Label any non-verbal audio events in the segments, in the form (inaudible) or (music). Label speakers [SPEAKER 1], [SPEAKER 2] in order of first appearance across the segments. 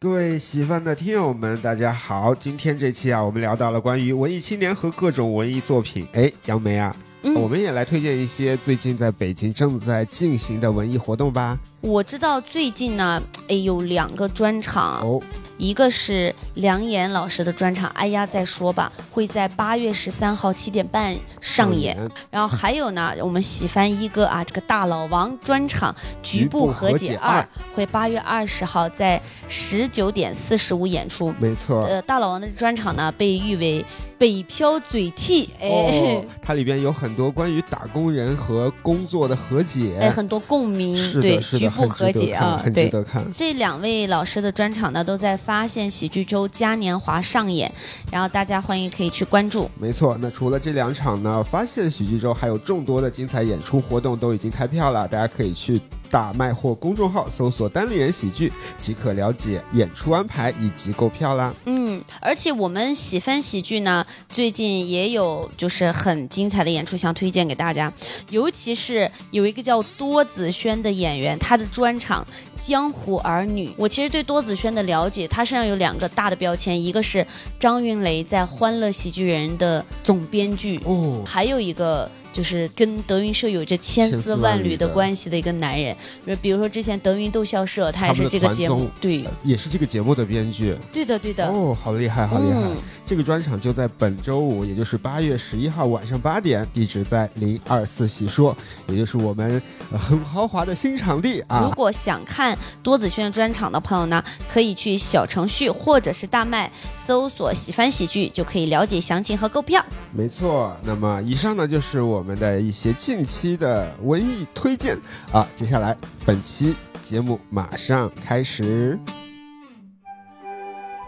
[SPEAKER 1] 各位喜欢的听友们，大家好！今天这期啊，我们聊到了关于文艺青年和各种文艺作品。哎，杨梅啊，
[SPEAKER 2] 嗯
[SPEAKER 1] 我们也来推荐一些最近在北京正在进行的文艺活动吧。
[SPEAKER 2] 我知道最近呢，哎，有两个专场，
[SPEAKER 1] 哦，
[SPEAKER 2] 一个是梁岩老师的专场，哎呀，再说吧，会在八月十三号七点半上演。然后还有呢， (laughs) 我们喜翻一哥啊，这个大老王专场《局部和解二》会八月二十号在十九点四十五演出。
[SPEAKER 1] 没错。
[SPEAKER 2] 呃，大老王的专场呢，被誉为北漂嘴替，哎。 (laughs)
[SPEAKER 1] 哦，它里边有很多关于打工人和工作的和解，
[SPEAKER 2] 哎，很多共鸣
[SPEAKER 1] 是，的
[SPEAKER 2] 对，
[SPEAKER 1] 是的
[SPEAKER 2] 局部
[SPEAKER 1] 很值
[SPEAKER 2] 和
[SPEAKER 1] 得
[SPEAKER 2] 解
[SPEAKER 1] 看
[SPEAKER 2] 啊
[SPEAKER 1] 很，值
[SPEAKER 2] 对。
[SPEAKER 1] 得看。
[SPEAKER 2] 这两位老师的专场呢，都在发现喜剧周嘉年华上演，然后大家欢迎可以去关注。
[SPEAKER 1] 没错，那除了这两场呢，发现喜剧周还有众多的精彩演出活动都已经开票了，大家可以去大麦或公众号搜索“单立人喜剧”即可了解演出安排以及购票啦。
[SPEAKER 2] 嗯，而且我们喜翻喜剧呢，最近也有就是很精彩的演出想推荐给大家，尤其是有一个叫多子轩的演员，他的专场《江湖儿女》。我其实对多子轩的了解，他身上有两个大的标签，一个是张云雷在《欢乐喜剧人》的总编剧，
[SPEAKER 1] 哦，
[SPEAKER 2] 还有一个就是跟德云社有着千丝万缕的关系的一个男人，比如说之前德云逗笑社，他也是这个节目，对，
[SPEAKER 1] 呃也是这个节目的编剧。
[SPEAKER 2] 对的，对的。
[SPEAKER 1] 哦，好厉害，好厉害！
[SPEAKER 2] 嗯，
[SPEAKER 1] 这个专场就在本周五，也就是八月十一号晚上八点，地址在零二四喜说，也就是我们呃很豪华的新场地
[SPEAKER 2] 如
[SPEAKER 1] 啊。
[SPEAKER 2] 果想看多子轩专场的朋友呢，可以去小程序或者是大麦搜索“喜翻喜剧”，就可以了解详情和购票。
[SPEAKER 1] 没错，那么以上呢就是我们的一些近期的文艺推荐啊。接下来本期节目马上开始。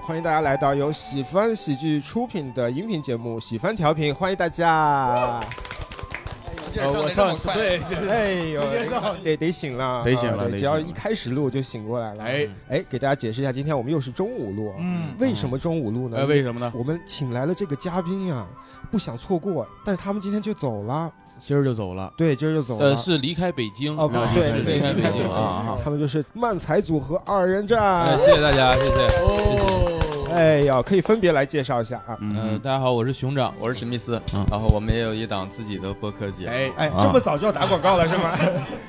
[SPEAKER 1] 欢迎大家来到由喜翻喜剧出品的音频节目《喜翻调频》，欢迎大家。
[SPEAKER 3] 呃，我上次对对对，
[SPEAKER 1] 哎呦，得得醒了，
[SPEAKER 3] 得醒了
[SPEAKER 1] 啊
[SPEAKER 3] 得
[SPEAKER 1] 对只
[SPEAKER 3] 醒了
[SPEAKER 1] 要一开始录就醒过来了。
[SPEAKER 3] 哎
[SPEAKER 1] 哎，给大家解释一下，今天我们又是中午录，
[SPEAKER 3] 嗯
[SPEAKER 1] 为什么中午录呢？
[SPEAKER 3] 呃，为什么呢？
[SPEAKER 1] 我们请来了这个嘉宾呀、不想错过，但是他们今天就走了，
[SPEAKER 3] 今儿就走了，
[SPEAKER 1] 对，今儿就走了。
[SPEAKER 4] 呃，是离开北京
[SPEAKER 1] 哦，不
[SPEAKER 4] 啊
[SPEAKER 1] 对
[SPEAKER 4] 是
[SPEAKER 1] 对
[SPEAKER 4] 离开
[SPEAKER 1] 对
[SPEAKER 4] 北
[SPEAKER 1] 对
[SPEAKER 4] 京啊！
[SPEAKER 1] 他们就是漫才组合二人
[SPEAKER 4] 啊
[SPEAKER 1] 战
[SPEAKER 4] 哎，。谢谢大家，谢谢。
[SPEAKER 3] 哦，
[SPEAKER 1] 哎呦，可以分别来介绍一下啊。
[SPEAKER 4] 嗯，
[SPEAKER 3] 嗯，
[SPEAKER 4] 大家好，我是熊掌。
[SPEAKER 5] 我是史密斯，
[SPEAKER 4] 嗯
[SPEAKER 5] 然后我们也有一档自己的播客节目，
[SPEAKER 3] 哎，
[SPEAKER 1] 哎，
[SPEAKER 4] 啊
[SPEAKER 1] 这么早就要打广告了是吗？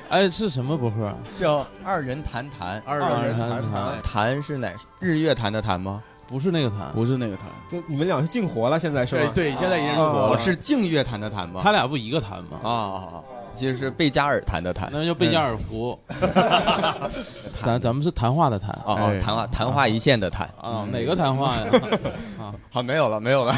[SPEAKER 4] 哎，是什么博客啊？
[SPEAKER 5] (laughs) 叫二人谈谈。
[SPEAKER 3] 二
[SPEAKER 4] 二
[SPEAKER 3] 人
[SPEAKER 4] 人
[SPEAKER 3] 谈
[SPEAKER 4] 谈
[SPEAKER 3] 谈
[SPEAKER 4] 谈，
[SPEAKER 5] 哎谈是哪日月潭的谈吗？
[SPEAKER 4] 不是那个谈，
[SPEAKER 3] 不是那个谈，
[SPEAKER 1] 就你们俩是进活了，现在是
[SPEAKER 3] 对
[SPEAKER 1] 吧？
[SPEAKER 3] 对，现在已经是
[SPEAKER 1] 哦
[SPEAKER 3] 我
[SPEAKER 5] 我
[SPEAKER 3] 了，
[SPEAKER 5] 是净月潭的谈吗？
[SPEAKER 4] 他俩不一个谈吗？
[SPEAKER 5] 啊，啊，啊其实是贝加尔谈的谈。
[SPEAKER 4] 那叫贝加尔湖。咱咱们是谈话的谈
[SPEAKER 5] 哦
[SPEAKER 3] 哎
[SPEAKER 5] 哦，谈话谈话一线的谈。
[SPEAKER 4] 啊，哪个谈
[SPEAKER 1] (laughs)
[SPEAKER 4] 话呀？
[SPEAKER 5] (laughs) 好，没有了，没有了。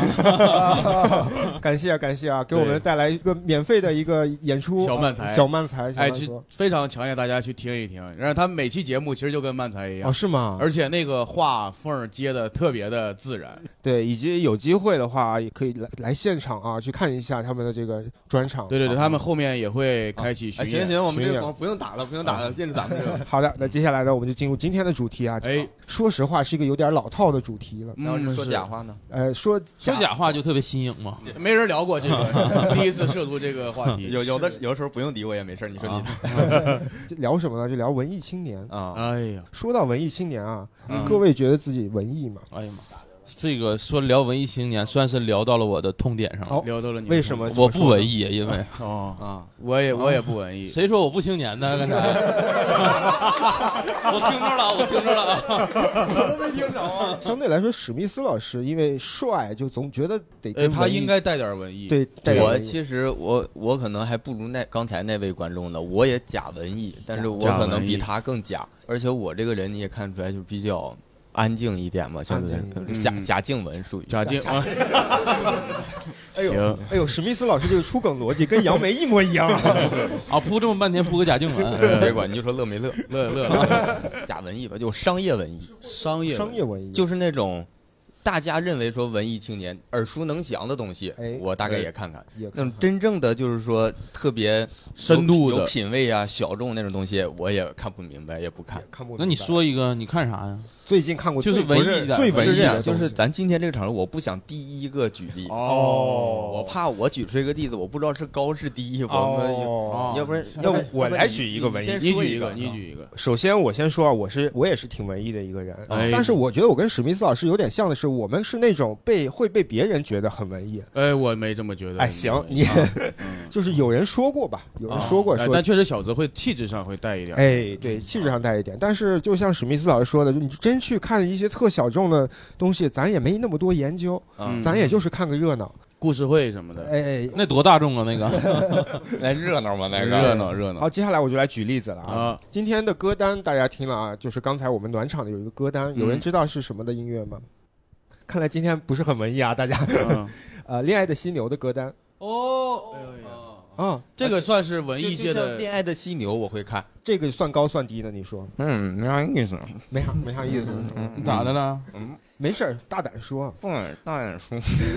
[SPEAKER 1] (laughs) 感啊谢啊，感谢啊，给我们带来一个免费的一个演出，
[SPEAKER 3] 小漫才
[SPEAKER 1] 呃小漫才，小
[SPEAKER 3] 哎，
[SPEAKER 1] 漫
[SPEAKER 3] 其实
[SPEAKER 1] 说
[SPEAKER 3] 非常强烈，大家去听一听。然后他每期节目其实就跟漫才一
[SPEAKER 1] 哦，
[SPEAKER 3] 样，
[SPEAKER 1] 是吗？
[SPEAKER 3] 而且那个话缝儿接的特别的自然，
[SPEAKER 1] 对，以及有机会的话，也可以来来现场啊，去看一下他们的这个专场。
[SPEAKER 3] 对对对，
[SPEAKER 1] 啊
[SPEAKER 3] 他们后面也会开启
[SPEAKER 5] 哎，
[SPEAKER 3] 巡
[SPEAKER 5] 行
[SPEAKER 3] 演，
[SPEAKER 5] 行，我们这
[SPEAKER 1] 巡
[SPEAKER 5] 个
[SPEAKER 1] 演
[SPEAKER 5] 广不用打了，不用
[SPEAKER 3] 啊
[SPEAKER 5] 打了，接着咱们这
[SPEAKER 3] (laughs)
[SPEAKER 5] 个。
[SPEAKER 1] (laughs) 好的，那接下来呢，我们就进入今天的主题啊。
[SPEAKER 3] 哎，
[SPEAKER 1] 说实话，是一个有点老套的主题了。
[SPEAKER 5] 然后是
[SPEAKER 3] 嗯
[SPEAKER 5] 说假，话呢？
[SPEAKER 1] 呃，说
[SPEAKER 4] 说假话就特别新颖嘛。
[SPEAKER 3] 是没人聊过
[SPEAKER 5] (laughs)
[SPEAKER 3] 这个，第一次涉足这个话题，啊
[SPEAKER 5] 有有的有的时候不用理我也没事儿，你说你的
[SPEAKER 1] (laughs)
[SPEAKER 5] (laughs)
[SPEAKER 1] 就聊什么呢？就聊文艺青年。
[SPEAKER 5] 啊，
[SPEAKER 3] 哎呀，
[SPEAKER 1] 说到文艺青年啊，
[SPEAKER 3] 嗯
[SPEAKER 1] 各位觉得自己文艺吗？
[SPEAKER 4] 哎呀妈，这个说聊文艺青年，算是聊到了我的痛点上
[SPEAKER 1] 好
[SPEAKER 4] 了。
[SPEAKER 3] 聊到了你，
[SPEAKER 1] 哦为什么？
[SPEAKER 4] 我不文艺，因为
[SPEAKER 3] 哦，
[SPEAKER 5] 啊，
[SPEAKER 3] 我也我也不文艺，
[SPEAKER 4] 谁说我不青年呢？刚才
[SPEAKER 1] (laughs)
[SPEAKER 4] 我听着了，我听着了。
[SPEAKER 1] 相对来说，史密斯老师因为帅，就总觉得得
[SPEAKER 3] (laughs) 呃，
[SPEAKER 1] 跟
[SPEAKER 3] 他
[SPEAKER 1] 文艺
[SPEAKER 3] 应该带点文艺，
[SPEAKER 1] 对带点
[SPEAKER 5] 我
[SPEAKER 1] 文艺
[SPEAKER 5] 其实我我可能还不如那刚才那位观众呢，我也假文艺，但是我
[SPEAKER 3] 假
[SPEAKER 5] 可能
[SPEAKER 3] 文艺
[SPEAKER 5] 比他更假，而且我这个人你也看出来就比较安静一点嘛，相对来
[SPEAKER 1] 安静
[SPEAKER 3] 点
[SPEAKER 1] 一
[SPEAKER 5] 假
[SPEAKER 3] 嗯
[SPEAKER 5] 假静文属于
[SPEAKER 3] 贾静啊， (laughs)
[SPEAKER 1] 哎呦
[SPEAKER 3] 行
[SPEAKER 1] 哎呦，史密斯老师这个出梗逻辑跟杨梅一模一样。
[SPEAKER 3] (laughs)
[SPEAKER 4] (laughs) 啊，铺这么半天铺个贾
[SPEAKER 5] (laughs)
[SPEAKER 4] 静雯，
[SPEAKER 5] 别管你就说乐没乐，
[SPEAKER 3] 乐乐乐，
[SPEAKER 5] 假文艺吧，就商业文艺，
[SPEAKER 3] 商业
[SPEAKER 1] 商业文艺
[SPEAKER 5] 就是那种大家认为说文艺青年耳熟能详的东西
[SPEAKER 1] 哎，
[SPEAKER 5] 我大概
[SPEAKER 3] 哎
[SPEAKER 5] 也看看。
[SPEAKER 1] 也可
[SPEAKER 5] 那
[SPEAKER 1] 能
[SPEAKER 5] 种真正的就是说特别
[SPEAKER 3] 深度
[SPEAKER 5] 有
[SPEAKER 3] 的，
[SPEAKER 5] 品位啊、小众那种东西，我也看不明白，也不看。
[SPEAKER 1] 看不明白。
[SPEAKER 4] 那你说一个，你看啥呀？
[SPEAKER 6] 最近看过
[SPEAKER 7] 就是
[SPEAKER 6] 最
[SPEAKER 7] 文艺的
[SPEAKER 6] 最文
[SPEAKER 5] 是
[SPEAKER 6] 艺
[SPEAKER 5] 这
[SPEAKER 6] 的
[SPEAKER 5] 样，
[SPEAKER 6] 东
[SPEAKER 5] 就
[SPEAKER 6] 西，
[SPEAKER 5] 是咱今天这个场合，我不想第一个举例，
[SPEAKER 6] 哦
[SPEAKER 5] 我怕我举出一个例子，我不知道是高是低，我们有
[SPEAKER 1] 哦
[SPEAKER 7] 哦
[SPEAKER 5] 要不然，
[SPEAKER 1] 那
[SPEAKER 5] 要不然
[SPEAKER 1] 我
[SPEAKER 5] 要不然
[SPEAKER 1] 来
[SPEAKER 5] 你
[SPEAKER 1] 举一个啊文艺
[SPEAKER 5] 先
[SPEAKER 3] 你
[SPEAKER 5] 说
[SPEAKER 3] 举一
[SPEAKER 5] 个
[SPEAKER 3] 个，，你举一个。
[SPEAKER 1] 首先我先说啊，我是我也是挺文艺的一个人，啊
[SPEAKER 3] 哎
[SPEAKER 1] 但是我觉得我跟史密斯老师有点像的是，我们是那种被会被别人觉得很文艺，
[SPEAKER 3] 哎，我没这么觉得。
[SPEAKER 1] 哎行
[SPEAKER 3] 没
[SPEAKER 1] 你
[SPEAKER 3] 啊
[SPEAKER 1] 就是有人说过吧， (laughs) 有人说过
[SPEAKER 3] 哎
[SPEAKER 1] 说。
[SPEAKER 3] 但确实小泽会气质上会带一点。
[SPEAKER 1] 哎，对，气质上带一点，但是就像史密斯老师说的，就你真去看一些特小众的东西，咱也没那么多研究，
[SPEAKER 5] 嗯，
[SPEAKER 1] 咱也就是看个热闹。
[SPEAKER 3] 故事会什么的，
[SPEAKER 1] 哎哎，
[SPEAKER 7] 那多大众啊，那个
[SPEAKER 5] 来热闹嘛， (laughs) 那
[SPEAKER 3] 热闹热闹
[SPEAKER 1] 好，接下来我就来举例子了啊。
[SPEAKER 3] 啊！
[SPEAKER 1] 今天的歌单大家听了啊，就是刚才我们暖场的有一个歌单，
[SPEAKER 3] 嗯
[SPEAKER 1] 有人知道是什么的音乐吗？看来今天不是很文艺啊，大家。
[SPEAKER 3] (laughs) 嗯
[SPEAKER 1] (laughs) 呃，恋爱的犀牛的歌单哎
[SPEAKER 3] 哦，
[SPEAKER 1] 啊，
[SPEAKER 3] 这个算是文
[SPEAKER 5] 就
[SPEAKER 3] 艺界
[SPEAKER 5] 就像
[SPEAKER 3] 的
[SPEAKER 5] 恋爱的犀牛，我会看。
[SPEAKER 1] 这个算高算低呢？你说
[SPEAKER 5] 嗯，没啥意思。
[SPEAKER 1] 没啥没啥意思，
[SPEAKER 5] 嗯
[SPEAKER 3] 嗯
[SPEAKER 7] 咋的了？
[SPEAKER 1] 没事儿，大胆说，
[SPEAKER 5] 不能嗯大眼说， (laughs)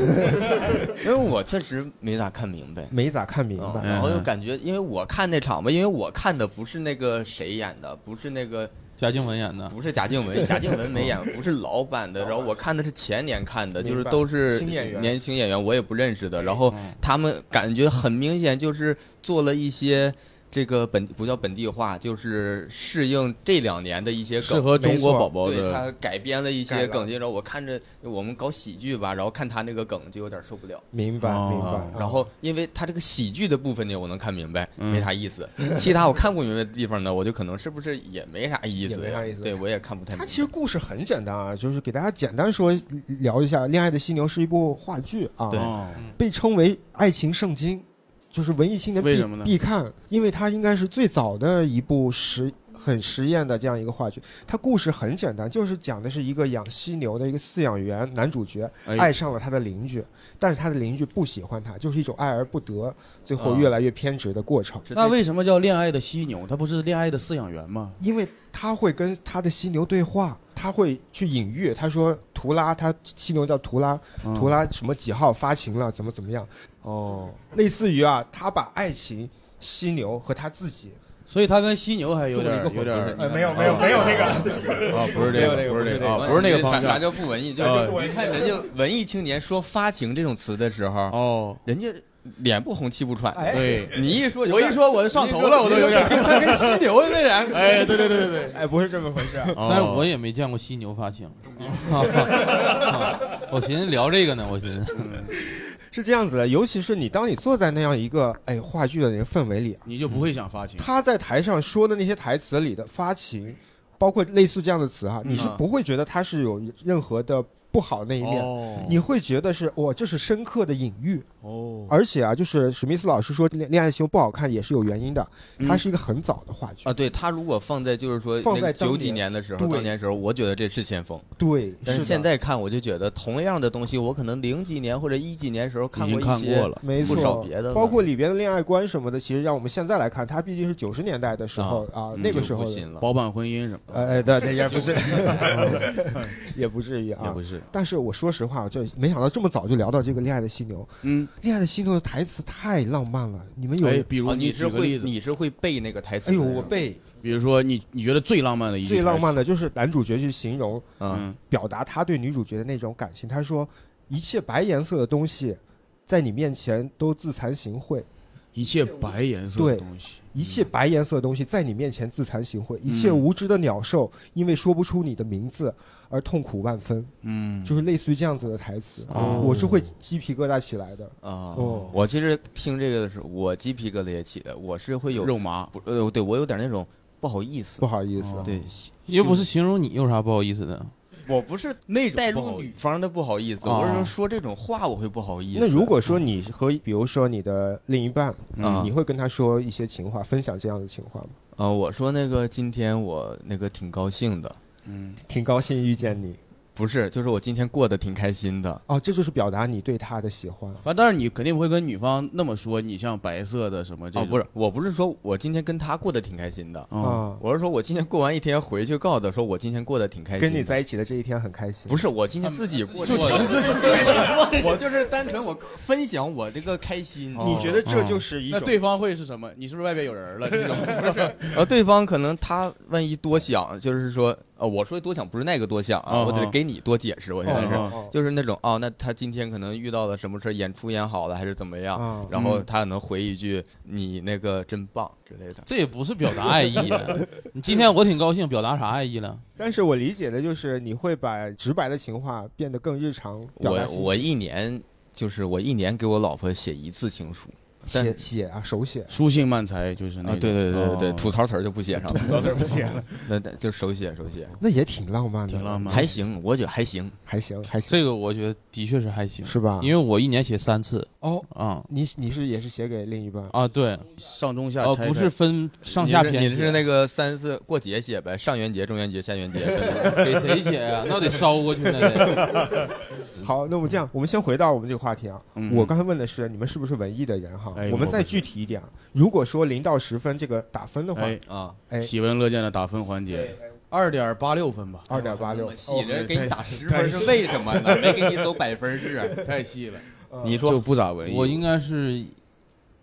[SPEAKER 5] 因为我确实没咋看明白。
[SPEAKER 1] 没咋看明
[SPEAKER 5] 啊
[SPEAKER 1] 白。
[SPEAKER 5] 然后又感觉，因为我看那场吧，因为我看的不是那个谁演的，不是那个，
[SPEAKER 7] 贾静雯演的，
[SPEAKER 5] 不是贾静雯，贾静雯没演，不是老版的。然后我看的是前年看的，
[SPEAKER 1] 明
[SPEAKER 5] 就
[SPEAKER 1] 白
[SPEAKER 5] 是都是
[SPEAKER 1] 新演员
[SPEAKER 5] 年轻演员，我也不认识的。然后他们感觉很明显就是做了一些这个本不叫本地化，就是适应这两年的一些
[SPEAKER 3] 适
[SPEAKER 5] 梗。
[SPEAKER 3] 合中国宝宝
[SPEAKER 5] 对
[SPEAKER 3] 的。
[SPEAKER 5] 他改编了一
[SPEAKER 1] 改
[SPEAKER 5] 些
[SPEAKER 1] 了
[SPEAKER 5] 梗，然后我看着我们搞喜剧吧，然后看他那个梗就有点受不了。
[SPEAKER 1] 明白
[SPEAKER 3] 哦
[SPEAKER 1] 明白
[SPEAKER 5] 啊
[SPEAKER 1] 啊，。
[SPEAKER 5] 然后因为他这个喜剧的部分呢，我能看明白，
[SPEAKER 3] 嗯
[SPEAKER 5] 没啥意思。其他我看不明白的地方呢，我就可能是不是也没啥意思
[SPEAKER 1] 也没啥
[SPEAKER 5] 呀
[SPEAKER 1] 意思？
[SPEAKER 5] 对我也看不太明白。
[SPEAKER 1] 它其实故事很简单啊，就是给大家简单说聊一下，《恋爱的犀牛》是一部话剧啊，
[SPEAKER 5] 对
[SPEAKER 3] 哦
[SPEAKER 1] 被称为爱情圣经，就是文艺青年
[SPEAKER 3] 为
[SPEAKER 1] 必
[SPEAKER 3] 什么呢
[SPEAKER 1] 必看，因为它应该是最早的一部实很实验的这样一个话剧。它故事很简单，就是讲的是一个养犀牛的一个饲养员，男主角
[SPEAKER 3] 哎
[SPEAKER 1] 爱上了他的邻居，但是他的邻居不喜欢他，就是一种爱而不得，最后
[SPEAKER 5] 啊
[SPEAKER 1] 越来越偏执的过程。
[SPEAKER 5] 是
[SPEAKER 3] 那为什么叫恋爱的犀牛？它不是恋爱的饲养员吗？
[SPEAKER 1] 因为他会跟他的犀牛对话，啊他会去隐喻，他说图拉，他犀牛叫图拉，
[SPEAKER 3] 嗯
[SPEAKER 1] 图拉什么几号发情了，怎么怎么样，
[SPEAKER 3] 哦，
[SPEAKER 1] 类似于啊，他把爱情、犀牛和他自己，
[SPEAKER 3] 所以它跟犀牛还有点
[SPEAKER 5] 做了一个
[SPEAKER 3] 有点
[SPEAKER 5] 混合
[SPEAKER 1] 呃，没有没有没有那个，
[SPEAKER 5] 哦
[SPEAKER 3] 啊，
[SPEAKER 1] (laughs)
[SPEAKER 3] 不是
[SPEAKER 1] 没有那个
[SPEAKER 3] 不是
[SPEAKER 1] 不是那个
[SPEAKER 3] 啊，不是那个
[SPEAKER 5] 啥
[SPEAKER 3] 方
[SPEAKER 5] 啥
[SPEAKER 3] 向哦
[SPEAKER 5] 叫不文艺？就是你看人家文艺青年说“发情”这种词的时候，
[SPEAKER 3] 哦。
[SPEAKER 5] 人家脸不红气不喘
[SPEAKER 1] 哎
[SPEAKER 5] 的。
[SPEAKER 3] 哎对，
[SPEAKER 5] 哎你一说，
[SPEAKER 3] 我一说我就上头了，我都有点。
[SPEAKER 5] 他跟犀牛那人，
[SPEAKER 3] 哎，对对对对哦对。
[SPEAKER 1] 哎，不是这么回事，
[SPEAKER 5] 哦
[SPEAKER 3] 但
[SPEAKER 7] 但是我也没见过犀牛发型。
[SPEAKER 1] 哦
[SPEAKER 7] (laughs) 我寻思聊这个呢，我寻思
[SPEAKER 1] 嗯是这样子的，尤其是你当你坐在那样一个哎话剧的那个氛围里啊，
[SPEAKER 3] 你就不会想发情。
[SPEAKER 1] 他在台上说的那些台词里的发情，包括类似这样的词
[SPEAKER 3] 嗯
[SPEAKER 1] 哈，你是不会觉得他是有任何的不好那一面。
[SPEAKER 3] 哦
[SPEAKER 1] 你会觉得是哇，这是深刻的隐喻，
[SPEAKER 5] 嗯
[SPEAKER 3] 哦
[SPEAKER 1] 而且啊，就是史密斯老师说恋恋爱行不好看也是有原因的，它是一个很早的话剧，
[SPEAKER 5] 啊，对他如果放在就是说
[SPEAKER 1] 放在
[SPEAKER 5] 那个
[SPEAKER 1] 当
[SPEAKER 5] 九几
[SPEAKER 1] 年
[SPEAKER 5] 年的时候，
[SPEAKER 1] 对
[SPEAKER 5] 当年时候，我觉得这是先锋。
[SPEAKER 1] 对，
[SPEAKER 5] 但是
[SPEAKER 1] 的
[SPEAKER 5] 现在看，我就觉得同样的东西，我可能零几年或者一几年时候看
[SPEAKER 3] 已经
[SPEAKER 5] 过
[SPEAKER 3] 看
[SPEAKER 5] 一些，
[SPEAKER 3] 过了。
[SPEAKER 1] 没
[SPEAKER 5] 不少
[SPEAKER 1] 错，
[SPEAKER 5] 别的了
[SPEAKER 1] 包括里边的恋爱观什么的，其实让我们现在来看，它毕竟是九十年代的时候啊，
[SPEAKER 5] 嗯
[SPEAKER 1] 那个
[SPEAKER 5] 就
[SPEAKER 1] 时候
[SPEAKER 5] 不
[SPEAKER 1] 的，
[SPEAKER 5] 信了。
[SPEAKER 3] 包办婚姻什么的，
[SPEAKER 1] 呃，哎对对，也不是，也不至于
[SPEAKER 3] 也
[SPEAKER 1] 啊
[SPEAKER 3] 不。是。
[SPEAKER 1] 但是我说实话，就没想到这么早就聊到这个《恋爱的犀牛》。
[SPEAKER 3] 嗯，
[SPEAKER 1] 《恋爱的犀牛》的台词太浪漫了，你们有？
[SPEAKER 3] 哎，比如
[SPEAKER 5] 哦，你是
[SPEAKER 3] 举个例
[SPEAKER 5] 会
[SPEAKER 3] 子，
[SPEAKER 5] 你是会背那个台词
[SPEAKER 1] 哎
[SPEAKER 5] 的
[SPEAKER 1] 呦，
[SPEAKER 5] 人吗？
[SPEAKER 1] 我背
[SPEAKER 3] 比如说你你觉得最浪漫的一句
[SPEAKER 1] 最浪漫
[SPEAKER 3] 的，
[SPEAKER 1] 的就是男主角去形容
[SPEAKER 5] 嗯，
[SPEAKER 3] 嗯，
[SPEAKER 1] 表达他对女主角的那种感情。他说：“一切白颜色的东西，在你面前都自惭形秽；
[SPEAKER 3] 一切白颜色的
[SPEAKER 1] 对
[SPEAKER 3] 东西，嗯
[SPEAKER 1] 一切白颜色的东西，在你面前自惭形秽；一切无知的鸟兽，因为说不出你的名字而痛苦万分。”
[SPEAKER 3] 嗯，
[SPEAKER 1] 就是类似于这样子的台词，
[SPEAKER 5] 哦
[SPEAKER 1] 我是会鸡皮疙瘩起来的。
[SPEAKER 5] 啊
[SPEAKER 1] 哦，
[SPEAKER 5] 我其实听这个的时候，我鸡皮疙瘩也起的，我是会有
[SPEAKER 3] 肉麻，
[SPEAKER 5] 不呃，对我有点那种不好意思啊
[SPEAKER 1] 不，好意思，啊
[SPEAKER 3] 哦
[SPEAKER 5] 对，
[SPEAKER 7] 又不是形容你，有啥不好意思的？
[SPEAKER 5] 我不是
[SPEAKER 3] 那种
[SPEAKER 5] 带
[SPEAKER 3] 不好
[SPEAKER 5] 入
[SPEAKER 3] 意
[SPEAKER 5] 女方的不好意思，
[SPEAKER 7] 哦
[SPEAKER 5] 我是说说这种话我会不好意思。
[SPEAKER 1] 那如果
[SPEAKER 7] 嗯
[SPEAKER 1] 说你和比如说你的另一半，
[SPEAKER 5] 啊
[SPEAKER 1] 你会跟他说一些情话，分享这样的情话吗？
[SPEAKER 5] 啊，我说那个今天我那个挺高兴的，
[SPEAKER 3] 嗯，
[SPEAKER 1] 挺高兴遇见你
[SPEAKER 5] 不是，就是我今天过得挺开心的。
[SPEAKER 1] 哦，这就是表达你对他的喜欢。
[SPEAKER 3] 反正但是你肯定不会跟女方那么说，你像白色的什么这
[SPEAKER 5] 哦，
[SPEAKER 3] 种，
[SPEAKER 5] 不是，我不是说我今天跟他过得挺开心的，
[SPEAKER 3] 啊，
[SPEAKER 1] 嗯
[SPEAKER 5] 我是说，我今天过完一天回去，告诉他说，我今天过得挺开心。
[SPEAKER 1] 跟你，在一起的这一天很开心。
[SPEAKER 5] 不
[SPEAKER 1] 是，
[SPEAKER 5] 是我今天自己过，
[SPEAKER 3] 嗯就
[SPEAKER 5] 我自己， (laughs) 我就是单纯我分享我这个开心。
[SPEAKER 1] 你觉得
[SPEAKER 3] 哦
[SPEAKER 1] 这就是一
[SPEAKER 3] 那
[SPEAKER 1] 种？
[SPEAKER 3] 对方会是什
[SPEAKER 5] (laughs)
[SPEAKER 3] (laughs)
[SPEAKER 5] 呃
[SPEAKER 3] 么？你是不是外边有人了？这种不是
[SPEAKER 5] 然后对方可能他万一多想，就是说呃，我说多想不是那个多想啊，
[SPEAKER 3] 嗯
[SPEAKER 5] 我得
[SPEAKER 3] 嗯
[SPEAKER 5] 给你多解释，我现在是
[SPEAKER 3] 嗯
[SPEAKER 1] 哦
[SPEAKER 5] 就是那种哦，那他今天可能遇到了什么事儿，演出演好了还是怎么样，
[SPEAKER 1] 啊
[SPEAKER 5] 然后
[SPEAKER 3] 嗯
[SPEAKER 5] 他可能回一句你那个真棒之类的。
[SPEAKER 7] 这也不是表达爱意。
[SPEAKER 5] (laughs)
[SPEAKER 7] 你今天我挺高兴，表达啥爱意了？
[SPEAKER 1] 但是我理解的就是你会把直白的情话变得更日常，表达
[SPEAKER 5] 我
[SPEAKER 1] 心情
[SPEAKER 5] 我一年就是我一年给我老婆写一次情书但
[SPEAKER 1] 写写啊手写
[SPEAKER 3] 书信漫才就是
[SPEAKER 5] 啊，
[SPEAKER 3] 那种
[SPEAKER 5] 对对对对对，
[SPEAKER 3] 哦
[SPEAKER 5] 吐槽词儿就不写上了，
[SPEAKER 3] 到这儿不写了，
[SPEAKER 5] (laughs) 那那就手写手写，
[SPEAKER 1] 那也挺浪漫的，
[SPEAKER 3] 挺浪漫，
[SPEAKER 5] 还行，我觉得还行。
[SPEAKER 1] 还行还行，
[SPEAKER 7] 这个我觉得的确是还行，
[SPEAKER 1] 是吧？
[SPEAKER 7] 因为我一年写三次
[SPEAKER 1] 哦，
[SPEAKER 7] 啊、
[SPEAKER 1] 你你是也是写给另一半，
[SPEAKER 7] 啊，对，
[SPEAKER 3] 上中下
[SPEAKER 7] 呃，
[SPEAKER 3] 拆
[SPEAKER 7] 不是
[SPEAKER 3] 开
[SPEAKER 7] 分上下
[SPEAKER 5] 你是
[SPEAKER 7] 篇
[SPEAKER 5] 你
[SPEAKER 7] 写，
[SPEAKER 5] 是那个三四过节写呗，上元节、中元节、下元节，
[SPEAKER 7] (laughs) 给谁写
[SPEAKER 5] 啊
[SPEAKER 7] 呀、那得烧过去那得。
[SPEAKER 3] (laughs)
[SPEAKER 1] (laughs) 好，那我们这样，我们先回到我们这个话题啊。
[SPEAKER 3] 嗯
[SPEAKER 1] 我刚才问的是你们是不是文艺的人哈
[SPEAKER 3] 哎？
[SPEAKER 1] 我们
[SPEAKER 3] 我
[SPEAKER 1] 再
[SPEAKER 3] 不是
[SPEAKER 1] 具体一点啊，如果说零到十分这个打分的话，
[SPEAKER 3] 哎
[SPEAKER 5] 啊，
[SPEAKER 1] 哎
[SPEAKER 3] 喜闻乐见的打分环节，二点八六分吧，
[SPEAKER 1] 二点八六，
[SPEAKER 5] 细人给你打十
[SPEAKER 3] 太
[SPEAKER 5] 分是为什么呢？没给你走百分啊制。
[SPEAKER 3] (laughs) 太细了，
[SPEAKER 5] 你
[SPEAKER 3] 就
[SPEAKER 5] 说
[SPEAKER 3] 不咋文艺。
[SPEAKER 7] 我应该是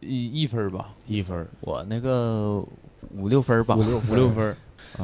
[SPEAKER 7] 一一分儿吧，
[SPEAKER 3] 一分，
[SPEAKER 5] 我那个五六分吧，
[SPEAKER 1] 五六
[SPEAKER 3] 五六分，嗯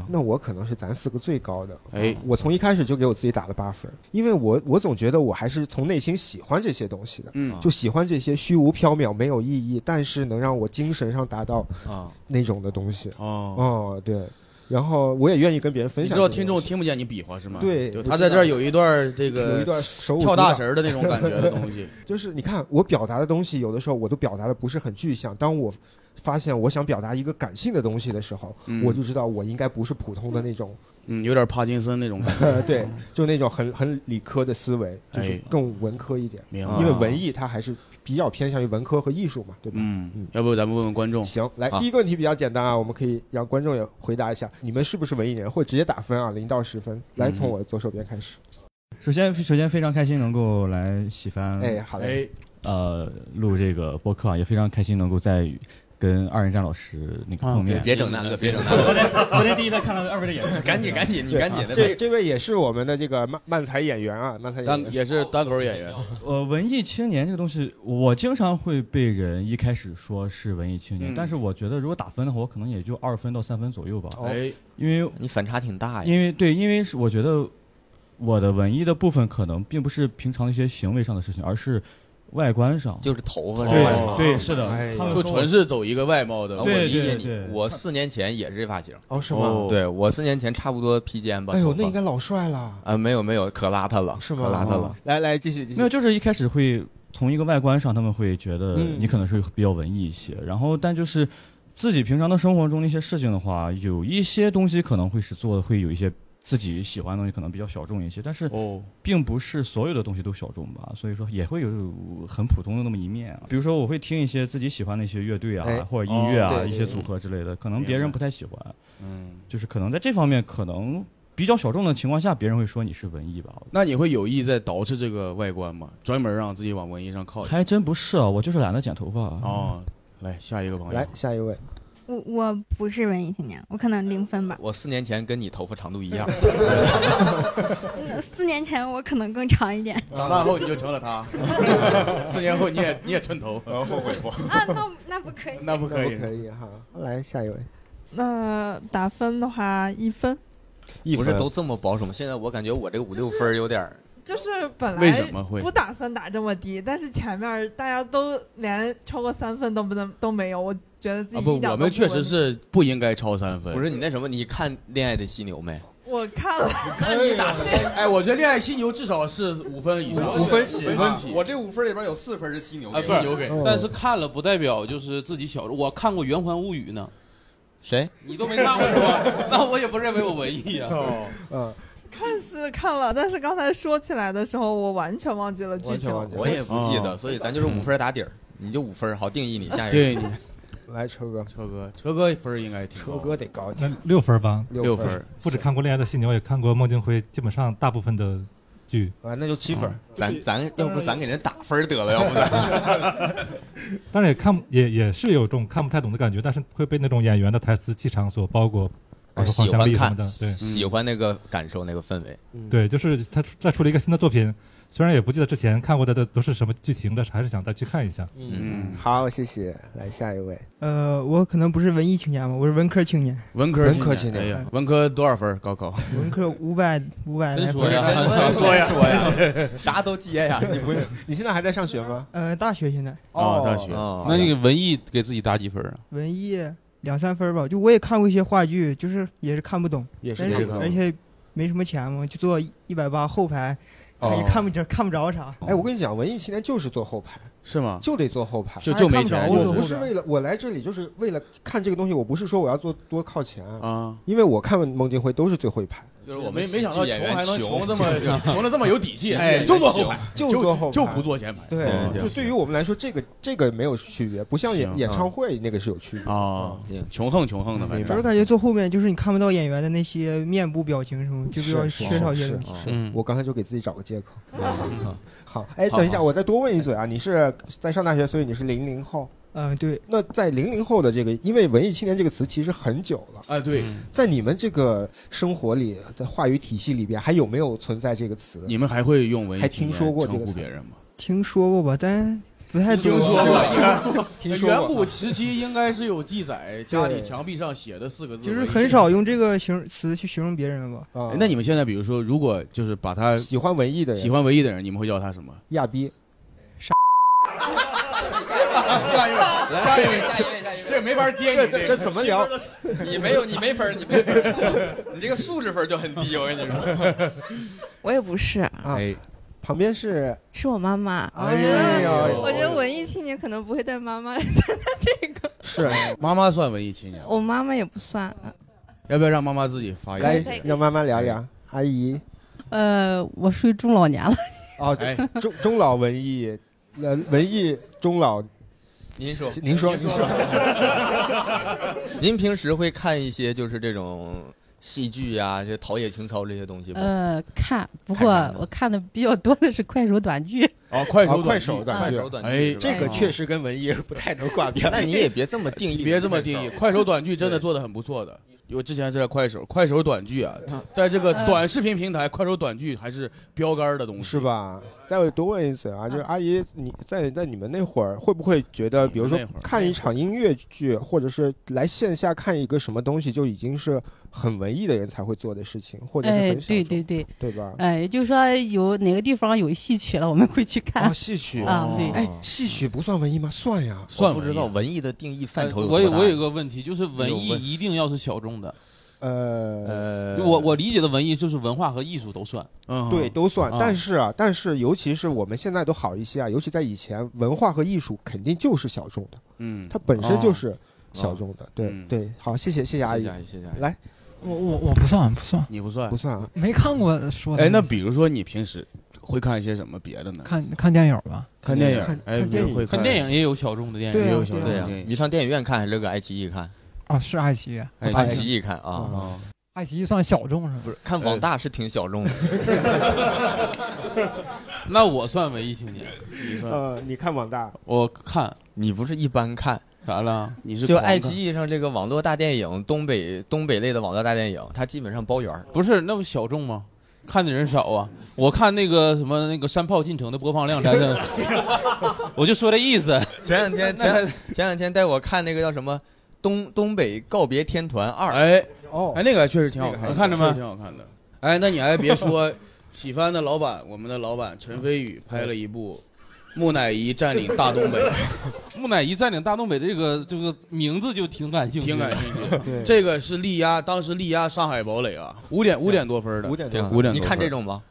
[SPEAKER 1] 那我可能是咱四个最高的。
[SPEAKER 3] 啊
[SPEAKER 1] 啊
[SPEAKER 3] 哎
[SPEAKER 1] 我从一开始就给我自己打了八分，因为我我总觉得我还是从内心喜欢这些东西的，
[SPEAKER 3] 嗯，
[SPEAKER 1] 就喜欢这些虚无缥缈、没有意义，但是能让我精神上达到
[SPEAKER 5] 啊，
[SPEAKER 1] 那种的东西。
[SPEAKER 3] 哦，
[SPEAKER 1] 哦，对，然后我也愿意跟别人分
[SPEAKER 3] 你
[SPEAKER 1] 享这
[SPEAKER 3] 知道
[SPEAKER 1] 个东西。
[SPEAKER 3] 听众听不见你比划是吗？
[SPEAKER 1] 对
[SPEAKER 3] 就
[SPEAKER 1] 我
[SPEAKER 3] 他
[SPEAKER 1] 知
[SPEAKER 3] 在这儿
[SPEAKER 1] 道
[SPEAKER 3] 有一段这
[SPEAKER 1] 有
[SPEAKER 3] 个
[SPEAKER 1] 一段手舞
[SPEAKER 3] 跳
[SPEAKER 1] 足
[SPEAKER 3] 大
[SPEAKER 1] 蹈
[SPEAKER 3] 神儿的那种感觉的东
[SPEAKER 1] (laughs)
[SPEAKER 3] 西，
[SPEAKER 1] 就是你看我表达的东西，有的时候我都表达的不是很具象。当我发现我想表达一个感性的东西的时候，
[SPEAKER 3] 嗯
[SPEAKER 1] 我就知道我应该不是普通的那种，
[SPEAKER 3] 嗯，有点帕金森那种感觉。
[SPEAKER 1] 呃， (laughs) 对，就那种很很理科的思维，就是
[SPEAKER 3] 嗯哎
[SPEAKER 1] 更文科一点。
[SPEAKER 3] 明
[SPEAKER 1] 因
[SPEAKER 3] 白
[SPEAKER 1] 为
[SPEAKER 5] 啊
[SPEAKER 1] 文艺它还是比较偏向于文科和艺术嘛，对吧？
[SPEAKER 3] 嗯，要不咱们问问观众，
[SPEAKER 1] 行，来、
[SPEAKER 5] 啊
[SPEAKER 1] 第一个问题比较简单啊，我们可以让观众也回答一下，你们是不是文艺人，或者直接打分啊，零到十分。来，
[SPEAKER 3] 嗯
[SPEAKER 1] 从我左手边开始。
[SPEAKER 8] 首先，首先非常开心能够来喜欢，
[SPEAKER 1] 哎，好嘞，
[SPEAKER 3] 哎，
[SPEAKER 8] 呃，录这个播客啊，也非常开心能够在跟二人战老师那个碰面。
[SPEAKER 5] 啊别整那个，别整那个，
[SPEAKER 8] 昨天昨天第一次看了二位的演出，
[SPEAKER 5] 赶紧赶紧，你
[SPEAKER 1] 对
[SPEAKER 5] 赶紧的，
[SPEAKER 1] 这这位也是我们的这个漫漫才演员啊，漫才演
[SPEAKER 3] 单
[SPEAKER 1] 员。
[SPEAKER 3] 也是单口演员，
[SPEAKER 8] 呃，文艺青年这个东西，我经常会被人一开始说是文艺青年，
[SPEAKER 3] 嗯
[SPEAKER 8] 但是我觉得如果打分的话，我可能也就二分到三
[SPEAKER 7] 嗯
[SPEAKER 8] 分左右吧，
[SPEAKER 1] 哦
[SPEAKER 3] 哎，
[SPEAKER 8] 因为
[SPEAKER 5] 你反差挺大呀。
[SPEAKER 8] 因为对，因为是我觉得我的文艺的部分可能并不是平常的一些行为上的事情，而是外观上。
[SPEAKER 5] 就是头发
[SPEAKER 8] 对、
[SPEAKER 5] 是吧？
[SPEAKER 8] 对，是的，
[SPEAKER 1] 哎呀
[SPEAKER 8] 他们
[SPEAKER 3] 就
[SPEAKER 8] 说
[SPEAKER 3] 纯是走一个外貌的
[SPEAKER 5] 啊
[SPEAKER 3] 路
[SPEAKER 5] 我
[SPEAKER 8] 对
[SPEAKER 5] 理解
[SPEAKER 8] 对
[SPEAKER 5] 你，
[SPEAKER 8] 对
[SPEAKER 5] 我四年前也是这发型，
[SPEAKER 1] 哦，是吗？
[SPEAKER 3] 哦
[SPEAKER 5] 对我四年前差不多披肩吧。
[SPEAKER 1] 哎呦，
[SPEAKER 5] 头发
[SPEAKER 1] 那应该老帅了，
[SPEAKER 5] 啊，没有没有，可邋遢了，
[SPEAKER 1] 是
[SPEAKER 5] 可
[SPEAKER 1] 吗？哦
[SPEAKER 5] 邋遢了。
[SPEAKER 1] 来来，继续继续
[SPEAKER 8] 没有，。就是一开始会从一个外观上，他们会觉得
[SPEAKER 1] 嗯
[SPEAKER 8] 你可能是比较文艺一些，然后但就是自己平常的生活中那些事情的话，有一些东西可能会是做的会有一些。自己喜欢的东西可能比较小众一些，但是
[SPEAKER 3] 哦，
[SPEAKER 8] 并不是所有的东西都小众吧，所以说也会有很普通的那么一面啊。比如说，我会听一些自己喜欢的一些乐队啊，
[SPEAKER 1] 哎
[SPEAKER 8] 或者音乐啊，
[SPEAKER 1] 哦对
[SPEAKER 8] 一些组合之类的，可能别人不太喜欢，
[SPEAKER 3] 嗯，
[SPEAKER 8] 就是可能在这方面可能比较小众的情况下，别人会说你是文艺吧。
[SPEAKER 3] 那你会有意在捯饬这个外观吗？专门让自己往文艺上靠？
[SPEAKER 8] 还真不是啊，我就是懒得剪头发啊。
[SPEAKER 3] 哦，来下一个朋友
[SPEAKER 1] 来，下一位，
[SPEAKER 9] 我我不是文艺青年，我可能零分吧。
[SPEAKER 5] 我四年前跟你头发长度一样，
[SPEAKER 9] 呃 (laughs) 四年前我可能更长一点
[SPEAKER 3] 长大后你就成了他，四年后你也你也寸头，后悔不？
[SPEAKER 9] 啊，那那不可以。
[SPEAKER 3] 那不可
[SPEAKER 1] 可
[SPEAKER 3] 以
[SPEAKER 1] 不，可以哈？来下一位，
[SPEAKER 10] 那打分的话，一分，
[SPEAKER 1] (laughs) 一
[SPEAKER 5] 不
[SPEAKER 1] 分
[SPEAKER 5] 是都这么保守吗？现在我感觉我这个五六分儿有点儿
[SPEAKER 10] 就是本
[SPEAKER 3] 为什
[SPEAKER 10] 来
[SPEAKER 3] 么会
[SPEAKER 10] 不？打算打这么低，但是前面大家都连超过三分都不能都没有，我觉得自己
[SPEAKER 3] 啊
[SPEAKER 10] 一
[SPEAKER 3] 不，
[SPEAKER 10] 点都
[SPEAKER 3] 我们确实
[SPEAKER 10] 文艺，
[SPEAKER 3] 是不应该超三分。
[SPEAKER 5] 不是你那什么？你看《恋爱的犀牛》没？
[SPEAKER 10] 我看
[SPEAKER 5] 啊
[SPEAKER 10] 了，
[SPEAKER 5] 看你打什么？
[SPEAKER 3] 哎，我觉得《恋爱犀牛》至少是五分以上，
[SPEAKER 1] 五分起
[SPEAKER 3] 五分起。
[SPEAKER 5] 啊我这五分里边有四分是犀牛
[SPEAKER 7] 啊，不
[SPEAKER 5] 犀
[SPEAKER 7] 是
[SPEAKER 5] 牛
[SPEAKER 3] 给
[SPEAKER 1] 哦
[SPEAKER 7] 但是看了不代表就是自己小众。我看过《圆环物语》呢，
[SPEAKER 5] 谁？
[SPEAKER 7] 你都没看过是吧？那我也不认为我文艺
[SPEAKER 3] 哦
[SPEAKER 7] 啊。
[SPEAKER 4] 哦
[SPEAKER 1] 嗯，
[SPEAKER 10] 看是看了，但是刚才说起来的时候，我完全忘记了剧
[SPEAKER 1] 完全哦
[SPEAKER 10] 情。
[SPEAKER 1] 忘记了
[SPEAKER 5] 我也不记得，所以咱就是五分打底儿，你就五分儿好定义你下一
[SPEAKER 3] 对
[SPEAKER 5] 个。
[SPEAKER 3] 你，
[SPEAKER 1] 来车哥，
[SPEAKER 3] 车哥，车哥分儿应该挺
[SPEAKER 1] 车
[SPEAKER 3] 高。
[SPEAKER 1] 哥得高一点，
[SPEAKER 11] 那六分儿吧，
[SPEAKER 3] 六
[SPEAKER 1] 分
[SPEAKER 3] 分
[SPEAKER 1] 儿
[SPEAKER 3] 儿，
[SPEAKER 11] 不止看过《恋爱的犀牛》，也看过孟京辉，基本上大部分的剧。
[SPEAKER 1] 啊，那就七分儿。
[SPEAKER 5] 嗯咱
[SPEAKER 1] 嗯
[SPEAKER 5] 咱要不咱给人打分儿得了，要不咱
[SPEAKER 11] (laughs)
[SPEAKER 1] 啊
[SPEAKER 11] 当然也看不也也是有这种看不太懂的感觉，但是会被那种演员的台词气场所包裹，包括
[SPEAKER 5] 喜
[SPEAKER 11] 黄香
[SPEAKER 5] 欢
[SPEAKER 11] 丽什
[SPEAKER 5] 看
[SPEAKER 11] 么的，，对，
[SPEAKER 5] 喜
[SPEAKER 1] 嗯
[SPEAKER 5] 欢那个感受，那个氛围。
[SPEAKER 11] 嗯对，就是他出再出了一个新的作品，虽然也不记得之前看过的的都是什么剧情，但是还是想再去看一下。
[SPEAKER 5] 嗯，
[SPEAKER 1] 好，谢谢。来下一位，
[SPEAKER 12] 呃，我可能不是文艺青年嘛，我是文科青年。
[SPEAKER 5] 文科青年，哎呀文科多少分儿？高考？
[SPEAKER 12] 文科五百五百来分
[SPEAKER 5] 说
[SPEAKER 12] 儿。
[SPEAKER 5] 呀
[SPEAKER 1] (laughs)
[SPEAKER 12] 哎
[SPEAKER 5] 真说
[SPEAKER 12] (laughs)
[SPEAKER 5] 呀
[SPEAKER 12] 我
[SPEAKER 5] 说呀啥都接呀你不用
[SPEAKER 1] 你现在还在上学吗？
[SPEAKER 12] 呃，大学现在。
[SPEAKER 4] 哦，大学
[SPEAKER 5] 哦
[SPEAKER 4] 那你文艺给自己打几分啊？
[SPEAKER 12] 文艺两三分儿吧，就我也看过一些话剧，就是也是看不懂，
[SPEAKER 4] 也是
[SPEAKER 12] 但
[SPEAKER 4] 看不懂
[SPEAKER 12] 而且没什么钱嘛，就坐一百八后排，看也
[SPEAKER 1] 哦
[SPEAKER 12] 看不着看不着啥。
[SPEAKER 1] 哎，我跟你讲，文艺青年就是坐后排，
[SPEAKER 5] 是吗？
[SPEAKER 1] 就得坐后排，
[SPEAKER 5] 就就没钱
[SPEAKER 1] 看不
[SPEAKER 5] 就
[SPEAKER 1] 着
[SPEAKER 5] 是
[SPEAKER 1] 我不是为了我来这里就是为了看这个东西，我不是说我要坐多靠前
[SPEAKER 5] 啊，
[SPEAKER 1] 因为我看孟京辉都是最后一排。
[SPEAKER 5] 就是
[SPEAKER 3] 我没没想到穷还能穷这么穷的这么有底气，
[SPEAKER 1] 哎，
[SPEAKER 3] 就坐
[SPEAKER 1] 就坐
[SPEAKER 3] 后
[SPEAKER 1] 后
[SPEAKER 3] 排
[SPEAKER 1] 排，，
[SPEAKER 3] 坐
[SPEAKER 1] 坐后排，
[SPEAKER 3] 就不坐前排。嗯
[SPEAKER 1] 对，就对于我们来说，这个这个没有区别，不像
[SPEAKER 5] 行
[SPEAKER 1] 演演
[SPEAKER 5] 嗯
[SPEAKER 1] 唱会那个是有区别嗯的
[SPEAKER 5] 啊，
[SPEAKER 3] 哦
[SPEAKER 5] 行穷横穷横的，反
[SPEAKER 12] 就
[SPEAKER 5] 正
[SPEAKER 12] 是感觉坐后面，就是你看不到演员的那些面部表情什么，就比较缺少一些
[SPEAKER 1] 是
[SPEAKER 12] 东西。
[SPEAKER 1] 是我刚才就给自己找个借口。
[SPEAKER 5] 嗯
[SPEAKER 1] 好，哎，
[SPEAKER 12] 好
[SPEAKER 1] 等一下，
[SPEAKER 12] 好
[SPEAKER 1] 我再多问一嘴啊，你是在上大学，所以你是零零后。
[SPEAKER 12] 嗯，对。
[SPEAKER 1] 那在零零后的这个，因为“文艺青年”这个词其实很久了。
[SPEAKER 3] 哎，对，
[SPEAKER 1] 在你们这个生活里的话语体系里边，还有没有存在这个词？
[SPEAKER 5] 你们还会用文艺
[SPEAKER 1] 还
[SPEAKER 5] 青
[SPEAKER 1] 听
[SPEAKER 5] 年
[SPEAKER 1] 说过这
[SPEAKER 5] 称
[SPEAKER 1] 个
[SPEAKER 5] 呼
[SPEAKER 1] 词
[SPEAKER 5] 别人吗？
[SPEAKER 12] 听说过吧，但不太多
[SPEAKER 3] 听说过，你看，
[SPEAKER 12] (laughs)
[SPEAKER 1] 听说过
[SPEAKER 3] 远古
[SPEAKER 12] 啊
[SPEAKER 3] 时期应该是有记载，家里墙壁上写的四个字，
[SPEAKER 12] 就是很少用这个形容词去形容别人了吧？
[SPEAKER 1] 啊
[SPEAKER 5] 哎那你们现在比如说，如果就是把他喜
[SPEAKER 1] 欢文艺的人
[SPEAKER 5] 喜欢文艺的人，你们会叫他什么？
[SPEAKER 1] 亚逼，
[SPEAKER 3] 下一位，下一位，这没法接你，
[SPEAKER 5] 这这怎么
[SPEAKER 1] (laughs)
[SPEAKER 5] 聊你没有，你没分儿，你没分儿， (laughs) 你这个素质分儿就很低，我跟你
[SPEAKER 1] (laughs)
[SPEAKER 5] 说。
[SPEAKER 13] 我也不是，
[SPEAKER 1] 啊，
[SPEAKER 5] 哎
[SPEAKER 1] 旁边是
[SPEAKER 13] 是我妈妈。
[SPEAKER 1] 哎呦
[SPEAKER 13] 我觉得文艺青年可能不会带妈妈来参加这个，
[SPEAKER 1] 是
[SPEAKER 5] 妈妈算文艺青年，
[SPEAKER 13] (laughs) 我妈妈也不算。
[SPEAKER 5] 要不要让妈妈自己发
[SPEAKER 1] 来
[SPEAKER 5] 言？
[SPEAKER 1] 让妈妈聊聊，阿姨。
[SPEAKER 14] 呃，我属于中老年了。
[SPEAKER 1] 哦
[SPEAKER 5] 哎，
[SPEAKER 1] 中中老文艺，呃，文艺中老，
[SPEAKER 5] 您说
[SPEAKER 1] 您说，您
[SPEAKER 5] 您
[SPEAKER 1] 说
[SPEAKER 5] 说， (laughs) 您平时会看一些就是这种戏剧啊，这陶冶情操这些东西吗？
[SPEAKER 14] 呃，看，不过我看的比较多的是快手短剧。
[SPEAKER 5] 哦，快
[SPEAKER 1] 啊
[SPEAKER 5] 手
[SPEAKER 1] 快
[SPEAKER 5] 短
[SPEAKER 1] 手
[SPEAKER 5] 剧嗯
[SPEAKER 1] 短
[SPEAKER 5] 快
[SPEAKER 1] 剧
[SPEAKER 5] 手短剧
[SPEAKER 1] 哎
[SPEAKER 5] 是吧哦
[SPEAKER 1] 这个确实跟文艺不太能挂边
[SPEAKER 5] 那你也别这么定义，
[SPEAKER 3] (laughs) 别这么定义，快手短剧真的做的很不错的。我之前是在快手，快手短剧啊，
[SPEAKER 5] 嗯
[SPEAKER 3] 在这个短视频平台，快手短剧还是标杆的东西，
[SPEAKER 1] 是吧？再多问一嘴啊，
[SPEAKER 14] 嗯
[SPEAKER 1] 就是阿姨，你在在你们那会儿会不会觉得，比如说
[SPEAKER 3] 那会儿
[SPEAKER 1] 看一场音乐剧，或者是来线下看一个什么东西，就已经是很文艺的人才会做的事情，或者是
[SPEAKER 14] 哎，
[SPEAKER 1] 很小
[SPEAKER 14] 对对对，
[SPEAKER 1] 对吧？
[SPEAKER 14] 哎，也就是说有哪个地方有戏曲了，我们会去 (laughs) 看。
[SPEAKER 1] 哦，戏曲
[SPEAKER 14] 啊，对，
[SPEAKER 1] 哎，戏曲不算文艺吗？算呀，
[SPEAKER 5] 算不知道文艺的定义范畴有
[SPEAKER 4] 呃我有
[SPEAKER 5] 多大
[SPEAKER 4] 我有个问题，就是文艺
[SPEAKER 5] 有问
[SPEAKER 4] 一定要是小众的。
[SPEAKER 1] 呃
[SPEAKER 4] 我我理解的文艺就是文化和艺术都算。
[SPEAKER 5] 嗯
[SPEAKER 3] 嗯
[SPEAKER 1] 对，都算
[SPEAKER 4] 啊。
[SPEAKER 1] 但是啊，但是尤其是我们现在都好一些啊，尤其在以前，文化和艺术肯定就是小众的，
[SPEAKER 5] 嗯
[SPEAKER 1] 它本身
[SPEAKER 3] 哦
[SPEAKER 1] 就是小众的。对对，好，谢谢谢谢阿姨，
[SPEAKER 5] 谢谢阿姨
[SPEAKER 1] 来，
[SPEAKER 8] 我我我不算啊不算，
[SPEAKER 5] 你不算
[SPEAKER 1] 不算啊，
[SPEAKER 8] 没看过说的。
[SPEAKER 5] 哎，那比如说你平时会看一些什么别的呢？
[SPEAKER 8] 看看电影吧，
[SPEAKER 5] 看电
[SPEAKER 4] 看
[SPEAKER 5] 影，哎，
[SPEAKER 4] 看
[SPEAKER 5] 比
[SPEAKER 4] 电
[SPEAKER 5] 如
[SPEAKER 4] 影
[SPEAKER 5] 会
[SPEAKER 4] 看电影也有小众的电影对啊
[SPEAKER 5] 也有小众
[SPEAKER 4] 对
[SPEAKER 5] 的
[SPEAKER 4] 啊
[SPEAKER 5] 电影。你上电影院看还是搁爱奇艺看？
[SPEAKER 8] 啊，是哦嗯爱奇艺，
[SPEAKER 5] 哎爱奇艺看啊，
[SPEAKER 8] 爱奇艺算小众是吧？不是
[SPEAKER 5] 看
[SPEAKER 1] 哎
[SPEAKER 5] 网大是挺小
[SPEAKER 8] (laughs)
[SPEAKER 5] 众的。
[SPEAKER 4] 那我算文艺青年，
[SPEAKER 1] 呃，你看网大，
[SPEAKER 4] 我看
[SPEAKER 5] 你不是一般看，
[SPEAKER 4] 咋了？
[SPEAKER 5] 你
[SPEAKER 4] 是
[SPEAKER 5] 就
[SPEAKER 4] 狂看
[SPEAKER 5] 爱奇艺上这个网络大电影，东北东北类的网络大电影，它基本上包圆儿。
[SPEAKER 4] 不是那不小众吗？看的人少啊。我看那个什么那个《山炮进城》的播放量才
[SPEAKER 1] (laughs)
[SPEAKER 4] 是，我就说这意思。
[SPEAKER 5] (laughs) 前两天
[SPEAKER 4] 那
[SPEAKER 5] 前前两天带我看那个叫什么《东东北告别天团二》，
[SPEAKER 3] 哎
[SPEAKER 1] 哦
[SPEAKER 3] 哎，那个确实挺好看的，
[SPEAKER 4] 你看着吗
[SPEAKER 3] 确实挺好看的。哎，那你还别说，喜番的老板，我们的老板陈飞宇拍了一部《木乃伊占领大东北》，
[SPEAKER 4] (laughs) 木乃伊占领大东北这个这个名字就挺感兴趣，
[SPEAKER 3] 挺感兴趣
[SPEAKER 1] 对。
[SPEAKER 3] 这个是力压当时力压上海堡垒啊，五点五点多分的，
[SPEAKER 1] 五点
[SPEAKER 5] 多分
[SPEAKER 3] 五点。
[SPEAKER 5] 你看这种
[SPEAKER 3] (laughs)
[SPEAKER 5] 吗？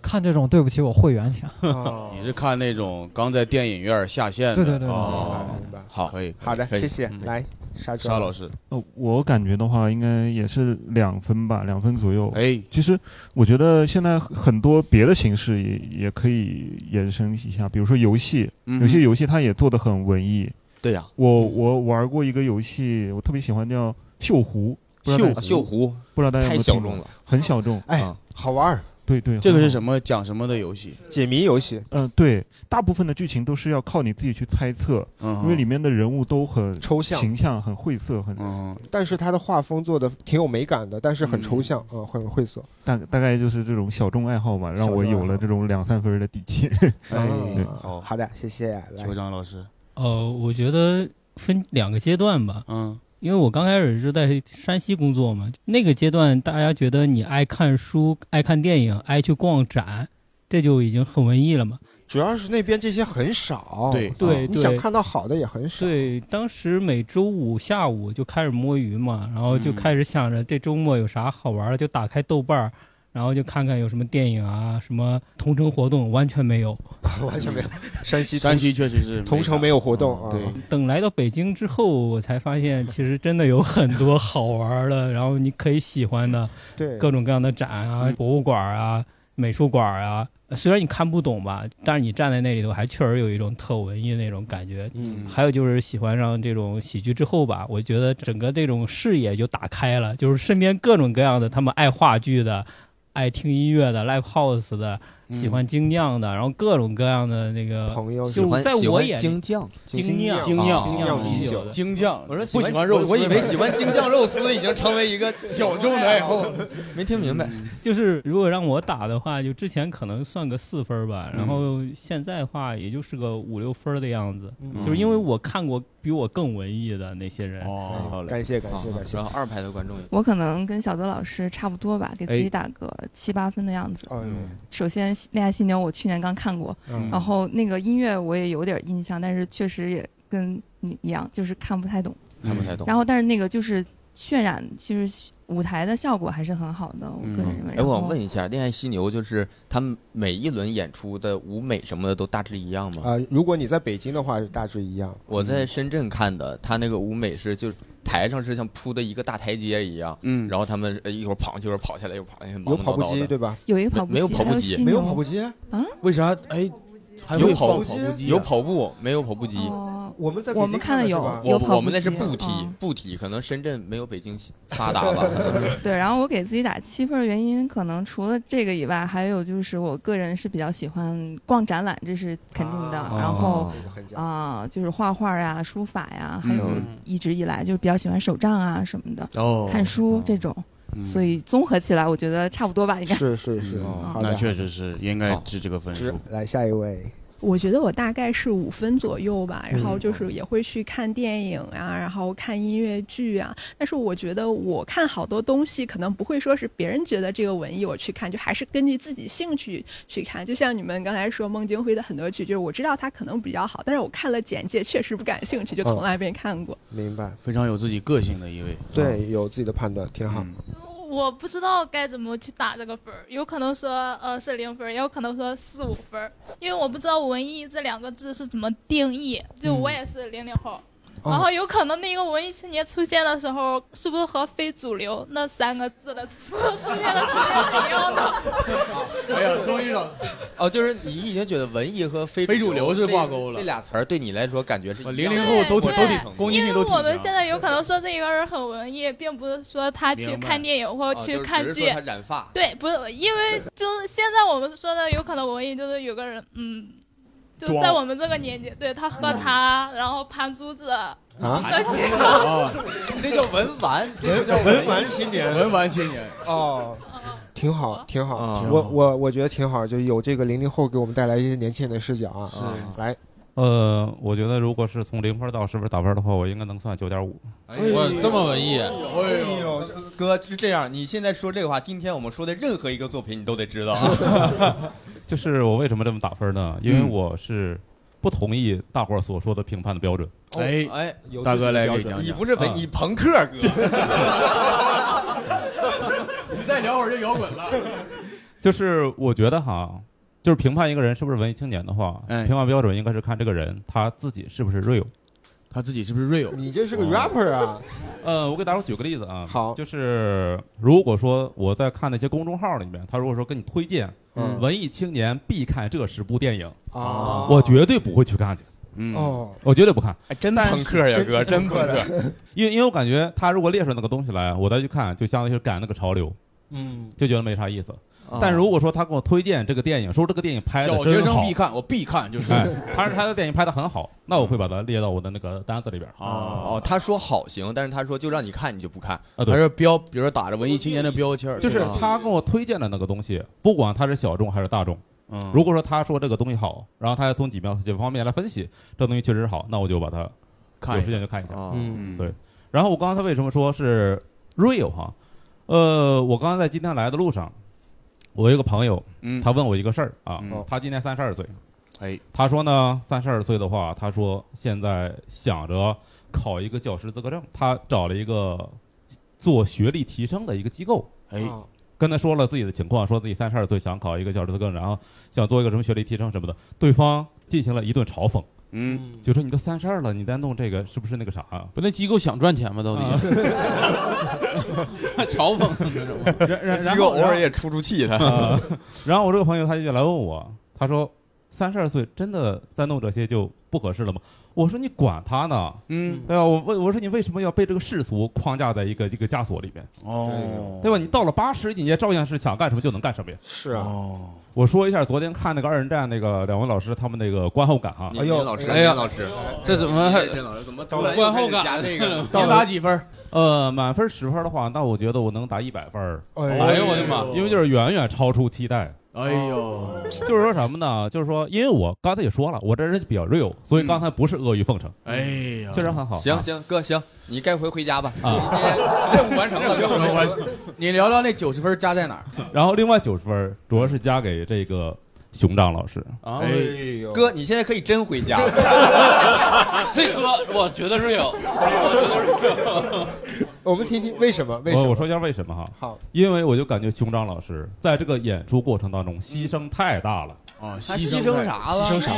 [SPEAKER 8] 看这种，对不起，我会员 (laughs) 钱。
[SPEAKER 3] 你是看那种刚在电影院下线的？
[SPEAKER 8] 对对对对
[SPEAKER 3] 哦
[SPEAKER 8] 明白
[SPEAKER 1] 明白
[SPEAKER 5] 好，可以，可以
[SPEAKER 1] 好的，
[SPEAKER 5] 可以
[SPEAKER 1] 谢谢
[SPEAKER 5] 嗯，
[SPEAKER 1] 来沙
[SPEAKER 3] 沙老师，
[SPEAKER 15] 呃，我感觉的话，应该也是两分吧，两分左右。
[SPEAKER 3] 哎，
[SPEAKER 15] 其实我觉得现在很多别的形式也也可以延伸一下，比如说游戏，
[SPEAKER 5] 嗯哼
[SPEAKER 15] 有些游戏它也做的很文艺。
[SPEAKER 5] 对呀
[SPEAKER 15] 我我玩过一个游戏，我特别喜欢叫《锈湖》，不知道大家
[SPEAKER 3] 啊
[SPEAKER 5] 锈湖
[SPEAKER 15] 不知道大家有没
[SPEAKER 5] 太
[SPEAKER 15] 有
[SPEAKER 5] 小
[SPEAKER 15] 听过
[SPEAKER 5] 众了
[SPEAKER 15] 很小众。啊
[SPEAKER 1] 哎，好玩儿，
[SPEAKER 15] 对对，
[SPEAKER 3] 这个
[SPEAKER 15] 很
[SPEAKER 3] 是
[SPEAKER 15] 好
[SPEAKER 3] 什么讲什么的游戏？
[SPEAKER 1] 解谜游戏。
[SPEAKER 15] 嗯、对，大部分的剧情都是要靠你自己去猜测，
[SPEAKER 1] 嗯
[SPEAKER 15] 因为里面的人物都很
[SPEAKER 1] 抽象
[SPEAKER 15] 形象很晦涩，很、
[SPEAKER 1] 但是它的画风做的挺有美感的，但是很
[SPEAKER 3] 嗯
[SPEAKER 1] 抽象啊、呃
[SPEAKER 3] 哎
[SPEAKER 1] 很晦涩。
[SPEAKER 15] 大大概就是这种小众爱好吧，让我有了这种两三分儿的底气。
[SPEAKER 1] 哎
[SPEAKER 15] 对，
[SPEAKER 1] 哦，好的，谢谢。来，
[SPEAKER 3] 张老师，
[SPEAKER 16] 呃，我觉得分两个阶段吧。
[SPEAKER 3] 嗯，
[SPEAKER 16] 因为我刚开始是在山西工作嘛，那个阶段大家觉得你爱看书、爱看电影、爱去逛展，这就已经很文艺了嘛。
[SPEAKER 1] 主要是那边这些很少，
[SPEAKER 16] 对
[SPEAKER 1] 啊
[SPEAKER 16] 对
[SPEAKER 1] 你想
[SPEAKER 16] 对
[SPEAKER 1] 看到好的也很少。
[SPEAKER 16] 对，当时每周五下午就开始摸鱼嘛，然后就
[SPEAKER 1] 嗯
[SPEAKER 16] 开始想着这周末有啥好玩的，就打开豆瓣儿，然后就看看有什么电影啊，什么同城活动，完全没有，
[SPEAKER 1] (laughs) 完全没有。山西
[SPEAKER 3] 嗯山西确实是嗯
[SPEAKER 1] 同城没有活动啊。
[SPEAKER 3] 对，
[SPEAKER 16] 等来到北京之后，我才
[SPEAKER 5] (laughs)
[SPEAKER 16] 发现其实真的有很多好玩儿的， (laughs) 然后你可以喜欢的，
[SPEAKER 1] 对
[SPEAKER 16] 各种各样的展啊、
[SPEAKER 5] 嗯
[SPEAKER 16] 博物馆啊、美术馆啊。虽然你看不懂吧，但是你站在那里头，还确实有一种特文艺那种感觉。
[SPEAKER 3] 嗯
[SPEAKER 16] 还有就是喜欢上这种喜剧之后吧，我觉得整个这种视野就打开了，就是身边各种各样的，他们爱话剧的，爱听音乐的，live house 的，
[SPEAKER 5] 嗯
[SPEAKER 16] 喜欢精酿的，然后各种各样的那个
[SPEAKER 5] 朋友啊喜
[SPEAKER 16] 就
[SPEAKER 5] 欢
[SPEAKER 16] 在
[SPEAKER 5] 喜
[SPEAKER 16] 我
[SPEAKER 5] 欢
[SPEAKER 16] 眼里
[SPEAKER 5] 精酿
[SPEAKER 16] 精酿
[SPEAKER 5] 精酿
[SPEAKER 16] 精
[SPEAKER 5] 精酿
[SPEAKER 16] 啤
[SPEAKER 5] 啤酒
[SPEAKER 16] 的
[SPEAKER 3] 精酿，
[SPEAKER 5] 我说
[SPEAKER 3] (laughs) 不喜欢肉丝
[SPEAKER 5] 我以为喜欢京酱肉丝已经成为一个
[SPEAKER 3] (laughs) 小众的爱好了，
[SPEAKER 5] 没听明白。
[SPEAKER 16] 就是如果让我打的话，就之前可能算个四分儿吧，
[SPEAKER 5] 嗯
[SPEAKER 16] 然后现在的话也就是个五六分儿的样子。
[SPEAKER 5] 嗯
[SPEAKER 16] 就是因为我看过比我更文艺的那些人。
[SPEAKER 5] 哦好嘞
[SPEAKER 1] 感谢感谢
[SPEAKER 5] 好
[SPEAKER 1] 感谢
[SPEAKER 5] 然后二排的观众也
[SPEAKER 17] 我可能跟小泽老师差不多吧，给自己打个七八分的样子。
[SPEAKER 1] 哎哎呦
[SPEAKER 5] 嗯
[SPEAKER 17] 首先，《恋爱犀牛》我去年刚看过，
[SPEAKER 1] 嗯
[SPEAKER 17] 然后那个音乐我也有点印象，但是确实也跟你一样，就是看不太懂。
[SPEAKER 5] 看不太懂。
[SPEAKER 17] 然后，但是那个就是渲染，就是舞台的效果还是很好的，我个人认为。哦
[SPEAKER 5] 哎，
[SPEAKER 17] 然
[SPEAKER 5] 我
[SPEAKER 17] 后
[SPEAKER 5] 想问一下，《恋爱犀牛》就是他们每一轮演出的舞美什么的都大致一样吗？
[SPEAKER 1] 啊、如果你在北京的话，大致一样。嗯
[SPEAKER 5] 我在深圳看的，他那个舞美是就是台上是像铺的一个大台阶一样，
[SPEAKER 3] 嗯，
[SPEAKER 5] 然后他们呃一会儿跑，一会儿跑下来，一会儿跑，哎忙
[SPEAKER 1] 有
[SPEAKER 5] 忙
[SPEAKER 1] 跑步
[SPEAKER 5] 叨叨
[SPEAKER 1] 机
[SPEAKER 5] 的
[SPEAKER 1] 对吧
[SPEAKER 17] 有一个跑步
[SPEAKER 5] 没有
[SPEAKER 17] 机
[SPEAKER 5] 跑
[SPEAKER 17] 还
[SPEAKER 5] 步
[SPEAKER 17] 有
[SPEAKER 5] 机，
[SPEAKER 17] 犀没有牛
[SPEAKER 1] 跑步机
[SPEAKER 17] 啊？
[SPEAKER 3] 为啥？哎，还
[SPEAKER 5] 有
[SPEAKER 3] 会
[SPEAKER 5] 跑
[SPEAKER 3] 放跑步机啊
[SPEAKER 5] 有跑步，没有跑步机。
[SPEAKER 1] 我们在
[SPEAKER 17] 我们看
[SPEAKER 1] 的
[SPEAKER 17] 了有有
[SPEAKER 5] 我
[SPEAKER 17] 跑
[SPEAKER 3] 啊
[SPEAKER 5] 我们
[SPEAKER 17] 步
[SPEAKER 5] 那是
[SPEAKER 17] 机啊
[SPEAKER 5] 步梯
[SPEAKER 17] 嗯，
[SPEAKER 5] 步梯可能深圳没有北京发达吧。 (laughs)
[SPEAKER 17] 对，然后我给自己打七分儿的原因，可能除了这个以外，还有就是我个人是比较喜欢逛展览，这是肯定的。
[SPEAKER 5] 啊
[SPEAKER 17] 然后
[SPEAKER 5] 这个很讲究
[SPEAKER 17] 啊、就是画画呀、书法呀，还有
[SPEAKER 5] 嗯
[SPEAKER 17] 一直以来就是比较喜欢手账啊什么的，
[SPEAKER 3] 哦
[SPEAKER 17] 看书这种。
[SPEAKER 3] 嗯
[SPEAKER 17] 所以综合起来，我觉得差不多吧，应该
[SPEAKER 1] 是是是，好的
[SPEAKER 3] 哦那确实是应该是这个分数。
[SPEAKER 1] 来下一位，
[SPEAKER 18] 我觉得我大概是五分左右吧，然后
[SPEAKER 1] 嗯
[SPEAKER 18] 就是也会去看电影啊，然后看音乐剧啊。但是我觉得我看好多东西，可能不会说是别人觉得这个文艺我去看，就还是根据自己兴趣去看。就像你们刚才说孟京辉的很多剧，就是我知道他可能比较好，但是我看了简介确实不感兴趣，就从来没看过。
[SPEAKER 1] 明白，
[SPEAKER 3] 非常有自己个性的一位，啊嗯
[SPEAKER 1] 对，有自己的判断，挺好。
[SPEAKER 19] 我不知道该怎么去打这个分儿，有可能说呃是零分儿，也有可能说四五分儿，因为我不知道“文艺”这两个字是怎么定义。就
[SPEAKER 13] 嗯
[SPEAKER 19] 我也是零零后，
[SPEAKER 13] 哦
[SPEAKER 19] 然后有可能那个文艺青年出现的时候，是不是和“非主流”那三个字的词 (laughs) 出现的时间是一样的？
[SPEAKER 3] 哎呀，终于了。
[SPEAKER 5] 哦，就是你已经觉得文艺和非
[SPEAKER 3] 非主流是
[SPEAKER 5] 这
[SPEAKER 3] 挂钩了
[SPEAKER 5] 这俩词儿对你来说感觉是一样的
[SPEAKER 3] 00后都
[SPEAKER 5] 我
[SPEAKER 3] 都挺
[SPEAKER 5] 承认
[SPEAKER 3] 攻击
[SPEAKER 19] 因
[SPEAKER 3] 性
[SPEAKER 19] 为
[SPEAKER 3] 都挺
[SPEAKER 19] 我们
[SPEAKER 3] 强
[SPEAKER 19] 现在有可能说这个人很文艺，并不是说他去
[SPEAKER 5] 明白
[SPEAKER 19] 看电影或
[SPEAKER 5] 哦
[SPEAKER 19] 者
[SPEAKER 5] 就
[SPEAKER 19] 去
[SPEAKER 5] 是
[SPEAKER 19] 看
[SPEAKER 5] 只是
[SPEAKER 19] 剧。
[SPEAKER 5] 说他染发
[SPEAKER 19] 对，不是因为就是现在我们说的有可能文艺，就是有个人嗯，就
[SPEAKER 3] 装
[SPEAKER 19] 在我们这个年纪，对他喝
[SPEAKER 5] 嗯
[SPEAKER 19] 茶，然后盘珠子。
[SPEAKER 1] 啊
[SPEAKER 19] 啊
[SPEAKER 5] 这叫文玩，这不叫
[SPEAKER 1] 文文玩青年
[SPEAKER 3] 文玩青 (laughs) 年
[SPEAKER 1] 哦，挺
[SPEAKER 3] 哦
[SPEAKER 1] 好，挺好，
[SPEAKER 5] 挺好
[SPEAKER 1] 我我我觉得挺好，就有这个零零后给我们带来一些年轻人的视角啊。
[SPEAKER 5] 是
[SPEAKER 1] 啊来，
[SPEAKER 4] 呃，我觉得如果是从零分到十分打分的话，我应该能算九点五。
[SPEAKER 5] 我
[SPEAKER 7] 哎这么文艺啊
[SPEAKER 5] 哎呦，哥是这样，你现在说这个话，今天我们说的任何一个作品你都得知道。
[SPEAKER 4] 就是我为什么这么打分呢？因为我是不同意大伙儿所说的评判的标准。
[SPEAKER 3] 哎
[SPEAKER 5] 哎，
[SPEAKER 3] 大哥来给讲讲嗯
[SPEAKER 5] 你不是文，
[SPEAKER 4] 啊
[SPEAKER 5] 你朋克哥。
[SPEAKER 3] 你再聊会儿就摇滚了。
[SPEAKER 4] (laughs) 就是我觉得哈，就是评判一个人是不是文艺青年的话，评判标准应该是看这个人他自己是不是 real，
[SPEAKER 3] 他自己是不是 real。
[SPEAKER 1] 你这是个 rapper 啊？
[SPEAKER 4] 呃，我给大家举个例子啊，
[SPEAKER 1] 好，
[SPEAKER 4] 就是如果说我在看那些公众号里面，他如果说给你推荐、
[SPEAKER 1] 嗯
[SPEAKER 4] 文艺青年必看这十部电影，
[SPEAKER 5] 哦
[SPEAKER 1] 啊
[SPEAKER 4] 我绝对不会去看去。
[SPEAKER 3] 嗯哎
[SPEAKER 1] 哦
[SPEAKER 4] 我绝对不看，
[SPEAKER 5] 哎真
[SPEAKER 4] 但是
[SPEAKER 5] 朋克呀真哥真朋克真朋克。
[SPEAKER 4] (laughs) 因为因为我感觉他如果列出那个东西来，我再去看，就相当于是赶那个潮流，
[SPEAKER 1] 嗯，
[SPEAKER 4] 就觉得没啥意思。
[SPEAKER 5] 哦
[SPEAKER 7] 但如果说他给我推荐这个电影，说这个电影拍的
[SPEAKER 3] 小学生必看，我必看，就是
[SPEAKER 7] 哎，他是他的电影拍的 (laughs) 很好，那我会把它列到我的那个单子里边。
[SPEAKER 5] 哦，他说好行，但是他说就让你看你就不看，
[SPEAKER 7] 啊，
[SPEAKER 3] 还是标，比如说打着文艺青年的标签儿
[SPEAKER 7] 就是
[SPEAKER 3] 对吧
[SPEAKER 7] 他给我推荐的那个东西，不管它是小众还是大众。
[SPEAKER 3] 嗯
[SPEAKER 7] 如果说他说这个东西好，然后他从几秒几方面来分析，这东西确实好，那我就把它
[SPEAKER 3] 看一
[SPEAKER 7] 有
[SPEAKER 3] 下
[SPEAKER 7] 时间就看一下。
[SPEAKER 3] 嗯
[SPEAKER 7] 对。然后我刚才为什么说是 real 哈？呃，我刚才在今天来的路上，我有一个朋友，
[SPEAKER 3] 嗯
[SPEAKER 7] 他问我一个事儿啊，
[SPEAKER 3] 嗯
[SPEAKER 7] 他今年三十二岁，
[SPEAKER 3] 哎，
[SPEAKER 7] 他说呢，三十二岁的话，他说现在想着考一个教师资格证，他找了一个做学历提升的一个机构，
[SPEAKER 3] 哎
[SPEAKER 7] 啊，跟他说了自己的情况，说自己三十二岁想考一个教师资格证，然后想做一个什么学历提升什么的，对方进行了一顿嘲讽。
[SPEAKER 3] 嗯，
[SPEAKER 7] 就说你都三十二了，你在弄这个是不是那个啥、啊？
[SPEAKER 4] 不，那机构想赚钱吗？到底？嘲讽那种吗
[SPEAKER 7] (laughs) 然然
[SPEAKER 4] 机构偶尔
[SPEAKER 7] 然后
[SPEAKER 4] 也出出气他
[SPEAKER 7] 啊然后我这个朋友他就来问我，他说：“三十二岁真的再弄这些就不合适了吗？”我说：“你管他呢，
[SPEAKER 3] 嗯，
[SPEAKER 7] 对吧？我问我说你为什么要被这个世俗框架在一个一个枷锁里边？
[SPEAKER 3] 哦
[SPEAKER 7] 对吧？你到了八十，你也照样是想干什么就能干什么呀。哦
[SPEAKER 1] 是啊，
[SPEAKER 7] 我说一下昨天看那个二人战那个两位老师他们那个观后感啊，
[SPEAKER 5] 哎呦老师哎呀老师这怎么哎郑老师怎么突然又开始加那个了
[SPEAKER 7] 到
[SPEAKER 5] 你打几分？
[SPEAKER 7] 呃，满分十分的话，那我觉得我能打一百分儿。
[SPEAKER 5] 哎呦哎呦我的妈
[SPEAKER 7] 因为就是远远超出期待。
[SPEAKER 3] 哎呦，
[SPEAKER 5] 哦
[SPEAKER 7] 就是说什么呢？就是说，因为我刚才也说了，我这人比较 real，所以刚才不是阿谀奉承。
[SPEAKER 5] 嗯哎呀
[SPEAKER 7] 嗯确实很好。
[SPEAKER 5] 行行，哥行，你该回回家吧。
[SPEAKER 7] 啊
[SPEAKER 5] 你今天任务完成
[SPEAKER 7] (laughs)
[SPEAKER 5] 了，任务完成了。
[SPEAKER 3] 你聊聊那九十分加在哪儿？
[SPEAKER 7] 然后另外九十分儿主要是加给这个熊掌老师。
[SPEAKER 5] 哎呦，哥，你现在可以真回
[SPEAKER 7] (laughs)
[SPEAKER 5] 家了。
[SPEAKER 4] 这歌我 (laughs) 觉得
[SPEAKER 5] (laughs)
[SPEAKER 4] 是有， (laughs) 我觉
[SPEAKER 5] 啊
[SPEAKER 4] 得是有。
[SPEAKER 1] (laughs) 我们听听为什么？为什
[SPEAKER 7] 我
[SPEAKER 1] 么？
[SPEAKER 7] 我说一下为什么哈。
[SPEAKER 1] 好，
[SPEAKER 7] 因为我就感觉熊掌老师在这个演出过程当
[SPEAKER 1] 嗯
[SPEAKER 7] 中牺牲太大了。
[SPEAKER 1] 哦
[SPEAKER 3] 啊，
[SPEAKER 4] 他牺牲牺牲太啥了牺牲啥？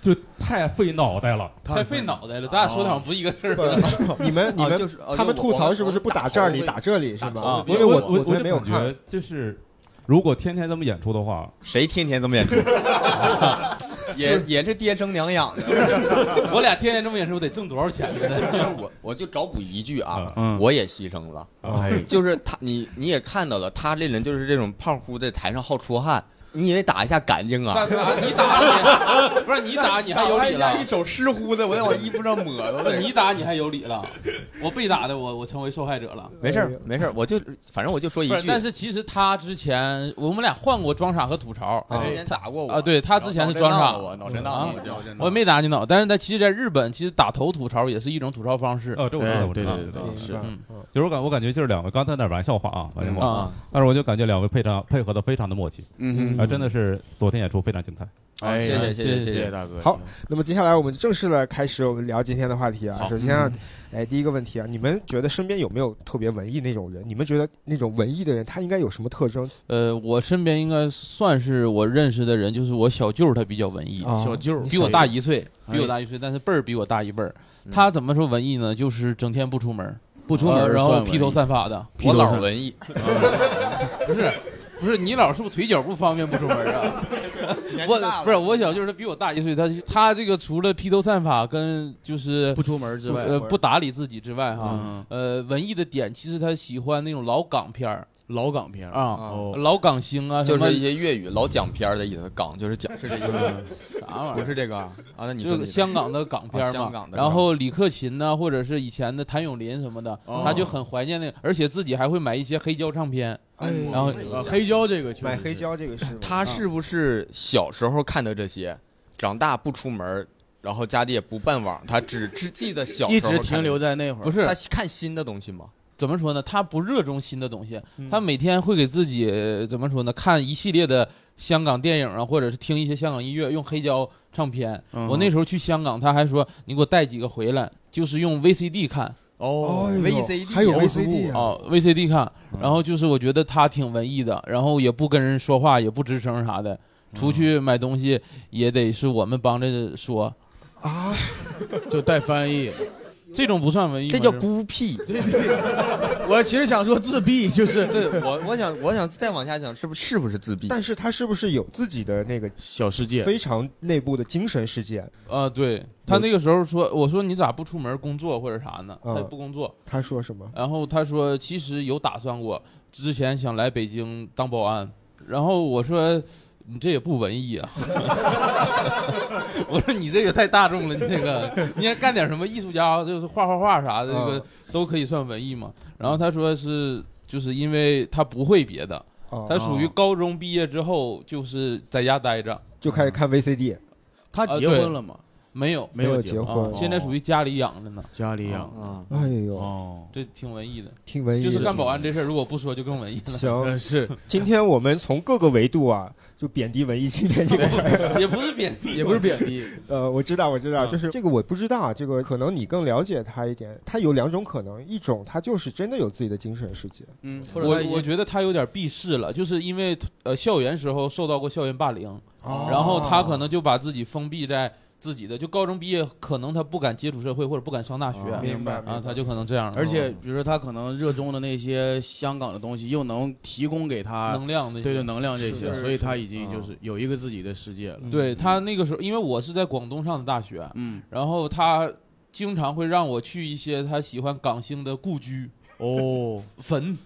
[SPEAKER 7] 就太费脑袋了，
[SPEAKER 4] 太费脑袋了，咱俩说的好像不是一个事儿。
[SPEAKER 1] 哦
[SPEAKER 4] 哦
[SPEAKER 1] 你们你们、他们吐槽是不是不打这里打这里是吗？因为我
[SPEAKER 7] 啊我
[SPEAKER 1] 昨天没有
[SPEAKER 7] 就感
[SPEAKER 1] 看
[SPEAKER 7] 觉，就是如果天天这么演出的话，
[SPEAKER 5] 谁天天这么演
[SPEAKER 1] (laughs)
[SPEAKER 5] 出？ (laughs) 也也是爹生娘养的。
[SPEAKER 4] (laughs) 我俩天天这么演出，得挣多少钱呢？
[SPEAKER 5] 我我 (laughs) 就找补一句啊，
[SPEAKER 4] 嗯
[SPEAKER 5] 我也牺牲了。
[SPEAKER 4] 哎
[SPEAKER 5] 就是他，你你也看到了，他这人就是这种胖乎在台上好出汗，你也得打一下干净啊。
[SPEAKER 4] 你打你，不是你打你还有理
[SPEAKER 5] 哎
[SPEAKER 4] 了
[SPEAKER 5] 呀一？手湿乎的，我在我衣服上抹都
[SPEAKER 4] 不
[SPEAKER 5] 得
[SPEAKER 4] 是。 (laughs) 你打你还有理了？我被打的我我成为受害者了。
[SPEAKER 5] 没事儿没事儿，我就反正我就说一
[SPEAKER 4] 不是
[SPEAKER 5] 句，，
[SPEAKER 4] 但是其实他之前我们俩换过装傻和吐槽，
[SPEAKER 5] 他之前打过我
[SPEAKER 4] 啊，对他之前是装
[SPEAKER 5] 脑
[SPEAKER 4] 傻
[SPEAKER 5] 震荡我，脑震荡
[SPEAKER 4] 啊
[SPEAKER 5] 我就脑震荡
[SPEAKER 4] 我也没打你脑，但是在其实，在日本其实打头吐槽也是一种吐槽方式。
[SPEAKER 7] 哦，这我知
[SPEAKER 5] 哎
[SPEAKER 7] 道，我知道，
[SPEAKER 4] 是嗯
[SPEAKER 7] 就是我感我感觉就是两位刚才那玩笑话啊，玩笑话
[SPEAKER 4] 嗯啊，
[SPEAKER 7] 但是我就感觉两位配上配合的非常的默契，
[SPEAKER 6] 嗯嗯
[SPEAKER 7] 啊，真的是昨天演出非常
[SPEAKER 1] (laughs)
[SPEAKER 7] 精彩，
[SPEAKER 5] (laughs) 哎呀谢谢谢谢谢谢谢谢大哥
[SPEAKER 1] 好，那么接下来我们正式的开始我们聊今天的话题啊。
[SPEAKER 7] 好
[SPEAKER 1] 首先啊
[SPEAKER 7] 嗯，
[SPEAKER 1] 哎，第一个问题啊，你们觉得身边有没有特别文艺那种人？你们觉得那种文艺的人他应该有什么特征？
[SPEAKER 4] 呃，我身边应该算是我认识的人，就是我小舅，他比较文艺。
[SPEAKER 5] 哦
[SPEAKER 1] 啊小舅
[SPEAKER 4] 比我大一
[SPEAKER 1] 小
[SPEAKER 4] 岁
[SPEAKER 1] 舅，
[SPEAKER 4] 比我大一岁，但是辈儿比我大一辈儿。他怎么说文艺呢？就是整天不出门，
[SPEAKER 3] 不出门
[SPEAKER 4] 呃然
[SPEAKER 3] 算
[SPEAKER 4] 后
[SPEAKER 3] 文艺
[SPEAKER 4] 披头散发的。
[SPEAKER 5] 我老文艺，
[SPEAKER 7] 啊
[SPEAKER 4] (laughs) 不是，不是你老是不是腿脚不方便不出门啊？我不是我小舅，他比我大一岁，他他这个除了披头散发跟就是
[SPEAKER 3] 不出门之外嗯
[SPEAKER 4] 呃不打理自己之外哈，呃文艺的点其实他喜欢那种老港片儿
[SPEAKER 3] 老港片儿
[SPEAKER 4] 啊
[SPEAKER 5] 哦，
[SPEAKER 4] 老港星啊，
[SPEAKER 5] 就
[SPEAKER 4] 什么嗯
[SPEAKER 5] 是一些粤语老讲片儿的意思，港就是讲是这意思，
[SPEAKER 4] 啥玩意儿
[SPEAKER 5] 不是这个啊？啊那你说
[SPEAKER 4] 就
[SPEAKER 5] 你
[SPEAKER 4] 是
[SPEAKER 5] 的
[SPEAKER 4] 香港的港片
[SPEAKER 5] 啊
[SPEAKER 4] 嘛，
[SPEAKER 5] 香港的
[SPEAKER 4] 然后李克勤呐、或者是以前的谭咏麟什么的，
[SPEAKER 3] 哦
[SPEAKER 4] 他就很怀念那个，而且自己还会买一些黑胶唱片，然后、
[SPEAKER 3] 啊黑胶这个确实
[SPEAKER 1] 买
[SPEAKER 3] 是
[SPEAKER 1] 黑胶这个是吗
[SPEAKER 5] 呃
[SPEAKER 1] 啊
[SPEAKER 5] 他是不是小时候看的这些，长大不出门，然后家里也不办网，他只只记得小时候
[SPEAKER 4] 一直
[SPEAKER 5] 看的
[SPEAKER 4] 停留在那会儿不是
[SPEAKER 5] 他看新的东西吗？
[SPEAKER 4] 怎么说呢？他不热衷新的东西，他每天会给自己呃怎么说呢？看一系列的香港电影啊，或者是听一些香港音乐，用黑胶唱片。
[SPEAKER 3] 嗯
[SPEAKER 4] 我那时候去香港，他还说你给我带几个回来，就是用 VCD 看。
[SPEAKER 3] 哦哎呦 VCD
[SPEAKER 1] 还有 VCD 啊
[SPEAKER 4] 哦，VCD 看，然后就是我觉得他挺文艺的，然后也不跟人说话，也不吱声啥的，出去买东西也得是我们帮着说，
[SPEAKER 1] 啊，
[SPEAKER 3] 就带翻译，
[SPEAKER 4] 这种不算文艺吗，
[SPEAKER 5] 这叫孤 (laughs) 僻。
[SPEAKER 3] 对对，我其实想说 (laughs) 自闭，就是
[SPEAKER 5] 对我我想我想再往下想，是不是是不是自闭？
[SPEAKER 1] 但是他是不是有自己的那个
[SPEAKER 3] 小世界
[SPEAKER 1] 非常内部的精神世界？
[SPEAKER 4] 啊，对他那个时候说，我说你咋不出门工作或者啥呢？他
[SPEAKER 1] 嗯
[SPEAKER 4] 也不工作，
[SPEAKER 1] 他说什么？
[SPEAKER 4] 然后他说其实有打算过，之前想来北京当保安。然后我说你这也不文艺啊， (laughs) 我说你这个太大众了，你这个 (laughs) 你要干点什么艺术家，就是画画画啥的，这个
[SPEAKER 3] 嗯
[SPEAKER 4] 都可以算文艺嘛。然后他说是就是因为他不会别的，
[SPEAKER 1] 哦
[SPEAKER 4] 他属于高中毕业之后就是在家待着，
[SPEAKER 1] 就
[SPEAKER 5] 啊
[SPEAKER 1] 开始看 VCD。
[SPEAKER 4] 他
[SPEAKER 3] 结婚了吗？
[SPEAKER 4] 没有，
[SPEAKER 1] 没有结婚哦
[SPEAKER 4] 啊现在属于家里养着呢。
[SPEAKER 3] 家里养嗯
[SPEAKER 4] 啊
[SPEAKER 1] 哎呦，
[SPEAKER 4] 这挺文艺的，
[SPEAKER 1] 挺文艺的
[SPEAKER 4] 就是干保安这事儿，如果不说就更 (laughs) 文艺了。
[SPEAKER 3] (laughs)
[SPEAKER 1] 行，是。今天我们从各个维度啊，就贬低文艺青年这个词儿，
[SPEAKER 4] 也不是贬低，
[SPEAKER 3] 也不是贬低。
[SPEAKER 1] 呃，我知道，我知道，
[SPEAKER 3] 嗯
[SPEAKER 1] 就是这个我不知道啊，这个可能你更了解他一点。他有两种可能，一种他就是真的有自己的精神世界，
[SPEAKER 3] 嗯
[SPEAKER 1] 或者他
[SPEAKER 4] 我
[SPEAKER 1] 已经
[SPEAKER 4] 我觉得他有点避世了，就是因为呃校园时候受到过校园霸凌，
[SPEAKER 1] 哦
[SPEAKER 4] 然后他可能就把自己封闭在自己的，就高中毕业可能他不敢接触社会或者不敢上大学，
[SPEAKER 3] 哦明白明
[SPEAKER 4] 啊
[SPEAKER 3] 白，
[SPEAKER 4] 他就可能这样嗯了。
[SPEAKER 3] 而且，比如说他可能热衷的那些香港的东西，又能提供给他
[SPEAKER 4] 能量那些
[SPEAKER 3] 对对，能量这些
[SPEAKER 4] 是，
[SPEAKER 3] 所以他
[SPEAKER 4] 是
[SPEAKER 3] 已经就是
[SPEAKER 4] 啊
[SPEAKER 3] 有一个自己的世界了。
[SPEAKER 4] 对他那个时候，因为我是在广东上的大学，
[SPEAKER 3] 嗯，
[SPEAKER 4] 然后他经常会让我去一些他喜欢港星的故居
[SPEAKER 3] 哦
[SPEAKER 4] 坟。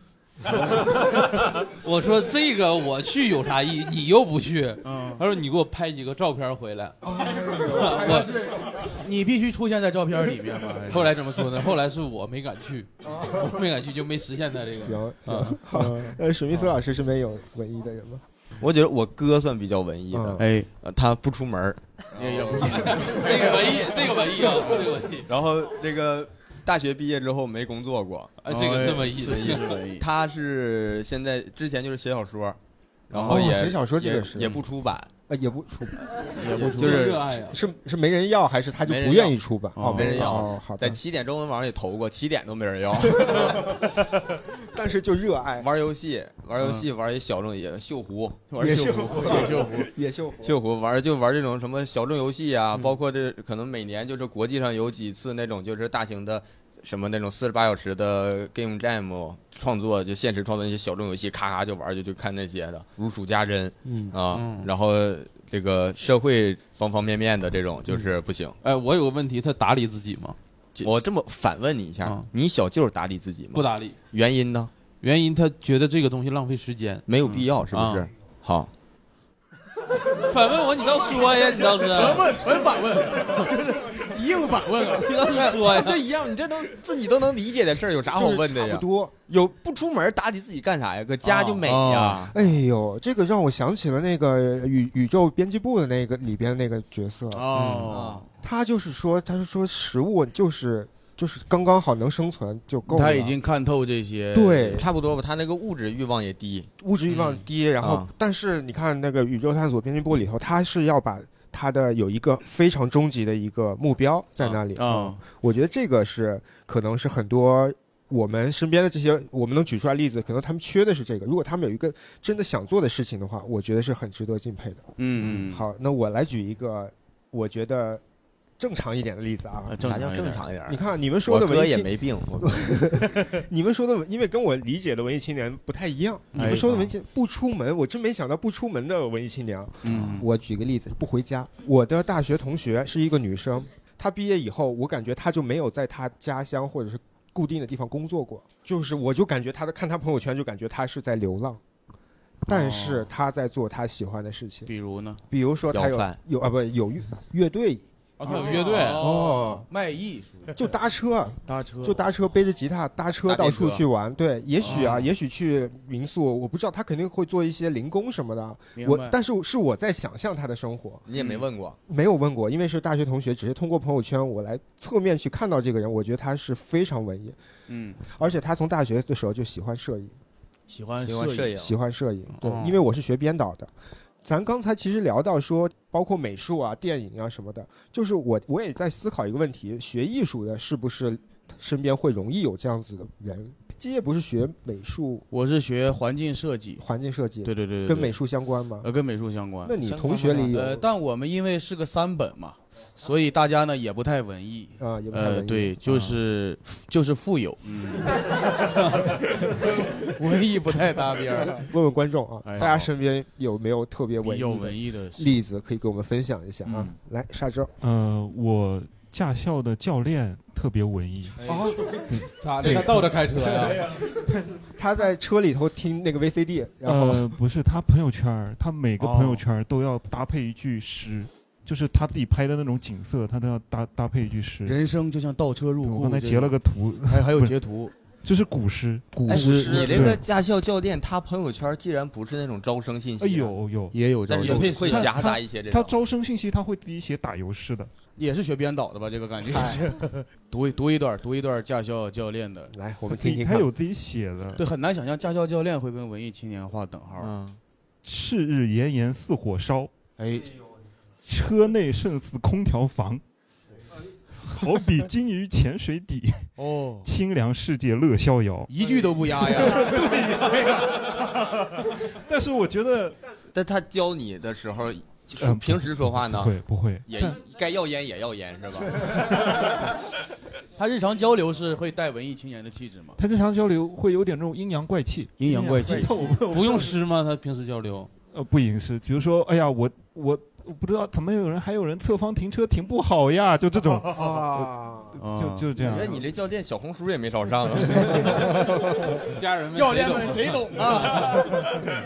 [SPEAKER 4] 我说这个我去有啥意义？你又不去。
[SPEAKER 3] 嗯
[SPEAKER 4] 他说你给我拍几个照片回来。
[SPEAKER 3] 哦
[SPEAKER 4] 我
[SPEAKER 3] 你必须出现在照片里
[SPEAKER 4] (laughs)
[SPEAKER 3] 面嘛。还是
[SPEAKER 4] 后来怎么说呢？后来是我没敢去，我没敢去就没实现他这个。
[SPEAKER 1] 行，
[SPEAKER 4] 啊
[SPEAKER 1] 行，好，呃，史密斯老师身边有文艺的人吗？
[SPEAKER 5] 我觉得我哥算比较文艺的，呃
[SPEAKER 3] 哎，
[SPEAKER 5] 他不出门儿，
[SPEAKER 4] 也也不这个文艺，这个文艺啊，这个文艺。
[SPEAKER 5] 然后这个大学毕业之后没工作过，
[SPEAKER 4] 啊这个是文艺的
[SPEAKER 5] 哎是
[SPEAKER 4] 是文艺
[SPEAKER 5] 他是现在之前就是写小说，然后
[SPEAKER 1] 哦
[SPEAKER 5] 也
[SPEAKER 1] 写小说这个
[SPEAKER 5] 也
[SPEAKER 1] 是
[SPEAKER 5] 也不出版，
[SPEAKER 1] 呃，也不出版，
[SPEAKER 5] 也不出
[SPEAKER 1] 就
[SPEAKER 5] 就是热爱啊
[SPEAKER 1] 是是没人要，还是他就
[SPEAKER 5] 没人
[SPEAKER 1] 不
[SPEAKER 5] 要
[SPEAKER 1] 愿意出版？哦，
[SPEAKER 5] 没人要。
[SPEAKER 1] 哦好
[SPEAKER 5] 在
[SPEAKER 1] 的，
[SPEAKER 5] 起点中文网也投过，起点都没人要。
[SPEAKER 1] (laughs)
[SPEAKER 5] (laughs)
[SPEAKER 1] 但是就热爱
[SPEAKER 5] 玩游戏，玩游戏玩一小众也锈湖，玩
[SPEAKER 1] 嗯野
[SPEAKER 5] 锈
[SPEAKER 1] 秀
[SPEAKER 5] 湖，
[SPEAKER 1] 湖 (laughs) 野秀湖
[SPEAKER 5] 锈湖玩就玩这种什么小众游戏
[SPEAKER 1] 嗯
[SPEAKER 5] 啊，包括这可能每年就是国际上有几次那种就是大型的。什么那种四十八小时的 game jam 创作，就现实创作那些小众游戏，咔咔就玩，就就看那些的，如数家珍，
[SPEAKER 4] 嗯
[SPEAKER 5] 啊，
[SPEAKER 4] 嗯
[SPEAKER 5] 然后这个社会方方面面的这种
[SPEAKER 1] 嗯
[SPEAKER 5] 就是不行。
[SPEAKER 4] 哎，我有个问题，他打理自己吗？嗯
[SPEAKER 5] 我这么反问你一下，你小舅打理自己吗？
[SPEAKER 4] 不打理，
[SPEAKER 5] 原因呢？
[SPEAKER 4] 原因他觉得这个东西浪费时间，
[SPEAKER 5] 没有必要，是不是
[SPEAKER 4] 啊？
[SPEAKER 5] 好，
[SPEAKER 4] (laughs) 反问我，你倒说呀，你倒是。
[SPEAKER 5] 纯
[SPEAKER 4] 问，
[SPEAKER 3] 纯反问，就是硬反问啊！
[SPEAKER 4] (laughs) 你倒是说呀，
[SPEAKER 5] (laughs) 这一样，你这都自己都能理解的事儿，有啥好问的呀？
[SPEAKER 1] 差不多。
[SPEAKER 5] 有不出门打理自己干啥呀？搁家就美
[SPEAKER 4] 啊
[SPEAKER 5] 呀。
[SPEAKER 1] 哎呦，这个让我想起了那个呃宇宇宙编辑部的那个里边那个角色
[SPEAKER 3] 哦
[SPEAKER 1] 嗯他就是说，他是说食物就是就是刚刚好能生存就够了。
[SPEAKER 5] 他已经
[SPEAKER 3] 看透这些
[SPEAKER 1] 对
[SPEAKER 5] 差不多吧。他那个物质欲望也低，
[SPEAKER 1] 物质欲望低，然后、
[SPEAKER 5] 啊
[SPEAKER 1] 但是你看那个宇宙探索编辑部里头，他是要把他的有一个非常终极的一个目标在那里
[SPEAKER 3] 啊啊
[SPEAKER 1] 嗯我觉得这个是可能是很多。我们身边的这些，我们能举出来例子，可能他们缺的是这个。如果他们有一个真的想做的事情的话，我觉得是很值得敬佩的。
[SPEAKER 3] 嗯嗯
[SPEAKER 1] 好，那我来举一个我觉得正常一点的例子啊。
[SPEAKER 5] 正常一点啥叫正常一点
[SPEAKER 1] 你看你们说的
[SPEAKER 5] 我
[SPEAKER 1] 文
[SPEAKER 5] 哥
[SPEAKER 1] 艺
[SPEAKER 5] 也
[SPEAKER 1] 青
[SPEAKER 5] 没病我
[SPEAKER 1] (laughs) 你们说的文，因为跟我理解的文艺青年不太一样。你
[SPEAKER 5] 哎
[SPEAKER 1] 们说的文艺青不出门，我真没想到不出门的文艺青年。啊
[SPEAKER 3] 嗯，
[SPEAKER 1] 我举个例子，不回家。我的大学同学是一个女生，她毕业以后，我感觉她就没有在她家乡或者是固定的地方工作过，就是我就感觉她的看她朋友圈就感觉她是在流浪。但是她在做她喜欢的事情，
[SPEAKER 3] 哦比如呢？
[SPEAKER 1] 比如说她
[SPEAKER 3] 要
[SPEAKER 1] 有
[SPEAKER 3] 饭
[SPEAKER 1] 有啊不有乐乐队，
[SPEAKER 4] 啊，他有乐队
[SPEAKER 1] 哦，
[SPEAKER 3] 卖艺术
[SPEAKER 1] 就搭车，
[SPEAKER 3] 搭车
[SPEAKER 1] 就搭车，背着吉他搭车
[SPEAKER 3] 搭
[SPEAKER 1] 到
[SPEAKER 3] 电
[SPEAKER 1] 处
[SPEAKER 3] 车
[SPEAKER 1] 去玩。对，也许啊，
[SPEAKER 3] 哦
[SPEAKER 1] 也许去民宿，我不知道他肯定会做一些零工什么的。
[SPEAKER 5] 明白
[SPEAKER 1] 我但是是我在想象他的生活，
[SPEAKER 3] 嗯
[SPEAKER 5] 你也没问过。
[SPEAKER 1] 没有问过，因为是大学同学，只是通过朋友圈我来侧面去看到这个人，我觉得他是非常文艺，
[SPEAKER 3] 嗯，
[SPEAKER 1] 而且他从大学的时候就喜欢摄影。
[SPEAKER 3] 喜欢
[SPEAKER 1] 喜欢
[SPEAKER 3] 摄
[SPEAKER 1] 喜欢摄影，对
[SPEAKER 3] 哦，
[SPEAKER 1] 因为我是学编导的。咱刚才其实聊到说，包括美术啊、电影啊什么的，就是我我也在思考一个问题：学艺术的是不是身边会容易有这样子的人？基业不是学美术，
[SPEAKER 3] 我是学环境设计，
[SPEAKER 1] 环境设计，
[SPEAKER 3] 对对对对对
[SPEAKER 1] 跟美术相关吗？
[SPEAKER 3] 呃，跟美术相关。
[SPEAKER 1] 那你同学里有
[SPEAKER 3] 呃，但我们因为是个三本嘛，所以大家呢也不太文艺
[SPEAKER 1] 啊，也
[SPEAKER 3] 不太文艺。呃，对，就是就是富有， (laughs) 嗯
[SPEAKER 15] (laughs)
[SPEAKER 3] 文艺不太搭边儿。
[SPEAKER 1] 问问观众啊，
[SPEAKER 3] 哎呀
[SPEAKER 1] 大家身边有没有特别文
[SPEAKER 3] 比较
[SPEAKER 1] 艺
[SPEAKER 3] 文艺的
[SPEAKER 1] 例子可以给我们分享一下啊？来，沙洲，
[SPEAKER 15] 呃，我驾校的教练特别文艺。
[SPEAKER 1] 哦
[SPEAKER 15] 嗯，
[SPEAKER 4] 咋
[SPEAKER 15] 对
[SPEAKER 4] 的？他倒着开车啊呀？
[SPEAKER 1] (laughs) 他在车里头听那个 VCD，然后、
[SPEAKER 3] 嗯
[SPEAKER 15] 呃，不是，他朋友圈儿，他每个
[SPEAKER 1] 哦
[SPEAKER 15] 朋友圈儿都要搭配一句诗，就是他自己拍的那种景色，他都要搭搭配一句诗。
[SPEAKER 3] 人生就像倒车入
[SPEAKER 15] 对
[SPEAKER 3] 库。
[SPEAKER 15] 我刚才
[SPEAKER 3] 这
[SPEAKER 15] 截了个图，
[SPEAKER 3] 还还有
[SPEAKER 15] 不是
[SPEAKER 3] 截图，
[SPEAKER 15] (laughs) 就是古诗，古
[SPEAKER 5] 哎你那个
[SPEAKER 15] 对
[SPEAKER 5] 驾校教练，他朋友圈既然不是那种招生信息啊，
[SPEAKER 15] 哎有有
[SPEAKER 3] 也有
[SPEAKER 5] 但
[SPEAKER 3] 招
[SPEAKER 5] 是
[SPEAKER 3] 生
[SPEAKER 5] 会
[SPEAKER 3] 信息
[SPEAKER 5] 会
[SPEAKER 3] 他
[SPEAKER 5] 夹杂
[SPEAKER 3] 他
[SPEAKER 5] 一些这
[SPEAKER 15] 他
[SPEAKER 5] 种。
[SPEAKER 15] 招生信息他会自己写打油诗的。
[SPEAKER 3] 也是学编导的吧？这个感觉
[SPEAKER 15] 哎
[SPEAKER 3] 是。读一读一段，读一段驾校教练的。
[SPEAKER 1] 来，
[SPEAKER 15] 我们听听看他有自己写的
[SPEAKER 3] 对，很难想象驾校教练会跟文艺青年划等号。
[SPEAKER 15] 嗯，赤日炎炎似火烧，
[SPEAKER 3] 哎，
[SPEAKER 15] 车内甚似空调房，好比金鱼潜水底。
[SPEAKER 3] 哎哦，
[SPEAKER 15] 清凉世界乐逍遥。
[SPEAKER 3] 一句都不压
[SPEAKER 15] (laughs)
[SPEAKER 3] 呀。
[SPEAKER 15] 但是我觉得，
[SPEAKER 5] 但他教你的时候，就是
[SPEAKER 1] 嗯
[SPEAKER 15] 呃
[SPEAKER 5] 平时说话呢，
[SPEAKER 15] 不会不会
[SPEAKER 5] 也该要烟也要烟是吧？
[SPEAKER 3] (laughs) 他日常交流是会带文艺青年的气质 (laughs) 吗？
[SPEAKER 15] 他日常交流会有点这种阴阳怪气，
[SPEAKER 3] 阴阳怪气
[SPEAKER 4] 不用诗吗？他平时交流，，
[SPEAKER 15] 呃，不隐私，比如说，哎呀，我我我不知道怎么有人还有人侧方停车停不好呀，啊就这
[SPEAKER 1] (laughs)
[SPEAKER 15] 种，
[SPEAKER 3] 啊
[SPEAKER 15] 呃就就这样
[SPEAKER 5] 我觉。得你这教练小红书也没少 (laughs) 上啊
[SPEAKER 4] 家人们
[SPEAKER 5] 教练们谁懂啊？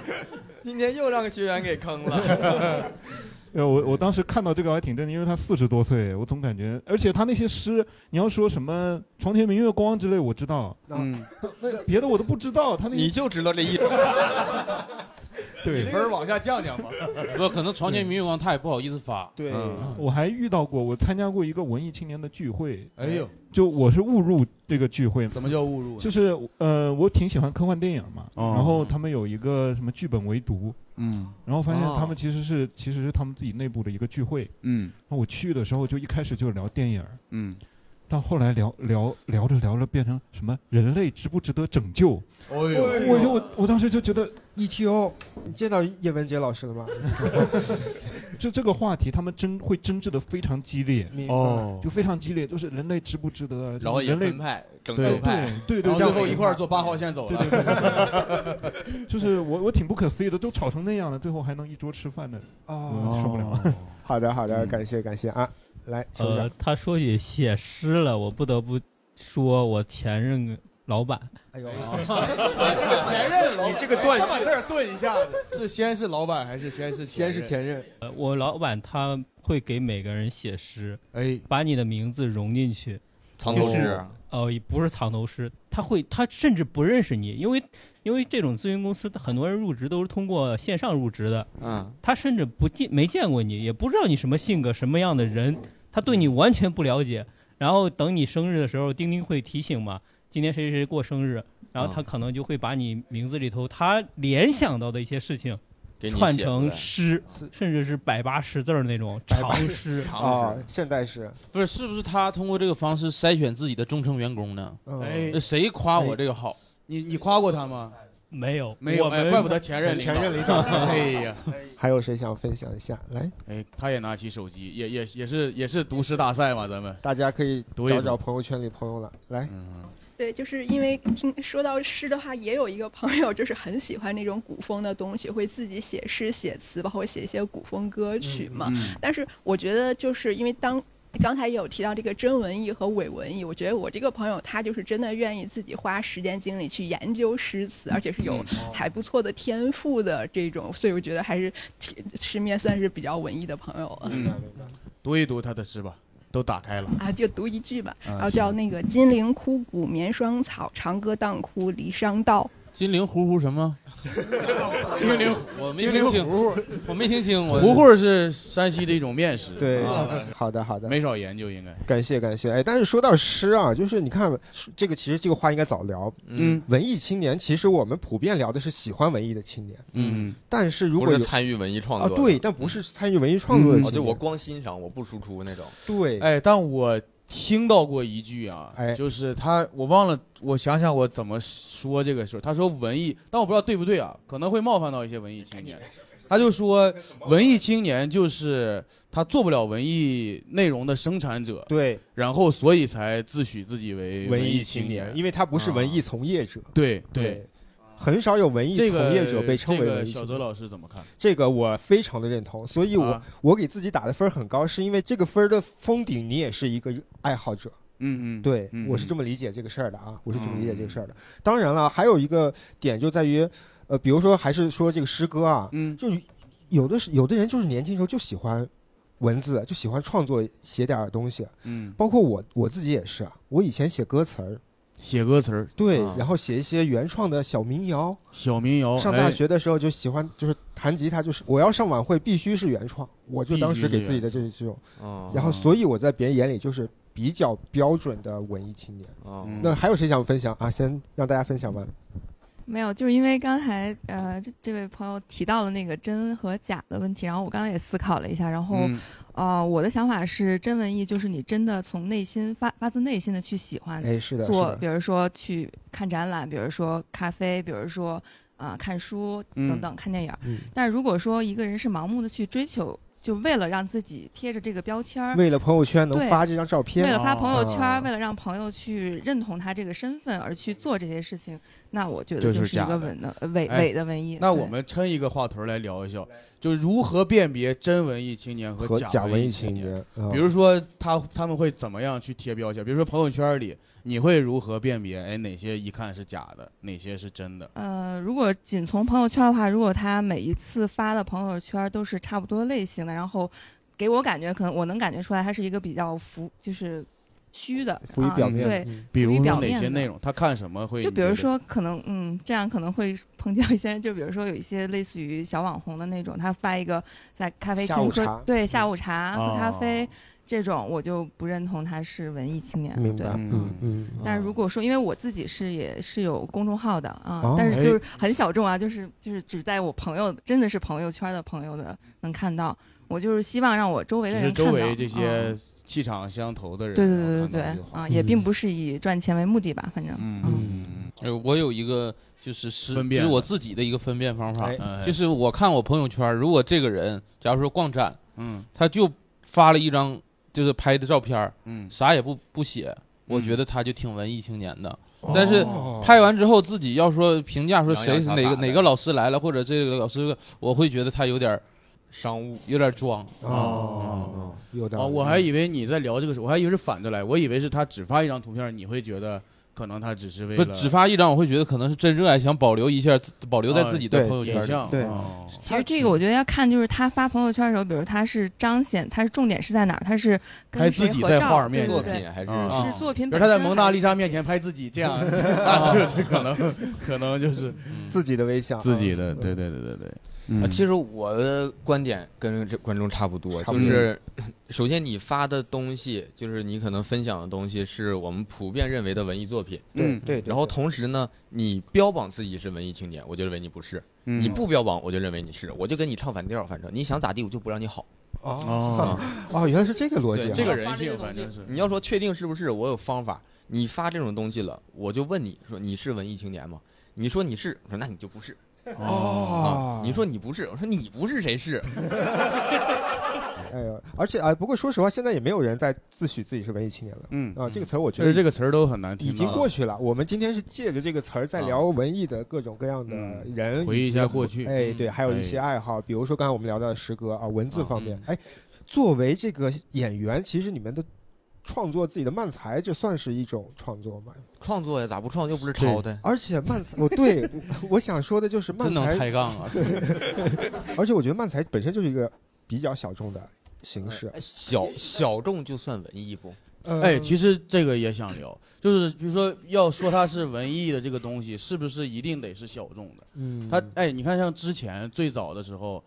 [SPEAKER 5] (laughs) 今天又让学员给坑了。
[SPEAKER 15] (laughs) 呃，我我当时看到这个我还挺震惊，因为他四十多岁，我总感觉，而且他那些诗，你要说什么“床前明月光”之类，我知道，
[SPEAKER 3] 嗯，
[SPEAKER 15] (laughs) 别的我都不知道。他那
[SPEAKER 5] 你就知道这一
[SPEAKER 15] 对
[SPEAKER 4] 你分儿
[SPEAKER 3] 往下降降吧。
[SPEAKER 4] 不，可能床前明月光，他也不好意思发。
[SPEAKER 1] 对
[SPEAKER 4] 啊
[SPEAKER 15] 嗯我还遇到过，我参加过一个文艺青年的聚会。
[SPEAKER 3] 哎呦，
[SPEAKER 15] 就我是误入这个聚会。
[SPEAKER 3] 怎么叫误入呢
[SPEAKER 15] 就是呃，我挺喜欢科幻电影嘛，
[SPEAKER 3] 哦
[SPEAKER 15] 然后他们有一个什么剧本围读，
[SPEAKER 3] 嗯，
[SPEAKER 15] 然后发现
[SPEAKER 3] 哦
[SPEAKER 15] 他们其实是、其实是他们自己内部的一个聚会。
[SPEAKER 3] 嗯，
[SPEAKER 15] 那我去的时候就一开始就是聊电影，
[SPEAKER 3] 嗯，
[SPEAKER 15] 到后来聊聊聊着聊着变成什么人类值不值得拯救？
[SPEAKER 3] 哎
[SPEAKER 15] 我就我我当时就觉得
[SPEAKER 1] ETO，你见到叶文洁老师了吗？
[SPEAKER 15] (laughs) 就这个话题，他们争会争执的非常激烈
[SPEAKER 1] 明白哦
[SPEAKER 15] 就非常激烈，就是人类值不值得啊？
[SPEAKER 5] 然后也
[SPEAKER 15] 人类
[SPEAKER 5] 分派拯
[SPEAKER 15] 对
[SPEAKER 5] 救派
[SPEAKER 15] 对对
[SPEAKER 3] 然
[SPEAKER 15] 对，
[SPEAKER 3] 后最后一块儿坐八号线走了
[SPEAKER 15] 对对对对 (laughs) 对就是我我挺不可思议的，都吵成那样了，最后还能一桌吃饭的，
[SPEAKER 1] 哦
[SPEAKER 15] 嗯我受不了了。
[SPEAKER 1] (laughs) 好的，好
[SPEAKER 5] 嗯
[SPEAKER 1] 的，感谢感谢啊！来，请
[SPEAKER 16] 呃
[SPEAKER 1] 讲。，
[SPEAKER 16] 他说起写诗了，我不得不说，我前任老板，
[SPEAKER 5] (laughs)
[SPEAKER 1] 哎呦，
[SPEAKER 3] 这个前任老板，哎
[SPEAKER 1] 你这个段
[SPEAKER 3] 这把事儿顿一下子，是先是老板还是先是先是前
[SPEAKER 1] 任？
[SPEAKER 16] 呃，我老板他会给每个人写诗，
[SPEAKER 3] 哎，
[SPEAKER 16] 把你的名字融进去，
[SPEAKER 5] 藏头诗啊
[SPEAKER 16] 就是哦，也不是藏头诗，他会，他甚至不认识你，因为因为这种咨询公司，很多人入职都是通过线上入职的，
[SPEAKER 5] 嗯，
[SPEAKER 16] 他甚至不见没见过你，也不知道你什么性格、什么样的人，他对你完全不了解。然后等你生日的时候，钉钉会提醒嘛，今天谁谁谁过生日，然
[SPEAKER 3] 嗯
[SPEAKER 16] 后他可能就会把你名字里头他联想到的一些事情。
[SPEAKER 5] 给你
[SPEAKER 16] 串
[SPEAKER 5] 写出
[SPEAKER 16] 成
[SPEAKER 5] 来
[SPEAKER 16] 诗，甚至是百八十字儿那种长诗，
[SPEAKER 1] 啊，现代诗，
[SPEAKER 4] 不是，是不是他通过这个方式筛选自己的忠诚员工呢？
[SPEAKER 1] 嗯
[SPEAKER 3] 哎
[SPEAKER 4] 那谁夸我这个好？
[SPEAKER 3] 你你夸过他吗？
[SPEAKER 16] 没有
[SPEAKER 3] 没有，
[SPEAKER 16] 我们
[SPEAKER 3] 哎，怪不得前任
[SPEAKER 1] 前任领导
[SPEAKER 3] (laughs) 哎呀，
[SPEAKER 1] 还有谁想分享一下？来，
[SPEAKER 3] 哎，他也拿起手机，也也也是也是读诗大赛嘛，咱们
[SPEAKER 1] 大家可以
[SPEAKER 3] 读一
[SPEAKER 1] 找找朋友圈里朋友了。来，
[SPEAKER 5] 嗯
[SPEAKER 18] 对，就是因为听说到诗的话，也有一个朋友就是很喜欢那种古风的东西，会自己写诗、写词，包括写一些古风歌曲嘛。
[SPEAKER 19] 嗯嗯
[SPEAKER 18] 但是我觉得，就是因为当刚才也有提到这个真文艺和伪文艺，我觉得我这个朋友他就是真的愿意自己花时间精力去研究诗词，而且是有
[SPEAKER 19] 嗯哦
[SPEAKER 18] 还不错的天赋的这种，所以我觉得还是挺身边算是比较文艺的朋友了。
[SPEAKER 3] 嗯， (laughs) 读一读他的诗吧，都打开了。
[SPEAKER 18] 啊，就读一句吧，
[SPEAKER 3] 啊
[SPEAKER 18] 然后叫那个“金陵枯骨绵霜草，长歌当哭离殇道”。
[SPEAKER 4] 金陵呼呼什么？
[SPEAKER 3] 精灵，
[SPEAKER 4] 我没听清，我没听清。我
[SPEAKER 3] 糊糊是山西的一种面食，
[SPEAKER 1] 对
[SPEAKER 3] 啊，
[SPEAKER 1] 好的好的，
[SPEAKER 3] 没少研究应该。
[SPEAKER 1] 感谢感谢。哎，但是说到诗啊，就是你看这个，其实这个话应该早聊。
[SPEAKER 3] 嗯，
[SPEAKER 1] 文艺青年，其实我们普遍聊的是喜欢文艺的青年。
[SPEAKER 3] 嗯，
[SPEAKER 1] (laughs) 但是如果
[SPEAKER 5] 不
[SPEAKER 1] 有
[SPEAKER 5] 是参与文艺创
[SPEAKER 1] 啊，
[SPEAKER 5] 作的，
[SPEAKER 1] 对，但不是参与文艺创作的
[SPEAKER 5] 嗯
[SPEAKER 1] 青
[SPEAKER 5] 哦就
[SPEAKER 1] 年，
[SPEAKER 5] 我光欣赏，我不输出那种。 (laughs)
[SPEAKER 1] 对，哎
[SPEAKER 3] 哎，但我听到过一句啊，就是他，我忘了，我想想我怎么说这个事儿。他说文艺，但我不知道对不对啊，可能会冒犯到一些文艺青年。 (laughs) 他就说，文艺青年就是他做不了文艺内容的生产者，
[SPEAKER 1] 对，
[SPEAKER 3] 然后所以才自诩自己为
[SPEAKER 1] 文
[SPEAKER 3] 艺
[SPEAKER 1] 艺
[SPEAKER 3] 青
[SPEAKER 1] 青
[SPEAKER 3] 年，啊
[SPEAKER 1] 因为他不是文艺从业者。
[SPEAKER 3] 对
[SPEAKER 1] 对，很少有文艺
[SPEAKER 3] 这
[SPEAKER 1] 从
[SPEAKER 3] 个
[SPEAKER 1] 业者被称为
[SPEAKER 3] 这个
[SPEAKER 1] 文艺
[SPEAKER 3] 小
[SPEAKER 1] 青
[SPEAKER 3] 泽
[SPEAKER 1] 年。
[SPEAKER 3] 老师怎么看？
[SPEAKER 1] 这个我非常的认同，所以我、
[SPEAKER 3] 啊
[SPEAKER 1] 我给自己打的分儿很高，是因为这个分儿的 (laughs) 封顶，你也是一个爱好者。
[SPEAKER 3] 嗯嗯，
[SPEAKER 1] 对，
[SPEAKER 3] 嗯
[SPEAKER 1] 我是这么理解这个事儿的啊，我是这么理解这个事儿的。当然了，还有一个点就在于，呃，比如说还是说这个诗歌啊，
[SPEAKER 3] 嗯，
[SPEAKER 1] 就是有的是有的人就是年轻时候就喜欢文字，就喜欢创作写点儿东西，
[SPEAKER 3] 嗯，
[SPEAKER 1] 包括我我自己也是啊，我以前写歌词儿，
[SPEAKER 3] 写歌词儿，
[SPEAKER 1] 对，
[SPEAKER 3] 啊
[SPEAKER 1] 然后写一些原创的小民谣。
[SPEAKER 3] 小民谣，
[SPEAKER 1] 上
[SPEAKER 3] 哎
[SPEAKER 1] 大学的时候就喜欢，就是弹吉他，就是我要上晚会必须是原创，我就当时给自己的这这种
[SPEAKER 5] 哦，
[SPEAKER 1] 然后所以我在别人眼里就是比较标准的文艺青年。那还有谁想分享啊？先让大家分享吧。
[SPEAKER 17] 没有，就是因为刚才呃这这位朋友提到了那个真和假的问题，然后我刚才也思考了一下，然后、
[SPEAKER 13] 嗯
[SPEAKER 17] 呃我的想法是真文艺就是你真的从内心发发自内心的去喜欢，
[SPEAKER 1] 哎是的是
[SPEAKER 17] 做
[SPEAKER 1] 的
[SPEAKER 17] 比如说去看展览，比如说咖啡，比如说啊、呃看书
[SPEAKER 13] 嗯
[SPEAKER 17] 等等、看电影。
[SPEAKER 1] 嗯
[SPEAKER 17] 但如果说一个人是盲目的去追求，就为了让自己贴着这个标签儿，
[SPEAKER 1] 为了朋友圈能
[SPEAKER 17] 对
[SPEAKER 1] 发这张照片
[SPEAKER 17] 为了发朋友圈儿，
[SPEAKER 1] 哦
[SPEAKER 17] 为了让朋友去认同他这个身份而去做这些事情，那我觉得
[SPEAKER 3] 就是
[SPEAKER 17] 一
[SPEAKER 3] 假
[SPEAKER 17] 个文的呃伪
[SPEAKER 3] 哎
[SPEAKER 17] 伪的文艺。
[SPEAKER 3] 那
[SPEAKER 17] 对
[SPEAKER 3] 我们抻一个话头来聊一下，就如何辨别真文艺青年
[SPEAKER 1] 和假
[SPEAKER 3] 假
[SPEAKER 1] 文艺
[SPEAKER 3] 艺
[SPEAKER 1] 青年
[SPEAKER 3] 年
[SPEAKER 1] 啊。
[SPEAKER 3] 比如说他他们会怎么样去贴标签？比如说朋友圈里，你会如何辨别？哎，哪些一看是假的，哪些是真的？
[SPEAKER 17] 呃，如果仅从朋友圈的话，如果他每一次发的朋友圈都是差不多类型的，然后给我感觉，可能我能感觉出来，他是一个比较浮，就是虚的，
[SPEAKER 3] 浮于表面嗯
[SPEAKER 17] 啊、对，
[SPEAKER 3] 比
[SPEAKER 17] 浮于
[SPEAKER 3] 如
[SPEAKER 17] 表
[SPEAKER 3] 说哪
[SPEAKER 17] 面
[SPEAKER 3] 些
[SPEAKER 17] 的
[SPEAKER 3] 内容？他看什么会？
[SPEAKER 17] 就
[SPEAKER 3] 你
[SPEAKER 17] 比如
[SPEAKER 3] 觉得
[SPEAKER 17] 说，可能嗯，这样可能会 (laughs) 抨击到一些人。就比如说，有一些类似于小网红的那种，他发一个在咖啡厅
[SPEAKER 1] 下午
[SPEAKER 17] 喝
[SPEAKER 1] 茶嗯
[SPEAKER 17] 对下午茶、喝咖
[SPEAKER 1] 哦
[SPEAKER 17] 啡这种，我就不认同他是文艺青年。
[SPEAKER 1] 明
[SPEAKER 17] 对
[SPEAKER 1] 白，嗯嗯。
[SPEAKER 17] 但
[SPEAKER 3] 哦
[SPEAKER 17] 如果说，因为我自己是也是有公众号的啊，
[SPEAKER 1] 哦
[SPEAKER 17] 但是就
[SPEAKER 1] 哎
[SPEAKER 17] 是很小众啊，就是就是只在我朋友真的是朋友圈的朋友的能看到。我就是希望让我周围
[SPEAKER 3] 只
[SPEAKER 17] 的
[SPEAKER 3] 是
[SPEAKER 17] 人看
[SPEAKER 3] 周
[SPEAKER 17] 到。
[SPEAKER 3] 围这
[SPEAKER 17] 嗯
[SPEAKER 3] 些气场相投的人，
[SPEAKER 17] 对对
[SPEAKER 3] 然后
[SPEAKER 17] 对
[SPEAKER 3] 看
[SPEAKER 17] 对
[SPEAKER 3] 到
[SPEAKER 17] 对
[SPEAKER 3] 就好
[SPEAKER 17] 啊，也
[SPEAKER 1] 嗯
[SPEAKER 17] 并不是以赚钱为目的吧，反正
[SPEAKER 4] 嗯，呃，我有一个就是是
[SPEAKER 3] 分
[SPEAKER 4] 就
[SPEAKER 3] 辨
[SPEAKER 4] 是我自己的一个分辨方法
[SPEAKER 3] 哎哎，
[SPEAKER 4] 就是我看我朋友圈，如果这个人假如说逛展，
[SPEAKER 3] 嗯，
[SPEAKER 4] 他就发了一张就是拍的照片，
[SPEAKER 3] 嗯
[SPEAKER 4] 啥也不不写，我觉得他就挺文艺青年的
[SPEAKER 3] 哦。
[SPEAKER 4] 但是拍完之后自己要说评价说谁
[SPEAKER 5] 洋洋洒洒
[SPEAKER 4] 哪个
[SPEAKER 5] 的
[SPEAKER 4] 哪个老师来了或者这个老师，我会觉得他有点儿
[SPEAKER 5] 商务，
[SPEAKER 4] 有点儿装
[SPEAKER 1] 哦，啊有道理
[SPEAKER 3] 哦，我还以为你在聊这个事，我还以为是反着来，我以为是他只发一张图片，你会觉得可能他只是为
[SPEAKER 4] 不
[SPEAKER 3] 了
[SPEAKER 4] 只发一张，我会觉得可能是真热爱，想保留一下，自保留在自己的
[SPEAKER 3] 啊
[SPEAKER 4] 朋友圈
[SPEAKER 3] 对影
[SPEAKER 4] 里
[SPEAKER 3] 像。
[SPEAKER 1] 对
[SPEAKER 3] 哦
[SPEAKER 17] 其实这个我觉得要看，就是他发朋友圈的时候，比如他是彰显，他是重点是在哪儿？他是
[SPEAKER 3] 拍
[SPEAKER 17] 跟
[SPEAKER 3] 自
[SPEAKER 17] 谁
[SPEAKER 3] 己
[SPEAKER 17] 合
[SPEAKER 3] 在
[SPEAKER 17] 照
[SPEAKER 3] 画面
[SPEAKER 17] 对对
[SPEAKER 3] 前
[SPEAKER 17] 对
[SPEAKER 1] 嗯
[SPEAKER 3] 啊
[SPEAKER 17] 是作品嗯
[SPEAKER 3] 比如
[SPEAKER 17] 本
[SPEAKER 3] 他
[SPEAKER 17] 身
[SPEAKER 3] 在
[SPEAKER 17] 还
[SPEAKER 3] 蒙娜
[SPEAKER 17] 是
[SPEAKER 3] 丽莎面前拍自己，这样， (laughs)
[SPEAKER 5] 啊
[SPEAKER 3] 那这这可
[SPEAKER 1] 嗯 (laughs)
[SPEAKER 3] 能可能就是
[SPEAKER 1] 自己的微笑嗯
[SPEAKER 3] 自己的，对对对对对。
[SPEAKER 5] 啊，其实我的观点跟这观众差不多，
[SPEAKER 3] 差不
[SPEAKER 5] 就
[SPEAKER 3] 多
[SPEAKER 5] 是 (clears throat) 首先你发的东西，就是你可能分享的东西，是我们普遍认为的文艺作品。
[SPEAKER 1] 对嗯对对
[SPEAKER 5] 然后同时呢，你标榜自己是文艺青年，我就认为你不是；
[SPEAKER 1] 嗯
[SPEAKER 5] 你不标榜，我就认为你是。我就跟你唱反调，反正你想咋地，我就不让你好。啊
[SPEAKER 1] 哦哦，原来是这个逻辑
[SPEAKER 5] 对
[SPEAKER 1] 啊。
[SPEAKER 5] 这个人性
[SPEAKER 3] 东
[SPEAKER 5] 反
[SPEAKER 3] 西
[SPEAKER 5] 正是你要说确定是不是，我有方法。你发这种东西了，我就问你说你是文艺青年吗？你说你是，我说那你就不是。
[SPEAKER 1] 哦
[SPEAKER 5] 啊你说你不是，我说你不是谁是？ (laughs)
[SPEAKER 1] 哎呦，而且啊，不过说实话，现在也没有人在自诩自己是文艺青年了。
[SPEAKER 3] 嗯
[SPEAKER 1] 啊，这个词儿我觉
[SPEAKER 3] 就
[SPEAKER 1] 得
[SPEAKER 3] 是这个词儿都很难听啊到
[SPEAKER 1] 已经过去了。我们今天是借着这个词儿在聊文艺的各种各样的人，
[SPEAKER 3] 嗯回忆一下过去
[SPEAKER 1] 哎，对，
[SPEAKER 3] 嗯
[SPEAKER 1] 还有一些
[SPEAKER 3] 哎嗯
[SPEAKER 1] 爱好，比如说刚才我们聊到的诗歌啊，文字方面。哎，作为这个演员，其实你们的创作自己的漫才，这算是一种创作吗？
[SPEAKER 5] 创作呀，咋不创又不是抄的？
[SPEAKER 1] 而且漫
[SPEAKER 3] (laughs) 哦
[SPEAKER 1] 才，我哦对 (laughs) 我我想说的就是漫才
[SPEAKER 5] 真能抬杠啊
[SPEAKER 1] (laughs) 而且我觉得漫才本身就是一个比较小众的形式。
[SPEAKER 5] 小小众就算文艺不？
[SPEAKER 1] 呃嗯
[SPEAKER 3] 哎，其实这个也想聊，就是比如说要说它是文艺的这个东西，是不是一定得是小众的？
[SPEAKER 1] 嗯
[SPEAKER 3] 它哎，你看像之前最早的时候，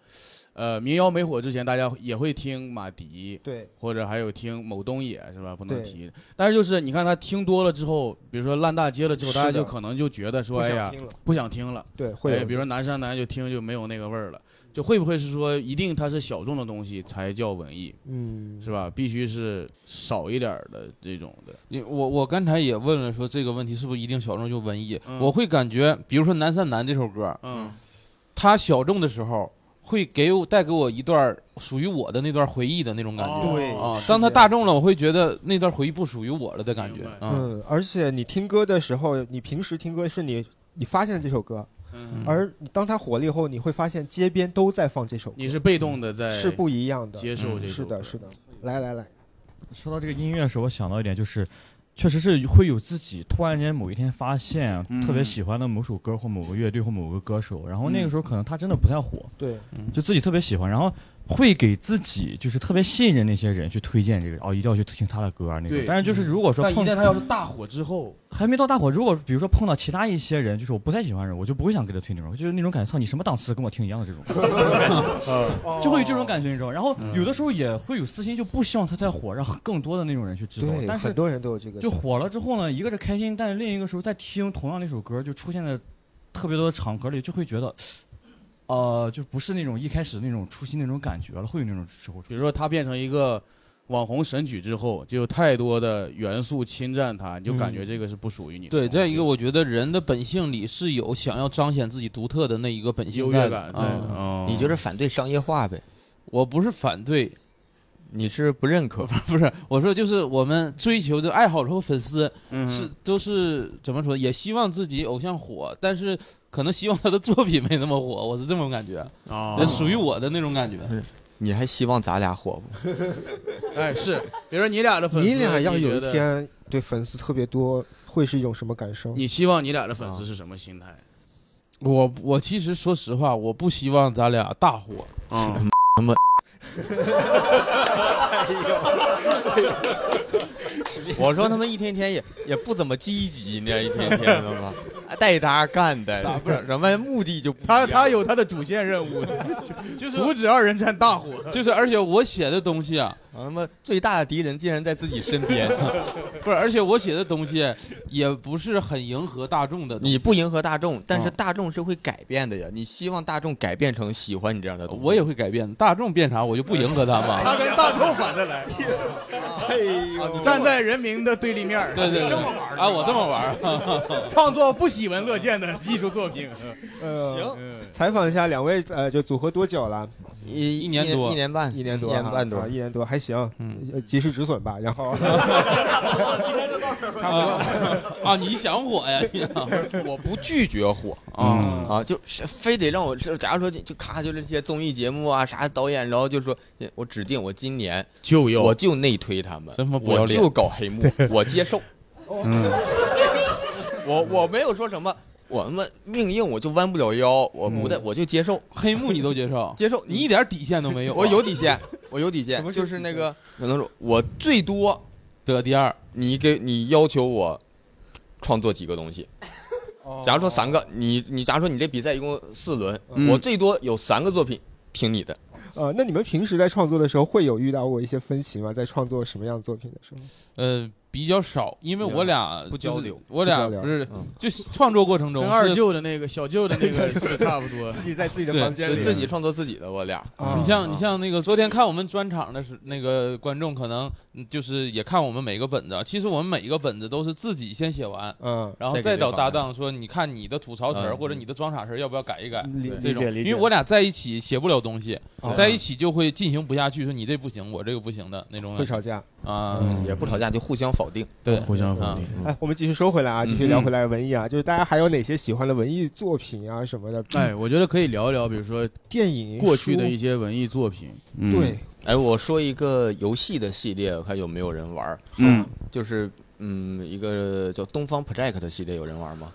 [SPEAKER 3] 呃，民谣没火之前，大家也会听马迪，
[SPEAKER 1] 对，
[SPEAKER 3] 或者还有听某东野是吧？不能
[SPEAKER 1] 对
[SPEAKER 3] 提。但是就是你看他听多了之后，比如说烂大街了之后，
[SPEAKER 1] 是的
[SPEAKER 3] 大家就可能就觉得说，
[SPEAKER 1] 不
[SPEAKER 3] 哎
[SPEAKER 1] 想
[SPEAKER 3] 呀
[SPEAKER 1] 听了，
[SPEAKER 3] 不想听了。
[SPEAKER 1] 对会有
[SPEAKER 3] 哎，比如说南山南就听就没有那个味儿了，就会不会是说一定它是小众的东西才叫文艺？
[SPEAKER 1] 嗯，
[SPEAKER 3] 是吧？必须是少一点儿的这种的。
[SPEAKER 4] 你我我刚才也问了，说这个问题是不是一定小众就文艺？
[SPEAKER 3] 嗯
[SPEAKER 4] 我会感觉，比如说《南山南》这首歌，
[SPEAKER 3] 嗯，
[SPEAKER 4] 它小众的时候会给我带给我一段属于我的那段回忆的那种感觉。
[SPEAKER 1] 哦对
[SPEAKER 4] 啊
[SPEAKER 1] 是，
[SPEAKER 4] 当它
[SPEAKER 1] 这样
[SPEAKER 4] 大众了，我会觉得那段回忆不属于我了的感觉啊。
[SPEAKER 1] 嗯嗯，而且你听歌的时候，你平时听歌是你你发现这首歌，
[SPEAKER 3] 嗯
[SPEAKER 1] 而当它火了以后，你会发现街边都在放这首歌，
[SPEAKER 3] 你是被动的在
[SPEAKER 1] 是不一样的，
[SPEAKER 3] 接受这
[SPEAKER 1] 嗯
[SPEAKER 3] 首
[SPEAKER 1] 是的，是的。来来来，
[SPEAKER 8] 说到这个音乐的时候，我想到一点，就是确实是会有自己突然间某一天发现
[SPEAKER 3] 嗯
[SPEAKER 8] 特别喜欢的某首歌或某个乐队或某个歌手，然后那个
[SPEAKER 1] 嗯
[SPEAKER 8] 时候可能他真的不太火，
[SPEAKER 1] 对，
[SPEAKER 3] 嗯
[SPEAKER 8] 就自己特别喜欢，然后会给自己就是特别信任那些人去推荐这个，哦，一定要去听他的歌啊那个
[SPEAKER 3] 对。
[SPEAKER 8] 但是就是如果说
[SPEAKER 3] 但一
[SPEAKER 8] 碰
[SPEAKER 3] 旦他要是大火之后，
[SPEAKER 8] 还没到大火，如果比如说碰到其他一些人，就是我不太喜欢的人，我就不会想给他推那种，就是那种感觉，操你什么档次，跟我听一样的
[SPEAKER 1] (laughs)
[SPEAKER 8] 这种感觉，就会有这种感觉，你知道吗。然后有的时候也会有私心，就不希望他太火，让更多的那种人去知道
[SPEAKER 1] 对。
[SPEAKER 8] 但是
[SPEAKER 1] 很多人都有这个
[SPEAKER 8] 就
[SPEAKER 1] 想法
[SPEAKER 8] 火了之后呢，一个是开心，但是另一个时候在听同样那首歌，就出现在特别多的场合里，就会觉得。呃，就不是那种一开始那种初心那种感觉了，会有那种时候。
[SPEAKER 3] 比如说他变成一个网红神曲之后，就有太多的元素侵占他，你就感
[SPEAKER 8] 嗯
[SPEAKER 3] 觉这个是不属于你的。
[SPEAKER 4] 对，再一个，我觉得人的本性里是有想要彰显自己独特的那一个本性
[SPEAKER 3] 优
[SPEAKER 4] 在
[SPEAKER 3] 越
[SPEAKER 4] 的
[SPEAKER 3] 感在的哦
[SPEAKER 4] 你
[SPEAKER 5] 就是反对商业化呗？
[SPEAKER 4] 我不是反对，
[SPEAKER 5] 你是不认可？
[SPEAKER 4] 不是，我说就是我们追求的爱好者和粉丝
[SPEAKER 5] 嗯
[SPEAKER 4] 是都是怎么说，也希望自己偶像火，但是可能希望他的作品没那么火，我是这种感觉
[SPEAKER 3] 啊
[SPEAKER 4] 那属于我的那种感觉。
[SPEAKER 5] 你还希望咱俩火不？
[SPEAKER 3] (laughs) 哎，是，比如说你俩的粉丝，
[SPEAKER 1] 你俩要有
[SPEAKER 3] 觉
[SPEAKER 1] 一
[SPEAKER 3] 得，
[SPEAKER 1] 天对粉丝特别多，会是一种什么感受？
[SPEAKER 3] 你希望你俩的粉丝是什么心 (laughs) 态？
[SPEAKER 4] 我我其实说实话，我不希望咱俩大火。
[SPEAKER 3] 啊，
[SPEAKER 4] (laughs) 他妈， (laughs)
[SPEAKER 5] 我说他们一天天也也不怎么积极呢，一天天的
[SPEAKER 4] (laughs)
[SPEAKER 5] 吧，带搭干的，
[SPEAKER 3] 咋
[SPEAKER 5] 不是什么目的就不
[SPEAKER 3] 他他有他的主线任务，就
[SPEAKER 4] 就是
[SPEAKER 3] 阻止二人战大火。
[SPEAKER 4] (laughs) 就是而且我写的东西啊，
[SPEAKER 5] 他妈最大的敌人竟然在自己身边，
[SPEAKER 4] (laughs) 不是，而且我写的东西也不是很迎合大众的东西。
[SPEAKER 5] 你不迎合大众，但是
[SPEAKER 4] 啊
[SPEAKER 5] 大众是会改变的呀。你希望大众改变成喜欢你这样的东西，
[SPEAKER 4] 我也会改变，大众变啥我就不迎合他
[SPEAKER 3] 他
[SPEAKER 5] (laughs)
[SPEAKER 4] 嘛。
[SPEAKER 3] 跟大众反着来，哎呦，站在人民的对立面儿
[SPEAKER 4] 对对对，
[SPEAKER 3] 这么玩儿。
[SPEAKER 4] 啊，我这么玩儿
[SPEAKER 3] 创作不喜闻乐见的艺术作品。
[SPEAKER 1] 呃
[SPEAKER 3] 行，
[SPEAKER 1] 采访一下两位，呃，就组合多久了？
[SPEAKER 5] 一一年多一年半
[SPEAKER 1] 一年多，
[SPEAKER 5] 一年半多
[SPEAKER 1] 啊一年多还行，呃
[SPEAKER 3] 嗯
[SPEAKER 1] 及时止损吧。
[SPEAKER 3] (laughs)
[SPEAKER 1] 然后，
[SPEAKER 4] 啊，你想火 (laughs) 呀？你
[SPEAKER 5] 我不拒绝火啊、啊，就是非得让我就假如说就就咔就是这些综艺节目啊啥导演，然后就说我指定我今年
[SPEAKER 3] 就要
[SPEAKER 5] 我就内推他们，
[SPEAKER 4] 真他妈不要
[SPEAKER 5] 我
[SPEAKER 4] 脸
[SPEAKER 5] 就搞黑幕，我接受，
[SPEAKER 4] 嗯，
[SPEAKER 5] 我我没有说什么。我他妈命硬，我就弯不了腰，我不带，我就接受
[SPEAKER 4] 嗯黑幕，你都接受，
[SPEAKER 5] (laughs) 接受，
[SPEAKER 4] 你一点底线都没有啊
[SPEAKER 5] 我有底线，我有
[SPEAKER 4] (laughs)
[SPEAKER 5] 底线，就是那个可能说我最多
[SPEAKER 4] 得第二，
[SPEAKER 5] 你给你要求我创作几个东西，
[SPEAKER 4] 哦
[SPEAKER 5] 假如说三个，你你假如说你这比赛一共四轮，
[SPEAKER 1] 嗯
[SPEAKER 5] 我最多有三个作品听你的。
[SPEAKER 1] 呃，那你们平时在创作的时候会有遇到过一些分歧吗？在创作什么样作品的时候？
[SPEAKER 4] 呃，比较少，因为我俩
[SPEAKER 5] 不
[SPEAKER 4] 就是
[SPEAKER 5] 交流嗯
[SPEAKER 4] 我俩
[SPEAKER 1] 不交流
[SPEAKER 4] 不是就创作过程中
[SPEAKER 3] 跟二
[SPEAKER 4] 是
[SPEAKER 3] 舅的那个小舅的那个是差不
[SPEAKER 1] (laughs)
[SPEAKER 3] 多。
[SPEAKER 4] 对啊
[SPEAKER 5] 对自己创作自己的，我俩。
[SPEAKER 1] 啊
[SPEAKER 5] 啊
[SPEAKER 4] 你像你像那个昨天看我们专场的是那个观众，可能嗯就是也看我们每个本子啊。其实我们每一个本子都是自己先写完，
[SPEAKER 1] 嗯
[SPEAKER 4] 然后
[SPEAKER 5] 再给
[SPEAKER 4] 再找
[SPEAKER 5] 对方
[SPEAKER 4] 搭档说，嗯你看你的吐槽词儿
[SPEAKER 5] 嗯
[SPEAKER 4] 或者你的装傻词儿要不要改一改
[SPEAKER 5] 理？
[SPEAKER 4] 这种，
[SPEAKER 5] 理解理
[SPEAKER 4] 因
[SPEAKER 5] 解
[SPEAKER 4] 为我俩在一起写不了东西
[SPEAKER 5] 哦，
[SPEAKER 4] 在一起就会进行不下去，说你这不行，我这个不行的那种。
[SPEAKER 1] 会吵架
[SPEAKER 4] 啊
[SPEAKER 1] 嗯，
[SPEAKER 5] 也不吵架，就互相否定。
[SPEAKER 4] 对，啊
[SPEAKER 3] 互相
[SPEAKER 4] 否定。
[SPEAKER 1] 哎，我们继续说回来
[SPEAKER 3] 嗯
[SPEAKER 1] 啊，继续聊回来文艺啊，就是大家还有哪些喜欢的文艺作品啊什么的？
[SPEAKER 3] 哎，我觉得可以聊一聊，比如说
[SPEAKER 1] 电影
[SPEAKER 3] 过去的
[SPEAKER 1] 书
[SPEAKER 3] 一些文艺作品。
[SPEAKER 1] 对，
[SPEAKER 5] 哎，我说一个游戏的系列，看有没有人玩儿。
[SPEAKER 3] 嗯，
[SPEAKER 5] 就是嗯，一个叫《东方 Project》的系列，有人玩吗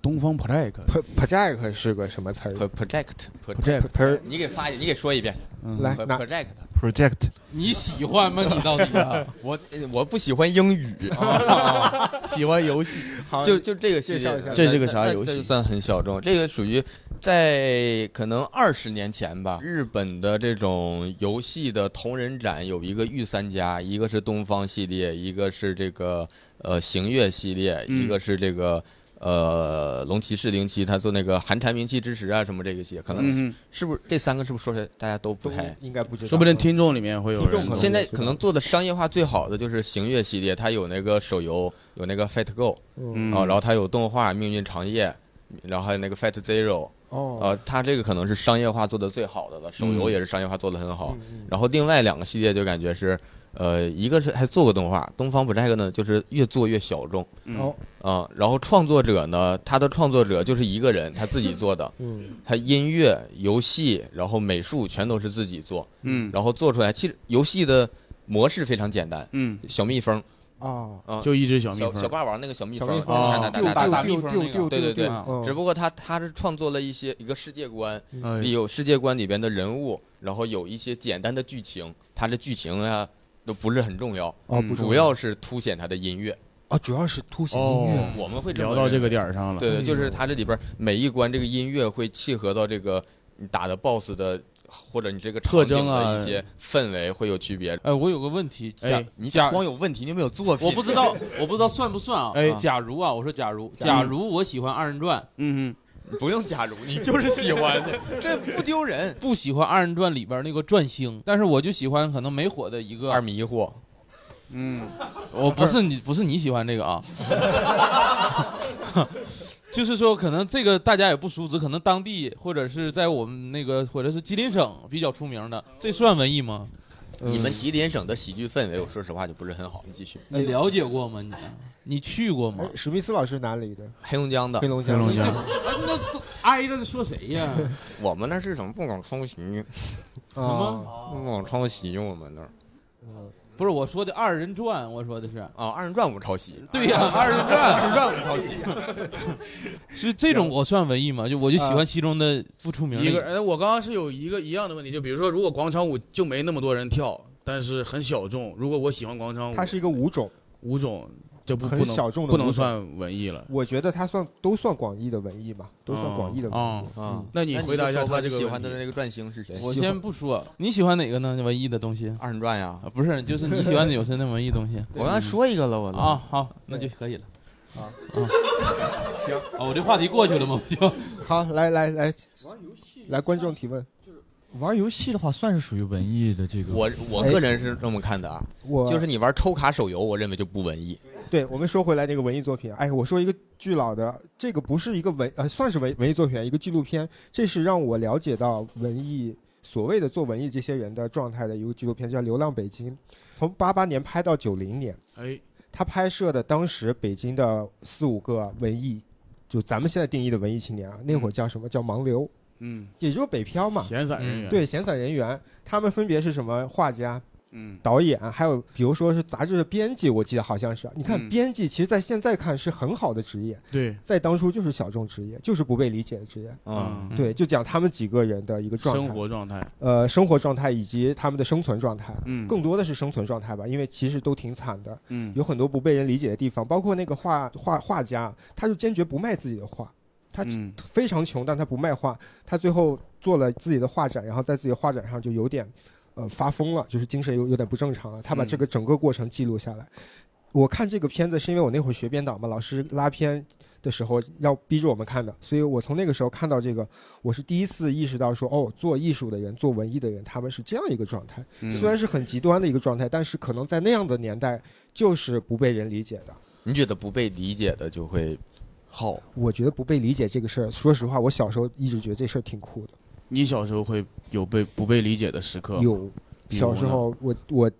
[SPEAKER 3] 东方 project
[SPEAKER 1] Pro-？Project 是个什么词儿
[SPEAKER 5] ？Project
[SPEAKER 1] Project Pro-
[SPEAKER 5] 你给发，你给说一遍。
[SPEAKER 1] 来
[SPEAKER 5] Pro-
[SPEAKER 1] 拿
[SPEAKER 5] Project，
[SPEAKER 15] Project
[SPEAKER 4] 你喜欢吗？你到底啊
[SPEAKER 5] (laughs) 我呃我不喜欢英 (laughs) 语，
[SPEAKER 3] 喜欢游戏。
[SPEAKER 5] 就就这个系
[SPEAKER 3] 介绍
[SPEAKER 5] 列
[SPEAKER 3] 一下，这是个啥
[SPEAKER 5] 那
[SPEAKER 3] 游戏
[SPEAKER 5] 那这算很小众，这个属于在可能二十年前吧，日本的这种游戏的同人展有一个御三家，一个是东方系列，一个是这个呃行月系列，
[SPEAKER 4] 嗯
[SPEAKER 5] 一个是这个。呃，龙骑士零七，他做那个寒蝉鸣泣之时啊，什么这个系列，可能是,、
[SPEAKER 3] 嗯嗯
[SPEAKER 5] 是不是这三个是不是说起来大家都不太
[SPEAKER 1] 应该不知道，
[SPEAKER 3] 说不定听众里面会有人。
[SPEAKER 5] 现在可能做的商业化最好的就是行月系列，它有那个手游，有那个 Fight Go，
[SPEAKER 3] 嗯
[SPEAKER 5] 啊，然后它有动画《命运长夜》，然后还有那个 Fight Zero。
[SPEAKER 1] 哦
[SPEAKER 5] 呃，它这个可能是商业化做的最好的了，手游
[SPEAKER 4] 嗯
[SPEAKER 5] 也是商业化做的很好。然后另外两个系列就感觉是，呃，一个是还做过动画，《东方不 Jack》呢，就是越做越小众。
[SPEAKER 13] 嗯哦
[SPEAKER 5] 啊、然后创作者呢，他的创作者就是一个人，他自己做的。
[SPEAKER 13] 嗯
[SPEAKER 5] 他音乐、游戏，然后美术全都是自己做。
[SPEAKER 13] 嗯
[SPEAKER 5] 然后做出来，其实游戏的模式非常简单。
[SPEAKER 4] 嗯，
[SPEAKER 5] 小蜜蜂。
[SPEAKER 1] 哦
[SPEAKER 5] 啊，
[SPEAKER 4] 就一只小蜜蜂
[SPEAKER 5] 小霸王那个小蜜
[SPEAKER 4] 小蜜
[SPEAKER 5] 蜂，
[SPEAKER 4] 蜂
[SPEAKER 5] 打打
[SPEAKER 4] 哦
[SPEAKER 5] 打打打
[SPEAKER 4] 丢丢丢丢丢
[SPEAKER 5] 对对对
[SPEAKER 4] 丢丢，嗯
[SPEAKER 5] 只不过他他是创作了一些一个世界观
[SPEAKER 4] 哎，
[SPEAKER 1] 嗯
[SPEAKER 5] 里有世界观里边的人物，然后有一些简单的剧情，他的剧情啊都不是很重要
[SPEAKER 1] 哦不，重要
[SPEAKER 5] 主要是凸显他的音乐。
[SPEAKER 1] 啊，主要是凸显音乐。
[SPEAKER 3] 哦
[SPEAKER 5] 我们会
[SPEAKER 1] 哦聊到这
[SPEAKER 4] 个点儿上了
[SPEAKER 5] 对
[SPEAKER 1] 哎呦
[SPEAKER 5] 对，就是它这里边儿每一关这个音乐会契合到这个你打的 BOSS 的或者你这个场
[SPEAKER 4] 特征
[SPEAKER 5] 景
[SPEAKER 4] 啊
[SPEAKER 5] 的一些氛围会有区别。
[SPEAKER 4] 哎，我有个问题，
[SPEAKER 5] 哎
[SPEAKER 4] 假
[SPEAKER 5] 你
[SPEAKER 4] 假
[SPEAKER 5] 光有问题，你没有作品
[SPEAKER 4] 我不知道，我不知道算不算啊？
[SPEAKER 5] 哎
[SPEAKER 4] 假如啊，我说假如，
[SPEAKER 5] 假
[SPEAKER 4] 假
[SPEAKER 5] 如
[SPEAKER 4] 如我喜欢二人转，嗯
[SPEAKER 5] 嗯，不用假如，你就是喜欢， (laughs) 这不丢人。
[SPEAKER 4] 不喜欢二人转里边那个转星，但是我就喜欢可能没火的一个二
[SPEAKER 5] 迷惑。
[SPEAKER 4] 嗯，我不是你，不是你喜欢这个啊， (laughs) 就是说可能这个大家也不熟知，可能当地或者是在我们那个或者是吉林省比较出名的，这算文艺吗？嗯
[SPEAKER 5] 你们吉林省的喜剧氛围，我说实话就不是很好。你继续，
[SPEAKER 4] 你了解过吗？你你去过吗？
[SPEAKER 1] 哎史密斯老师哪里的？
[SPEAKER 5] 黑龙江的，
[SPEAKER 1] 黑龙江黑龙江
[SPEAKER 4] 啊那都挨着说谁呀？
[SPEAKER 5] (laughs) 我们那是什么不搞抄袭？
[SPEAKER 4] (laughs)
[SPEAKER 5] 什
[SPEAKER 4] 么
[SPEAKER 5] 啊不搞抄袭？我们那儿
[SPEAKER 4] 不是我说的二人转，我说的是
[SPEAKER 5] 啊，二人转我们抄袭。啊
[SPEAKER 4] 对呀、二人转，
[SPEAKER 5] 二人转我们抄袭。
[SPEAKER 4] 是这种我算文艺吗？就我就喜欢其中的不出名的
[SPEAKER 3] 一个人，哎我刚刚是有一个一样的问题，就比如说，如果广场舞就没那么多人跳，但是很小众。如果我喜欢广场舞，
[SPEAKER 1] 它是一个舞种，
[SPEAKER 3] 舞种就不
[SPEAKER 1] 很
[SPEAKER 3] 不能
[SPEAKER 1] 小众的
[SPEAKER 3] 不
[SPEAKER 1] 舞
[SPEAKER 3] 能
[SPEAKER 1] 种
[SPEAKER 3] 算文艺了。
[SPEAKER 1] 我觉得它算都算广义的文艺嘛，都算广义的文
[SPEAKER 3] 哦
[SPEAKER 1] 艺。嗯
[SPEAKER 3] 那你回答一下他这个
[SPEAKER 5] 喜
[SPEAKER 3] 问
[SPEAKER 5] 欢的
[SPEAKER 3] 题
[SPEAKER 5] 那个转星是谁？
[SPEAKER 4] 我先不说，你喜欢哪个呢？文艺的东西？啊
[SPEAKER 5] 二人转呀？
[SPEAKER 4] 不是，就是你喜欢的有深圳文艺东西
[SPEAKER 5] (laughs) 嗯。我刚才说一个了，我都
[SPEAKER 4] 啊，好，那就可以了。
[SPEAKER 1] 啊
[SPEAKER 3] 嗯
[SPEAKER 4] 行啊，我这话题过去了吗？我就
[SPEAKER 1] (laughs) 好，来来来，来观众提问。
[SPEAKER 8] 玩游戏的话，算是属于文艺的这个。
[SPEAKER 5] 我我个人是这么看的啊，
[SPEAKER 1] 哎我
[SPEAKER 5] 就是你玩抽卡手游，我认为就不文艺。
[SPEAKER 1] 对，我们说回来那个文艺作品，哎，我说一个巨老的，这个不是一个文呃，算是文文艺作品，一个纪录片，这是让我了解到文艺所谓的做文艺这些人的状态的一个纪录片，叫《流浪北京》，从八八年拍到九零年，
[SPEAKER 3] 哎，
[SPEAKER 1] 他拍摄的当时北京的四五个文艺，就咱们现在定义的文艺青年啊，那会儿叫什么叫盲流，
[SPEAKER 3] 嗯，
[SPEAKER 1] 也就是北漂嘛，
[SPEAKER 3] 闲散人员
[SPEAKER 1] 对，闲散人员，他们分别是什么画家。
[SPEAKER 3] 嗯
[SPEAKER 1] 导演，还有比如说是杂志的编辑，我记得好像是。啊你看，
[SPEAKER 3] 嗯
[SPEAKER 1] 编辑其实，在现在看是很好的职业，
[SPEAKER 3] 对
[SPEAKER 1] 在当初就是小众职业，就是不被理解的职业。
[SPEAKER 3] 嗯
[SPEAKER 1] 对，就讲他们几个人的一个状态，
[SPEAKER 3] 生活状态，
[SPEAKER 1] 呃，生活状态以及他们的生存状态，
[SPEAKER 3] 嗯
[SPEAKER 1] 更多的是生存状态吧，因为其实都挺惨的，
[SPEAKER 3] 嗯
[SPEAKER 1] 有很多不被人理解的地方，包括那个画画画家，他就坚决不卖自己的画，他
[SPEAKER 3] 嗯
[SPEAKER 1] 非常穷，但他不卖画，他最后做了自己的画展，然后在自己的画展上就有点，呃，发疯了，就是精神有有点不正常了，他把
[SPEAKER 3] 嗯
[SPEAKER 1] 这个整个过程记录下来。我看这个片子是因为我那会儿学编导嘛，老师拉片的时候要逼着我们看的，所以我从那个时候看到这个，我是第一次意识到说，哦，做艺术的人、做文艺的人，他们是这样一个状态，
[SPEAKER 5] 嗯
[SPEAKER 1] 虽然是很极端的一个状态，但是可能在那样的年代就是不被人理解的。
[SPEAKER 5] 你觉得不被理解的就会好？
[SPEAKER 1] 我觉得不被理解这个事儿，说实话，我小时候一直觉得这事儿挺酷的。
[SPEAKER 3] 你小时候会有被不被理解的时刻吗？
[SPEAKER 1] 有，
[SPEAKER 3] 嗯比如
[SPEAKER 1] 小
[SPEAKER 3] 呢
[SPEAKER 1] 时候我我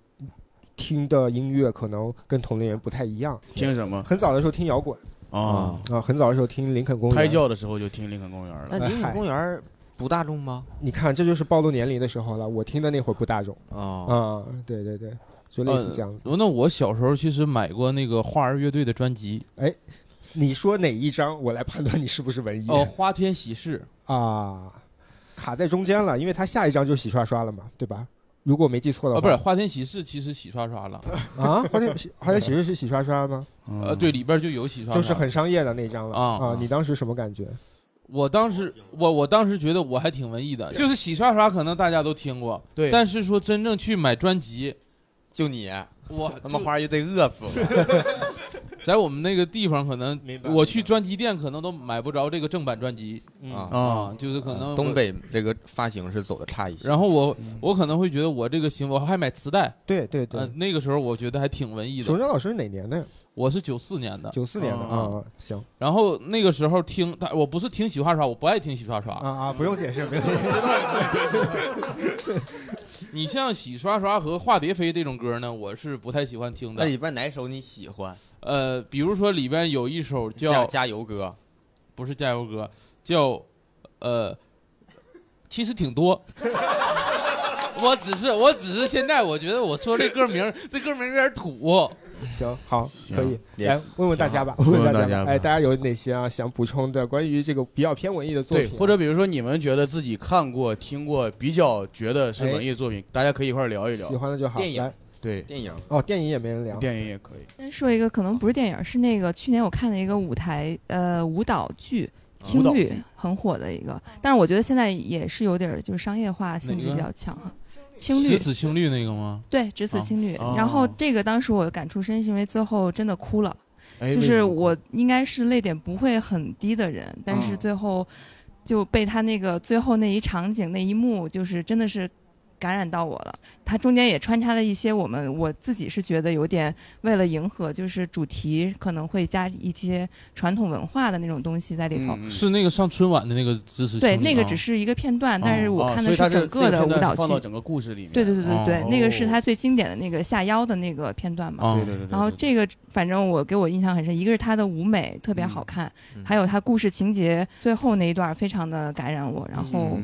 [SPEAKER 1] 听的音乐可能跟同龄人不太一样。
[SPEAKER 3] 听什么
[SPEAKER 1] 很早的时候听摇滚
[SPEAKER 3] 啊
[SPEAKER 1] 啊，很早的时候听林肯公园。
[SPEAKER 3] 胎教的时候就听林肯公园了。
[SPEAKER 5] 那林肯公园不大众吗？
[SPEAKER 1] 你看，这就是暴露年龄的时候了。我听的那会儿不大众
[SPEAKER 5] 哦
[SPEAKER 1] 啊，对对对，就类似这样子。
[SPEAKER 4] 呃那我小时候其实买过那个花儿乐队的专辑，
[SPEAKER 1] 哎，你说哪一张，我来判断你是不是文艺
[SPEAKER 4] 哦，花天喜
[SPEAKER 1] (laughs)
[SPEAKER 4] 事，
[SPEAKER 1] 啊，卡在中间了，因为他下一张就是洗刷刷了嘛，对吧？如果我没记错的
[SPEAKER 4] 啊，
[SPEAKER 1] 话，
[SPEAKER 4] 不是花天喜事，其实洗刷刷了
[SPEAKER 1] 啊，
[SPEAKER 4] (laughs)
[SPEAKER 1] 花田喜花田喜事是洗刷刷吗？
[SPEAKER 4] 呃，对，里边就有洗刷刷，
[SPEAKER 1] 就是很商业的那张了
[SPEAKER 4] 啊
[SPEAKER 1] 啊！你当时什么感觉？
[SPEAKER 4] 我当时，我我当时觉得我还挺文艺的，就是洗刷刷，可能大家都听过，
[SPEAKER 5] 对
[SPEAKER 4] 但是说真正去买专辑，
[SPEAKER 5] 就你，
[SPEAKER 4] 我
[SPEAKER 5] 他妈花儿乐队饿死我。
[SPEAKER 4] (laughs) 在我们那个地方，可能
[SPEAKER 5] 白
[SPEAKER 4] 我去专辑店，可能都买不着这个正版专辑
[SPEAKER 5] 嗯
[SPEAKER 4] 啊，就是可能
[SPEAKER 5] 东
[SPEAKER 4] 我
[SPEAKER 5] 北这个发行是走的差一些。嗯
[SPEAKER 4] 然后我我可能会觉得我这个行，我还买磁带。
[SPEAKER 1] 对对对
[SPEAKER 4] 呃那个时候我觉得还挺文艺的。
[SPEAKER 1] 熊江老师是哪年的？
[SPEAKER 4] 我是九四年的。
[SPEAKER 1] 94年的啊行。
[SPEAKER 4] 然后那个时候听，但我不是听洗刷刷，我不爱听洗刷刷。
[SPEAKER 1] 啊啊，不用解释，不用解释。
[SPEAKER 4] (laughs) 你像洗刷刷和化蝶飞这种歌呢，我是不太喜欢听的。
[SPEAKER 5] 那里边哪首你喜欢？
[SPEAKER 4] 呃，比如说里边有一首
[SPEAKER 5] 加
[SPEAKER 4] 叫
[SPEAKER 5] 加油歌，
[SPEAKER 4] 不是加油歌，叫呃，其实挺多。 (laughs) 我只是，我只是现在我觉得我说这歌名儿，这歌名儿有点土。
[SPEAKER 1] 行，好，可以。
[SPEAKER 5] 也
[SPEAKER 1] 来问问大家吧，
[SPEAKER 5] 挺好
[SPEAKER 1] 问
[SPEAKER 5] 问问
[SPEAKER 1] 大
[SPEAKER 5] 大家
[SPEAKER 1] 家
[SPEAKER 5] 吧
[SPEAKER 1] 吧。哎，大家有哪些啊想补充的关于这个比较偏文艺的作
[SPEAKER 3] 对，
[SPEAKER 1] 品？啊
[SPEAKER 3] 或者比如说你们觉得自己看过、听过比较觉得是文艺的作品，大家可以一块儿聊一聊。
[SPEAKER 1] 哎喜欢的就好电影来
[SPEAKER 3] 对，
[SPEAKER 5] 电影
[SPEAKER 1] 哦，电影也没人聊，
[SPEAKER 3] 电影也可以。
[SPEAKER 17] 先说一个，可能不是电影，是那个去年我看的一个舞台呃舞蹈剧。青
[SPEAKER 3] 啊舞蹈
[SPEAKER 17] 旅
[SPEAKER 3] 剧
[SPEAKER 17] 很火的一个，但是我觉得现在也是有点儿就是商业化性质
[SPEAKER 4] 哪个
[SPEAKER 17] 比较强哈。青旅
[SPEAKER 4] 是指青绿那个吗？
[SPEAKER 17] 对，只此青旅。
[SPEAKER 4] 啊
[SPEAKER 17] 然后这个当时我感触深，是因为最后真的哭了，
[SPEAKER 4] 哎
[SPEAKER 17] 就
[SPEAKER 4] 为
[SPEAKER 17] 是
[SPEAKER 4] 什么
[SPEAKER 17] 我应该是泪点不会很低的人，但是
[SPEAKER 4] 啊
[SPEAKER 17] 最后就被他那个最后那一场景那一幕，就是真的是。感染到我了，它中间也穿插了一些我们我自己是觉得有点为了迎合就是主题，可能会加一些传统文化的那种东西在里头。
[SPEAKER 4] 是那个上春晚的那个支持青
[SPEAKER 17] 对，
[SPEAKER 4] 绿
[SPEAKER 17] 那个
[SPEAKER 4] 啊
[SPEAKER 17] 只是一个片段，但是我
[SPEAKER 4] 哦
[SPEAKER 17] 看
[SPEAKER 4] 所
[SPEAKER 17] 的
[SPEAKER 4] 以它是
[SPEAKER 17] 整个
[SPEAKER 4] 那
[SPEAKER 17] 的
[SPEAKER 4] 个
[SPEAKER 17] 舞
[SPEAKER 4] 片段
[SPEAKER 17] 蹈
[SPEAKER 4] 是
[SPEAKER 17] 剧，
[SPEAKER 4] 放到整个故事里面
[SPEAKER 17] 对对对对对，
[SPEAKER 4] 哦
[SPEAKER 17] 那个是他最经典的那个下腰的那个片段嘛。
[SPEAKER 4] 哦对对对对
[SPEAKER 17] 然后这个反正我给我印象很深，一个是他的舞美特别
[SPEAKER 4] 嗯
[SPEAKER 17] 好看，还有他故事情节最后那一段非常的感染我。然后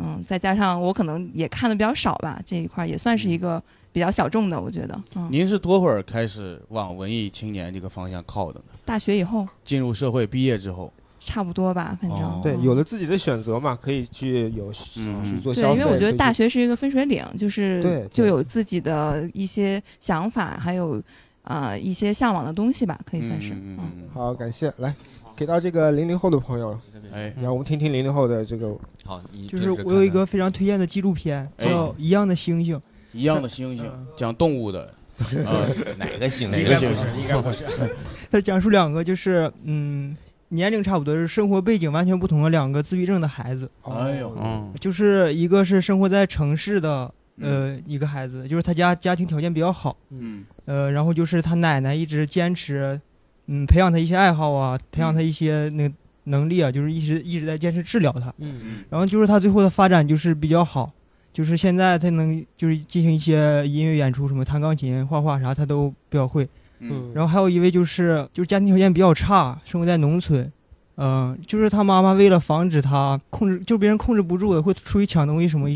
[SPEAKER 4] 嗯
[SPEAKER 17] 再加上我可能也看的比较少吧，这一块儿也算
[SPEAKER 4] 嗯
[SPEAKER 17] 是一个比较小众的，我觉得。嗯，
[SPEAKER 3] 您是多会儿开始往文艺青年这个方向靠的呢？
[SPEAKER 17] 大学以后
[SPEAKER 3] 进入社会，毕业之后，
[SPEAKER 17] 差不多吧，反正、
[SPEAKER 4] 哦
[SPEAKER 1] 对，有了自己的选择嘛，可以去有
[SPEAKER 4] 嗯
[SPEAKER 1] 去做
[SPEAKER 17] 对，
[SPEAKER 1] 消费。
[SPEAKER 17] 因为我觉
[SPEAKER 1] 可以
[SPEAKER 17] 得
[SPEAKER 1] 去
[SPEAKER 17] 大学是一个分水岭，就是
[SPEAKER 1] 对对
[SPEAKER 17] 就有自己的一些想法，还有呃一些向往的东西吧，可以算是。嗯
[SPEAKER 1] 好，感谢来给到这个零零后的朋友，
[SPEAKER 3] 哎，
[SPEAKER 1] 然后我们听听零零后的这个。
[SPEAKER 5] 好，你
[SPEAKER 12] 嗯就是
[SPEAKER 5] 平时
[SPEAKER 12] 我有一
[SPEAKER 5] 看
[SPEAKER 12] 个非常推荐的纪录片，
[SPEAKER 3] 哎
[SPEAKER 12] 叫《一样的星星》。
[SPEAKER 3] 一样的猩
[SPEAKER 1] (laughs)
[SPEAKER 3] 猩，讲动物的，啊
[SPEAKER 5] 哪个猩猩
[SPEAKER 3] 哪个猩猩？
[SPEAKER 5] 应该不是应该不是
[SPEAKER 12] (laughs) 它讲述两个就是嗯年龄差不多，就是生活背景完全不同的两个自闭症的孩子。
[SPEAKER 3] 哎呦嗯
[SPEAKER 12] 就是一个是生活在城市的呃一个孩子，就是他家家庭条件比较好，
[SPEAKER 3] 嗯，
[SPEAKER 12] 呃，然后就是他奶奶一直坚持，嗯，培养他一些爱好啊，培养他一些那个能力啊，就是一直一直在坚持治疗他。
[SPEAKER 1] 嗯，
[SPEAKER 12] 然后就是他最后的发展就是比较好，就是现在他能就是进行一些音乐演出，什么弹钢琴、画画啥他都比较会。
[SPEAKER 1] 嗯
[SPEAKER 12] 然后还有一位就是就是家庭条件比较差，生活在农村，嗯、就是他妈妈为了防止他控制，就别人控制不住的会出去抢东西什么，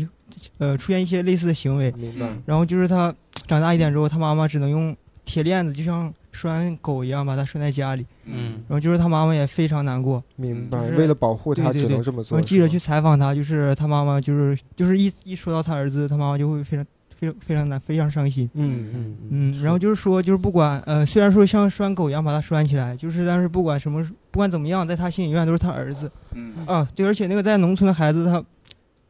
[SPEAKER 12] 呃，出现一些类似的行为。
[SPEAKER 1] 明白
[SPEAKER 12] 然后就是他长大一点之后，他妈妈只能用铁链子，就像拴狗一样把他拴在家里。
[SPEAKER 4] 嗯
[SPEAKER 12] 然后就是他妈妈也非常难过，
[SPEAKER 1] 明白
[SPEAKER 12] 就是
[SPEAKER 1] 为了保护他
[SPEAKER 12] 对对
[SPEAKER 1] 只能
[SPEAKER 12] 对
[SPEAKER 1] 这么做
[SPEAKER 12] 然后记者去采访他，就是他妈妈，就是就是一一说到他儿子，他妈妈就会非常非常非常难，非常伤心。
[SPEAKER 1] 嗯嗯
[SPEAKER 12] 嗯，然后就是说，就是不管呃，虽然说像拴狗一样把他拴起来，就是但是不管什么不管怎么样，在他心里永远都是他儿子。
[SPEAKER 3] 嗯
[SPEAKER 12] 啊，对，而且那个在农村的孩子，他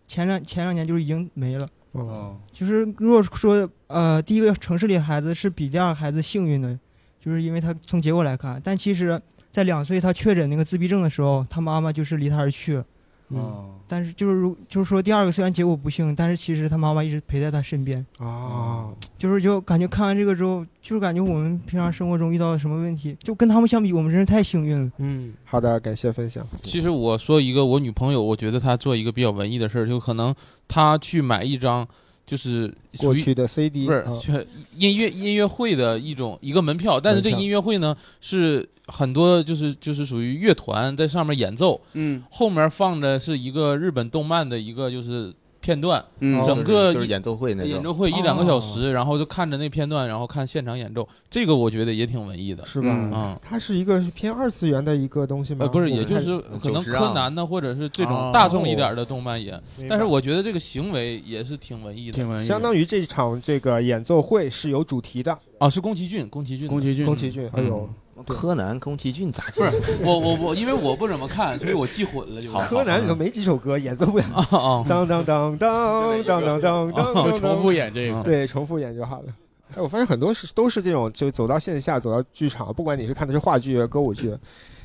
[SPEAKER 12] 前两前两年就是已经没了。
[SPEAKER 1] 哦，
[SPEAKER 12] 就是如果说呃，第一个城市里的孩子是比第二个孩子幸运的，就是因为他从结果来看，但其实，在两岁他确诊那个自闭症的时候，他妈妈就是离他而去了。
[SPEAKER 1] 嗯
[SPEAKER 3] 哦，
[SPEAKER 12] 但是就是如就是说，第二个虽然结果不幸，但是其实他妈妈一直陪在他身边。
[SPEAKER 1] 哦，
[SPEAKER 12] 就是就感觉看完这个之后，就是感觉我们平常生活中遇到什么问题，就跟他们相比，我们真是太幸运了。
[SPEAKER 1] 嗯，好的，感谢分享。
[SPEAKER 4] 其实我说一个我女朋友，我觉得她做一个比较文艺的事儿，就可能她去买一张就是属于
[SPEAKER 1] 过去的 CD
[SPEAKER 4] 不是
[SPEAKER 1] 啊
[SPEAKER 4] 去音乐音乐会的一种一个门票，但是这
[SPEAKER 1] 门票
[SPEAKER 4] 音乐会呢是很多就是就是属于乐团在上面演奏，
[SPEAKER 3] 嗯，
[SPEAKER 4] 后面放着是一个日本动漫的一个就是。片段，
[SPEAKER 5] 嗯
[SPEAKER 4] 整个
[SPEAKER 5] 就是就是演奏会那种哦
[SPEAKER 4] 演奏会一两个小时，然后就看着那片段，然后看现场演奏，这个我觉得也挺文艺的，
[SPEAKER 1] 是吧？
[SPEAKER 4] 嗯，
[SPEAKER 1] 它是一个偏二次元的一个东西吗？
[SPEAKER 4] 呃，不是，
[SPEAKER 1] 我
[SPEAKER 4] 也就
[SPEAKER 1] 太啊
[SPEAKER 4] 是可能柯南呢，或者是这
[SPEAKER 1] 哦
[SPEAKER 4] 种大众一点的动漫也，
[SPEAKER 1] 明白
[SPEAKER 4] 但是我觉得这个行为也是哦挺文艺的，
[SPEAKER 1] 相当于这场这个演奏会是有主题的
[SPEAKER 4] 啊，是宫崎骏，宫崎骏的，
[SPEAKER 1] 宫崎骏宫崎骏哎呦
[SPEAKER 4] 嗯
[SPEAKER 5] 柯南、宫崎骏咋记
[SPEAKER 4] 不是
[SPEAKER 1] (laughs)
[SPEAKER 4] 我我我，因为我不怎么看，所以我记混了就。
[SPEAKER 1] 柯南里头没几首歌，演奏不了。
[SPEAKER 4] 哦
[SPEAKER 1] 当当当当当当当当
[SPEAKER 4] (laughs)
[SPEAKER 3] 哦
[SPEAKER 1] 当，
[SPEAKER 3] 重复演这
[SPEAKER 5] 嗯
[SPEAKER 3] 个
[SPEAKER 1] 嗯对，重复演就好了。哎，我发现很多是都是这种，就走到线下，走到剧场，不管你是看的是话剧、啊歌舞剧，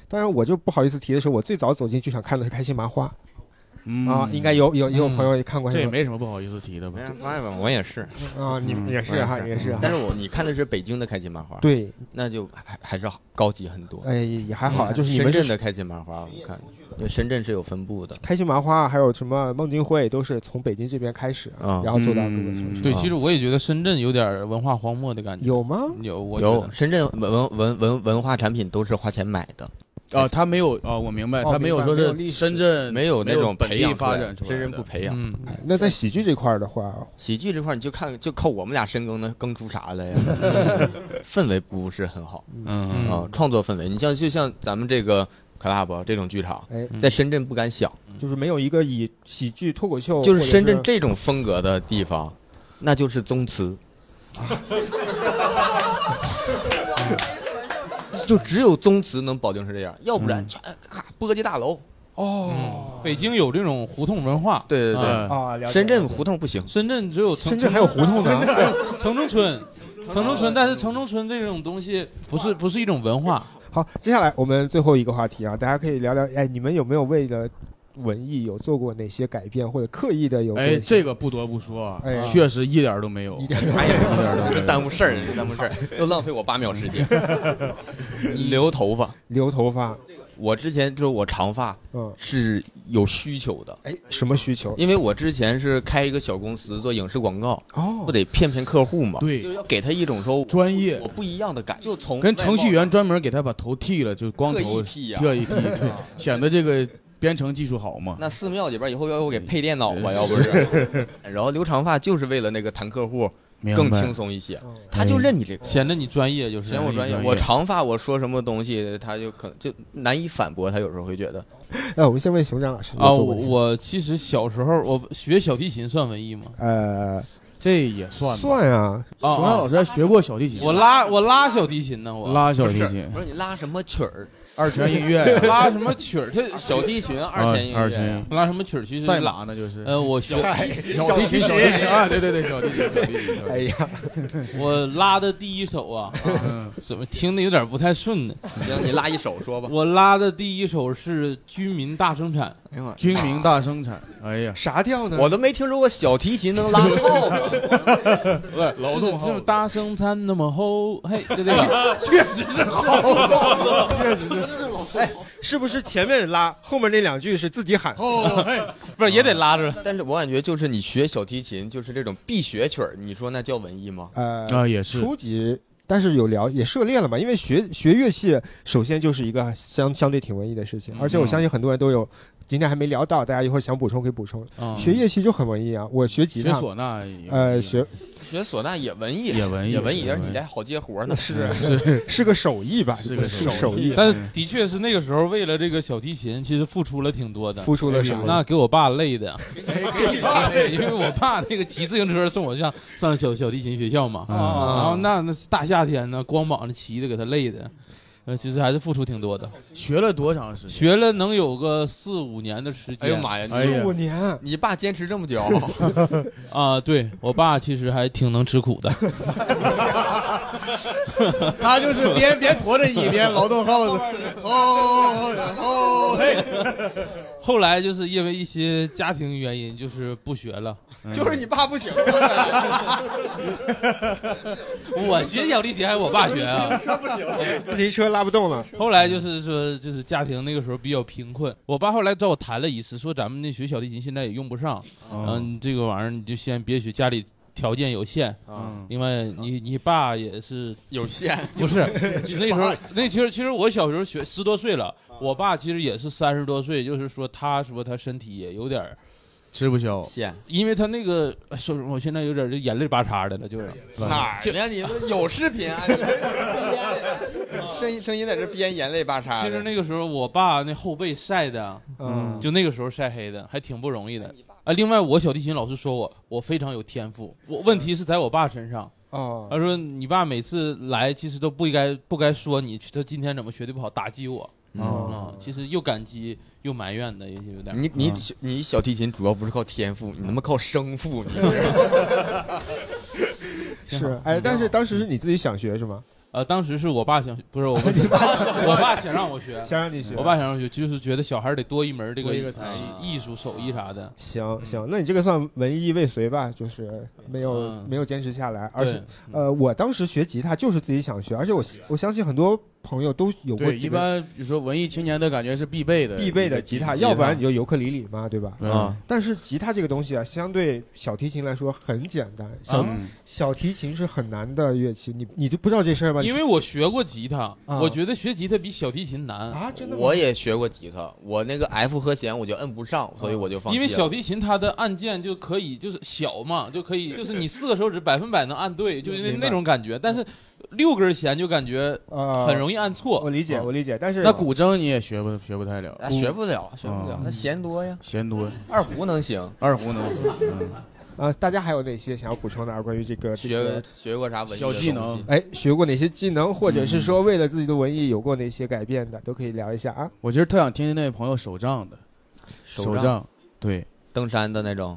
[SPEAKER 1] 当然我就不好意思提的是，我最早走进剧场看的是开心麻花， (laughs)
[SPEAKER 5] 嗯
[SPEAKER 1] 啊，应该有有有朋友也看过，
[SPEAKER 3] 这也嗯没什么不好意思提的吧
[SPEAKER 5] 没？人发现吧？我也是嗯
[SPEAKER 1] 啊你们也是哈
[SPEAKER 5] 我
[SPEAKER 1] 也是哈啊
[SPEAKER 5] 但是我你看的是北京的开心麻花，
[SPEAKER 1] 对，
[SPEAKER 5] 那就还还是高级很多。
[SPEAKER 1] 哎也还好啦
[SPEAKER 5] 嗯
[SPEAKER 1] 就是你们是
[SPEAKER 5] 深圳的开心麻花，我看因为深圳是有分布的。
[SPEAKER 1] 开心麻花还有什么孟京辉都是从北京这边开始，
[SPEAKER 5] 啊
[SPEAKER 1] 然后做到各个城市。
[SPEAKER 4] 嗯对，
[SPEAKER 1] 啊
[SPEAKER 4] 其实我也觉得深圳有点文化荒漠的感觉。
[SPEAKER 1] 有吗？
[SPEAKER 4] 有，我觉
[SPEAKER 5] 有
[SPEAKER 4] 得
[SPEAKER 5] 深圳文文文文文化产品都是花钱买的。
[SPEAKER 3] 哦，他没有哦，我明白，
[SPEAKER 5] 哦
[SPEAKER 3] 他没有说
[SPEAKER 5] 明白没有历
[SPEAKER 3] 是
[SPEAKER 5] 史
[SPEAKER 3] 深圳
[SPEAKER 5] 没有那种
[SPEAKER 3] 本
[SPEAKER 5] 培
[SPEAKER 3] 地
[SPEAKER 5] 养出
[SPEAKER 3] 发
[SPEAKER 5] 来
[SPEAKER 3] 展出来的，
[SPEAKER 5] 深圳不培养
[SPEAKER 4] 嗯
[SPEAKER 1] 哎那在喜剧这块儿的话，
[SPEAKER 5] 喜剧这块儿你就看就靠我们俩深耕能耕出啥来 (laughs) 呀？氛围不是很好，
[SPEAKER 3] 嗯
[SPEAKER 5] 啊，创作氛围，你像就像咱们这个 club 这种剧场
[SPEAKER 1] 哎，
[SPEAKER 5] 在深圳不敢想，
[SPEAKER 1] 就是没有一个以喜剧脱口
[SPEAKER 5] 嗯
[SPEAKER 1] 秀，
[SPEAKER 5] 哦就是深圳
[SPEAKER 1] 或者是
[SPEAKER 5] 这种风格的地方，那就是宗祠。 (laughs) 就只有宗祠能保定是这样，要不然全啊波及大楼。
[SPEAKER 4] 哦，北京有这种胡同文化。
[SPEAKER 5] 对对对
[SPEAKER 4] 嗯
[SPEAKER 5] 啊了解深圳胡同不行，
[SPEAKER 4] 深圳只有城
[SPEAKER 5] 深圳还有胡同呢
[SPEAKER 4] 深圳城中村，城中村，但是城中村这种东西不是不是一种文化。
[SPEAKER 1] 好，接下来我们最后一个话题啊，大家可以聊聊，哎，你们有没有为了文艺有做过哪些改变，或者刻意的有？
[SPEAKER 3] 哎，这个不得不说啊
[SPEAKER 1] 哎，
[SPEAKER 3] 确实一点儿都没有，一
[SPEAKER 1] 点
[SPEAKER 5] (laughs) 哎呀，
[SPEAKER 3] 都 (laughs)
[SPEAKER 5] 这耽误事儿，这耽误事儿，又浪费我八秒 (laughs) 时间。留头发，
[SPEAKER 1] 留头发，
[SPEAKER 5] 我之前就是我长发，
[SPEAKER 1] 嗯
[SPEAKER 5] 是有需求的。
[SPEAKER 1] 哎，什么需求？
[SPEAKER 5] 因为我之前是开一个小公司做影视广告，
[SPEAKER 1] 哦
[SPEAKER 5] 不得骗骗客户嘛，
[SPEAKER 3] 对
[SPEAKER 5] 就要给他一种说
[SPEAKER 3] 专业
[SPEAKER 5] 我不一样的感觉，就从
[SPEAKER 3] 跟程序
[SPEAKER 5] 外貌
[SPEAKER 3] 员专门给他把头剃了，就光头
[SPEAKER 5] 特意剃啊呀 (laughs)
[SPEAKER 3] 特意剃，对，显得这个编程技术好嘛。
[SPEAKER 5] 那寺庙里边以后要我给配电脑吧，要不是，然后留长发就是为了那个谈客户
[SPEAKER 4] 明白哎
[SPEAKER 5] 更轻松一些，他就认你这个，
[SPEAKER 4] 显得你专业，就是
[SPEAKER 5] 嫌我专业，我长发我说什么东西，他就可就难以反驳，他有时候会觉得
[SPEAKER 1] 哎，我们先问熊掌老师
[SPEAKER 4] 啊，
[SPEAKER 1] 有做
[SPEAKER 4] 我
[SPEAKER 1] 过
[SPEAKER 4] (laughs)
[SPEAKER 1] 这个
[SPEAKER 4] 我其实小时候我学小提琴算文艺吗？
[SPEAKER 1] 呃，
[SPEAKER 3] 这也算吧
[SPEAKER 1] 算啊。
[SPEAKER 4] 啊
[SPEAKER 3] 熊亮老师还学过小提琴，
[SPEAKER 4] 我拉我拉小提琴呢，我
[SPEAKER 3] 拉小提琴
[SPEAKER 5] 不是你拉什么曲儿，
[SPEAKER 3] 二泉映月呀
[SPEAKER 4] (laughs)
[SPEAKER 3] 啊
[SPEAKER 4] 拉什么曲儿？这
[SPEAKER 5] 小提琴二泉映月
[SPEAKER 3] 二泉
[SPEAKER 4] 拉什么曲儿？其实
[SPEAKER 3] 赛马呢就是
[SPEAKER 4] 呃，我学
[SPEAKER 3] 小提琴小提琴小提琴啊对对对小提琴小提琴哎呀
[SPEAKER 4] 我拉的第一首啊，啊怎么听的有点不太顺呢？
[SPEAKER 5] 行你拉一首说吧
[SPEAKER 4] 我拉的第一首是《居民大生产》。
[SPEAKER 5] 哎呦
[SPEAKER 3] 军民大生产，哎呀，
[SPEAKER 1] 啥调
[SPEAKER 5] 我都没听说过小提琴能拉号，
[SPEAKER 4] 不是
[SPEAKER 3] 劳动号
[SPEAKER 4] 这么大生产那么厚，嘿，就这个
[SPEAKER 1] 确实是好，确实是。哎，是不是前面拉，后面那两句是自己喊？
[SPEAKER 4] (laughs) 不是也得拉着？
[SPEAKER 5] 但是我感觉就是你学小提琴就是这种必学曲儿，你说那叫文艺吗？
[SPEAKER 1] 呃
[SPEAKER 3] 啊也是
[SPEAKER 1] 初级，但是有聊也涉猎了嘛，因为学学乐器首先就是一个相相对挺文艺的事情，而且我相信很多人都有。今天还没聊到，大家一会儿想补充可以补充。
[SPEAKER 5] 嗯
[SPEAKER 1] 学乐器就很文艺啊，我学吉
[SPEAKER 5] 学
[SPEAKER 1] 他、
[SPEAKER 5] 唢呐也
[SPEAKER 1] 呃，学
[SPEAKER 5] 学唢呐也文艺，
[SPEAKER 1] 也文艺
[SPEAKER 5] 也文艺，
[SPEAKER 1] 是
[SPEAKER 5] 而
[SPEAKER 1] 文艺
[SPEAKER 5] 你还好接活呢，
[SPEAKER 1] 是是是个手艺吧，是个手艺。嗯
[SPEAKER 4] 但是的确是那个时候为了这个小提琴，其实付出了挺多的。
[SPEAKER 1] 付出了啥
[SPEAKER 4] 那给我爸累的， (laughs) 因为我爸那个骑自行车送我上上小小提琴学校
[SPEAKER 1] 啊
[SPEAKER 4] 嘛，然后那那大夏天呢，光膀子骑的，给他累的。呃，其实还是付出挺多的，
[SPEAKER 3] 学了多长时间？
[SPEAKER 4] 学了能有个四五年的时间。
[SPEAKER 5] 哎呦妈呀
[SPEAKER 4] 哎呀
[SPEAKER 1] 五年，
[SPEAKER 5] 你爸坚持这么
[SPEAKER 3] (laughs)
[SPEAKER 5] 久，
[SPEAKER 4] (laughs) 啊，对我爸其实还挺能吃苦的，
[SPEAKER 3] 他就是边边驮着你边劳 (laughs) 动号子，哦哦嘿，
[SPEAKER 4] 后来就是因为一些家庭原因，就是不学了。
[SPEAKER 1] 嗯
[SPEAKER 5] 就是你爸不行。
[SPEAKER 4] 我学小提琴还是我爸学啊？
[SPEAKER 1] 不行，自行车拉不动了。
[SPEAKER 4] 后来就是说，就是家庭那个时候比较贫困，我爸后来找我谈了一次，说咱们那学小提琴现在也用不上，
[SPEAKER 3] 哦
[SPEAKER 4] 嗯，这个玩意儿你就先别学，家里条件有限。
[SPEAKER 1] 哦
[SPEAKER 5] 嗯
[SPEAKER 4] 另外你你爸也是
[SPEAKER 5] 有限
[SPEAKER 4] 不
[SPEAKER 1] (laughs)
[SPEAKER 4] 是那时候 (laughs) 那其实其实我小时候学十多岁了，我爸其实也是三十多岁，就是说他说他身体也有点儿
[SPEAKER 3] 吃不消，
[SPEAKER 4] 因为他那个，哎说实话我现在有点儿这眼泪巴叉的了，就是
[SPEAKER 5] 哪儿呢？你们有视频啊？声音声音在这编，眼泪巴叉
[SPEAKER 4] 其
[SPEAKER 5] 的。
[SPEAKER 4] 实那个时候，我爸那后背晒的，啊
[SPEAKER 5] 嗯
[SPEAKER 4] 就那个时候晒黑的，还挺不容易的。啊，另外我小提琴老师说我，我非常有天赋，我问题是在我爸身上。
[SPEAKER 1] 哦，
[SPEAKER 4] 他说你爸每次来其实都不应该不该说你，他今天怎么学的不好，打击我。
[SPEAKER 5] 哦
[SPEAKER 4] 嗯，其实又感激又埋怨的，也有 (laughs) 点儿。
[SPEAKER 5] 你你
[SPEAKER 4] 嗯
[SPEAKER 5] 你小提琴主要不是靠天赋，你他妈靠生父。你 (laughs)
[SPEAKER 1] 是哎，但是当时是你自己想学是吗？
[SPEAKER 4] 呃，当时是我爸想，不是
[SPEAKER 1] (laughs)
[SPEAKER 4] 我问你，我爸想让我学，
[SPEAKER 1] 想让你学
[SPEAKER 4] 我爸想让我学，就是觉得小孩儿得多一门儿这
[SPEAKER 3] 多
[SPEAKER 4] 个
[SPEAKER 3] 一个才艺
[SPEAKER 4] 艺术手艺啥的。
[SPEAKER 1] 行行，那你这个算文艺未遂吧？就是没有、没有坚持下来，而且
[SPEAKER 4] 对
[SPEAKER 1] 呃，我当时学吉他就是自己想学，而且我我相信很多朋友都有过
[SPEAKER 3] 对，一
[SPEAKER 1] 几个
[SPEAKER 3] 般比如说文艺青年的感觉是必备的，
[SPEAKER 1] 必备的吉他，要不然你就尤克里里嘛，对吧？
[SPEAKER 3] 啊
[SPEAKER 1] 但是吉他这个东西啊，相对小提琴来说很简单，小、
[SPEAKER 4] 嗯
[SPEAKER 1] 小提琴是很难的乐器，你你就不知道这事儿吧？
[SPEAKER 4] 因为我学过吉他，
[SPEAKER 1] 啊
[SPEAKER 4] 我觉得学吉他比小提琴难
[SPEAKER 1] 啊，真
[SPEAKER 5] 我也学过吉他，我那个 F 和弦我就摁不上，所以我就放弃
[SPEAKER 4] 因
[SPEAKER 5] 了。
[SPEAKER 4] 为小提琴它的按键就可以就是小嘛，就可以就是你四个手指百分百能按对，就是那
[SPEAKER 1] 明白
[SPEAKER 4] 那种感觉。但是六根弦就感觉
[SPEAKER 1] 啊
[SPEAKER 4] 很容易按错。啊
[SPEAKER 1] 我理解，我理解，但是
[SPEAKER 3] 那古筝你也学不学不太了，
[SPEAKER 5] 啊学不了学不了
[SPEAKER 3] 嗯
[SPEAKER 5] 那弦多呀
[SPEAKER 3] 弦多。
[SPEAKER 5] 二胡能行，
[SPEAKER 3] (laughs) 二胡能
[SPEAKER 5] (laughs)
[SPEAKER 3] 行。嗯
[SPEAKER 1] 呃，大家还有哪些想要补充的啊？关于这个这
[SPEAKER 5] 学
[SPEAKER 1] 个
[SPEAKER 5] 学过啥文艺的
[SPEAKER 3] 小技
[SPEAKER 5] 东
[SPEAKER 3] 能
[SPEAKER 5] 西？
[SPEAKER 1] 哎，学过哪些技能，或者
[SPEAKER 3] 嗯
[SPEAKER 1] 是说为了自己的文艺有过哪些改变的，都可以聊一下啊。
[SPEAKER 3] 我其实特想听听那位朋友手账的，
[SPEAKER 5] 手
[SPEAKER 3] 手
[SPEAKER 5] 杖
[SPEAKER 3] 杖，对，
[SPEAKER 5] 登山的那种。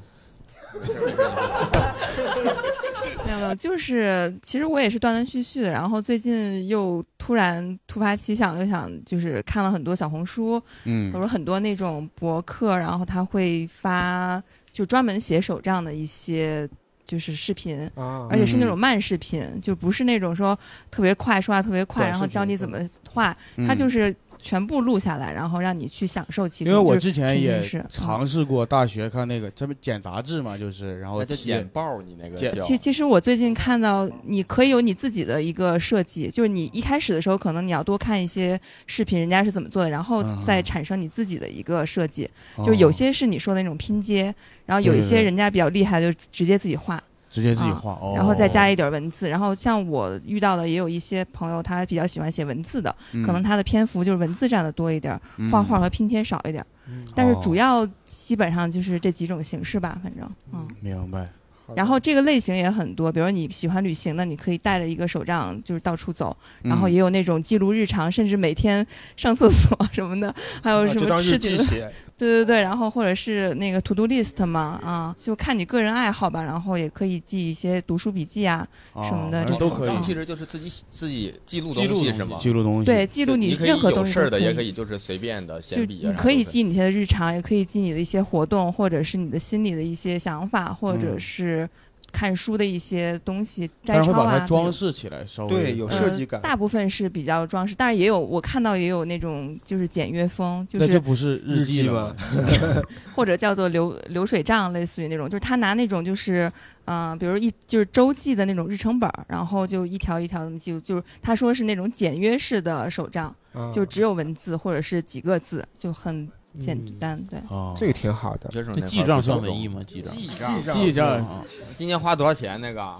[SPEAKER 17] 没有没有，就是其实我也是断断续续的，然后最近又突然突发奇想，又想就是看了很多小红书，
[SPEAKER 13] 嗯
[SPEAKER 17] 我说很多那种博客，然后他会发就专门写手账的一些。就是视频，
[SPEAKER 1] 啊
[SPEAKER 17] 而且是那种
[SPEAKER 1] 嗯
[SPEAKER 17] 慢视频，就不是那种说特别快说话特别快，
[SPEAKER 1] 短
[SPEAKER 17] 然后
[SPEAKER 1] 视频
[SPEAKER 17] 教你怎么画，
[SPEAKER 3] 嗯
[SPEAKER 17] 它就是全部录下来，然后让你去享受其中。
[SPEAKER 3] 因为我
[SPEAKER 17] 就
[SPEAKER 3] 之
[SPEAKER 17] 是
[SPEAKER 3] 前
[SPEAKER 17] 沉浸
[SPEAKER 3] 也
[SPEAKER 17] 式
[SPEAKER 3] 尝试过，大学看那个，这不剪杂志嘛，就是，然后
[SPEAKER 5] 嗯那就
[SPEAKER 3] 贴
[SPEAKER 5] 剪报儿你那个
[SPEAKER 3] 剪
[SPEAKER 5] 叫
[SPEAKER 17] 其其实我最近看到，你可以有你自己的一个设计，就是你一开始的时候，可能你要多看一些视频，人家是怎么做的，然后
[SPEAKER 13] 嗯
[SPEAKER 17] 再产生你自己的一个设计。
[SPEAKER 13] 哦
[SPEAKER 17] 就有些是你说的那种拼接，然后有一
[SPEAKER 13] 对
[SPEAKER 17] 些
[SPEAKER 13] 对对
[SPEAKER 17] 人家比较厉害，就直接自己画。
[SPEAKER 3] 直接自己
[SPEAKER 17] 啊
[SPEAKER 3] 画哦
[SPEAKER 17] 然后再加一点文字。然后像我遇到的也有一些朋友，他比较喜欢写文字的，
[SPEAKER 13] 嗯
[SPEAKER 17] 可能他的篇幅就是文字占的多一点，
[SPEAKER 13] 嗯
[SPEAKER 17] 画画和拼贴少一点。
[SPEAKER 13] 嗯
[SPEAKER 17] 但是
[SPEAKER 13] 哦
[SPEAKER 17] 主要基本上就是这几种形式吧，反正嗯
[SPEAKER 3] 明白。
[SPEAKER 17] 然后这个类型也很多，比如你喜欢旅行的，你可以带着一个手杖，就是到处走。
[SPEAKER 13] 嗯
[SPEAKER 17] 然后也有那种记录日常，甚至每天上厕所什么的， (laughs) 还有什
[SPEAKER 13] 哦就当
[SPEAKER 17] 么
[SPEAKER 13] 日
[SPEAKER 17] 吃
[SPEAKER 13] 记
[SPEAKER 17] (laughs) 的
[SPEAKER 13] 写。
[SPEAKER 17] 对对对，然后或者是那个 to do list 嘛，啊，就看你个人爱好吧。然后也可以记一些读书笔记啊
[SPEAKER 13] 哦
[SPEAKER 17] 什么的，这种
[SPEAKER 5] 手账
[SPEAKER 17] 嗯
[SPEAKER 5] 其实就是自己自己记录
[SPEAKER 17] 记录
[SPEAKER 5] 东西
[SPEAKER 17] 东
[SPEAKER 5] 是
[SPEAKER 17] 西
[SPEAKER 5] 吗？
[SPEAKER 17] 记录东西对记录
[SPEAKER 5] 就
[SPEAKER 17] 你
[SPEAKER 5] 你可以
[SPEAKER 17] 任何
[SPEAKER 5] 有
[SPEAKER 17] 东西
[SPEAKER 5] 事儿的，
[SPEAKER 17] 都可
[SPEAKER 5] 也
[SPEAKER 17] 以
[SPEAKER 5] 可以就是随便的
[SPEAKER 17] 就
[SPEAKER 5] 闲笔啊
[SPEAKER 17] 你
[SPEAKER 5] 啥都
[SPEAKER 17] 可以
[SPEAKER 5] 是
[SPEAKER 17] 记你的日常，也可以记你的一些活动，或者是你的心里的一些想法，或者
[SPEAKER 3] 嗯
[SPEAKER 17] 是看书的一些东西摘
[SPEAKER 3] 但是
[SPEAKER 17] 抄
[SPEAKER 3] 会把
[SPEAKER 17] 啊。呃
[SPEAKER 3] 它装饰起来，稍微嗯
[SPEAKER 1] 对有设计感
[SPEAKER 17] 大部分是比较装饰，但是也有我看到也有那种就是简约风，就
[SPEAKER 3] 那
[SPEAKER 17] 是
[SPEAKER 3] 这不是
[SPEAKER 1] 日
[SPEAKER 3] 记
[SPEAKER 1] 记
[SPEAKER 3] 了 (laughs)
[SPEAKER 1] 吗
[SPEAKER 17] 或者叫做流流水账，类似于那种，就是他拿那种就是嗯、呃比如一就是周记的那种日程本儿，然后就一条一条的记录，就是他说是那种简约式的手账，
[SPEAKER 1] 啊
[SPEAKER 17] 就只有文字或者是几个字，就很简单，对。
[SPEAKER 3] 哦
[SPEAKER 1] 这个挺好的。
[SPEAKER 5] 这种
[SPEAKER 4] 这
[SPEAKER 5] 那
[SPEAKER 4] 记
[SPEAKER 5] 块儿
[SPEAKER 4] 账
[SPEAKER 5] 不
[SPEAKER 4] 算
[SPEAKER 5] 懂
[SPEAKER 4] 文艺吗？记账，
[SPEAKER 5] 记账，啊
[SPEAKER 4] 记账，
[SPEAKER 5] 今年花多少钱那个？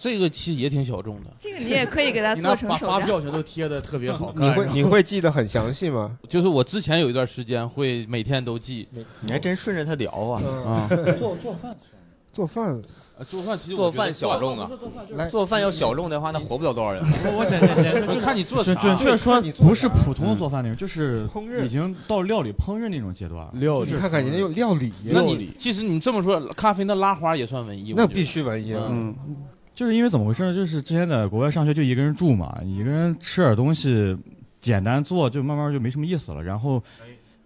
[SPEAKER 4] 这个其实也挺小众的。
[SPEAKER 17] 这个你也可以给
[SPEAKER 3] (laughs)
[SPEAKER 17] 它
[SPEAKER 3] 你
[SPEAKER 17] 做
[SPEAKER 3] 拿
[SPEAKER 17] 成
[SPEAKER 3] 把
[SPEAKER 17] 手
[SPEAKER 3] 发
[SPEAKER 17] 账。
[SPEAKER 3] 票全都贴的特别好看。
[SPEAKER 1] 你会
[SPEAKER 4] 然后
[SPEAKER 1] 你会记得很详细吗？
[SPEAKER 4] (laughs) 就是我之前有一段时间会每天都记，
[SPEAKER 5] 你还真顺着他聊啊
[SPEAKER 4] 啊！
[SPEAKER 1] 做做饭，做饭，
[SPEAKER 4] 做饭其实我
[SPEAKER 5] 做
[SPEAKER 4] 觉得
[SPEAKER 5] 饭小众啊
[SPEAKER 4] 做饭就，
[SPEAKER 5] 来做饭要小众的话，那活不了多少人。
[SPEAKER 8] 我简简简，就
[SPEAKER 4] 看你做
[SPEAKER 8] 准
[SPEAKER 4] 啥
[SPEAKER 8] 准确说
[SPEAKER 4] 看你做啥
[SPEAKER 8] 不是普通的做饭那种，就是
[SPEAKER 1] 烹
[SPEAKER 4] 饪
[SPEAKER 8] 已经到料理烹饪那种阶段了。 (laughs)
[SPEAKER 3] 料
[SPEAKER 8] 就是
[SPEAKER 1] 你看看人家有料理
[SPEAKER 4] 那你其实你这么说，咖啡那拉花也算文艺，
[SPEAKER 1] 那
[SPEAKER 4] 我觉得
[SPEAKER 1] 必须文艺啊
[SPEAKER 4] 嗯，
[SPEAKER 8] 就是因为怎么回事呢？就是之前在国外上学就一个人住嘛，一个人吃点东西，简单做就慢慢就没什么意思了。然后，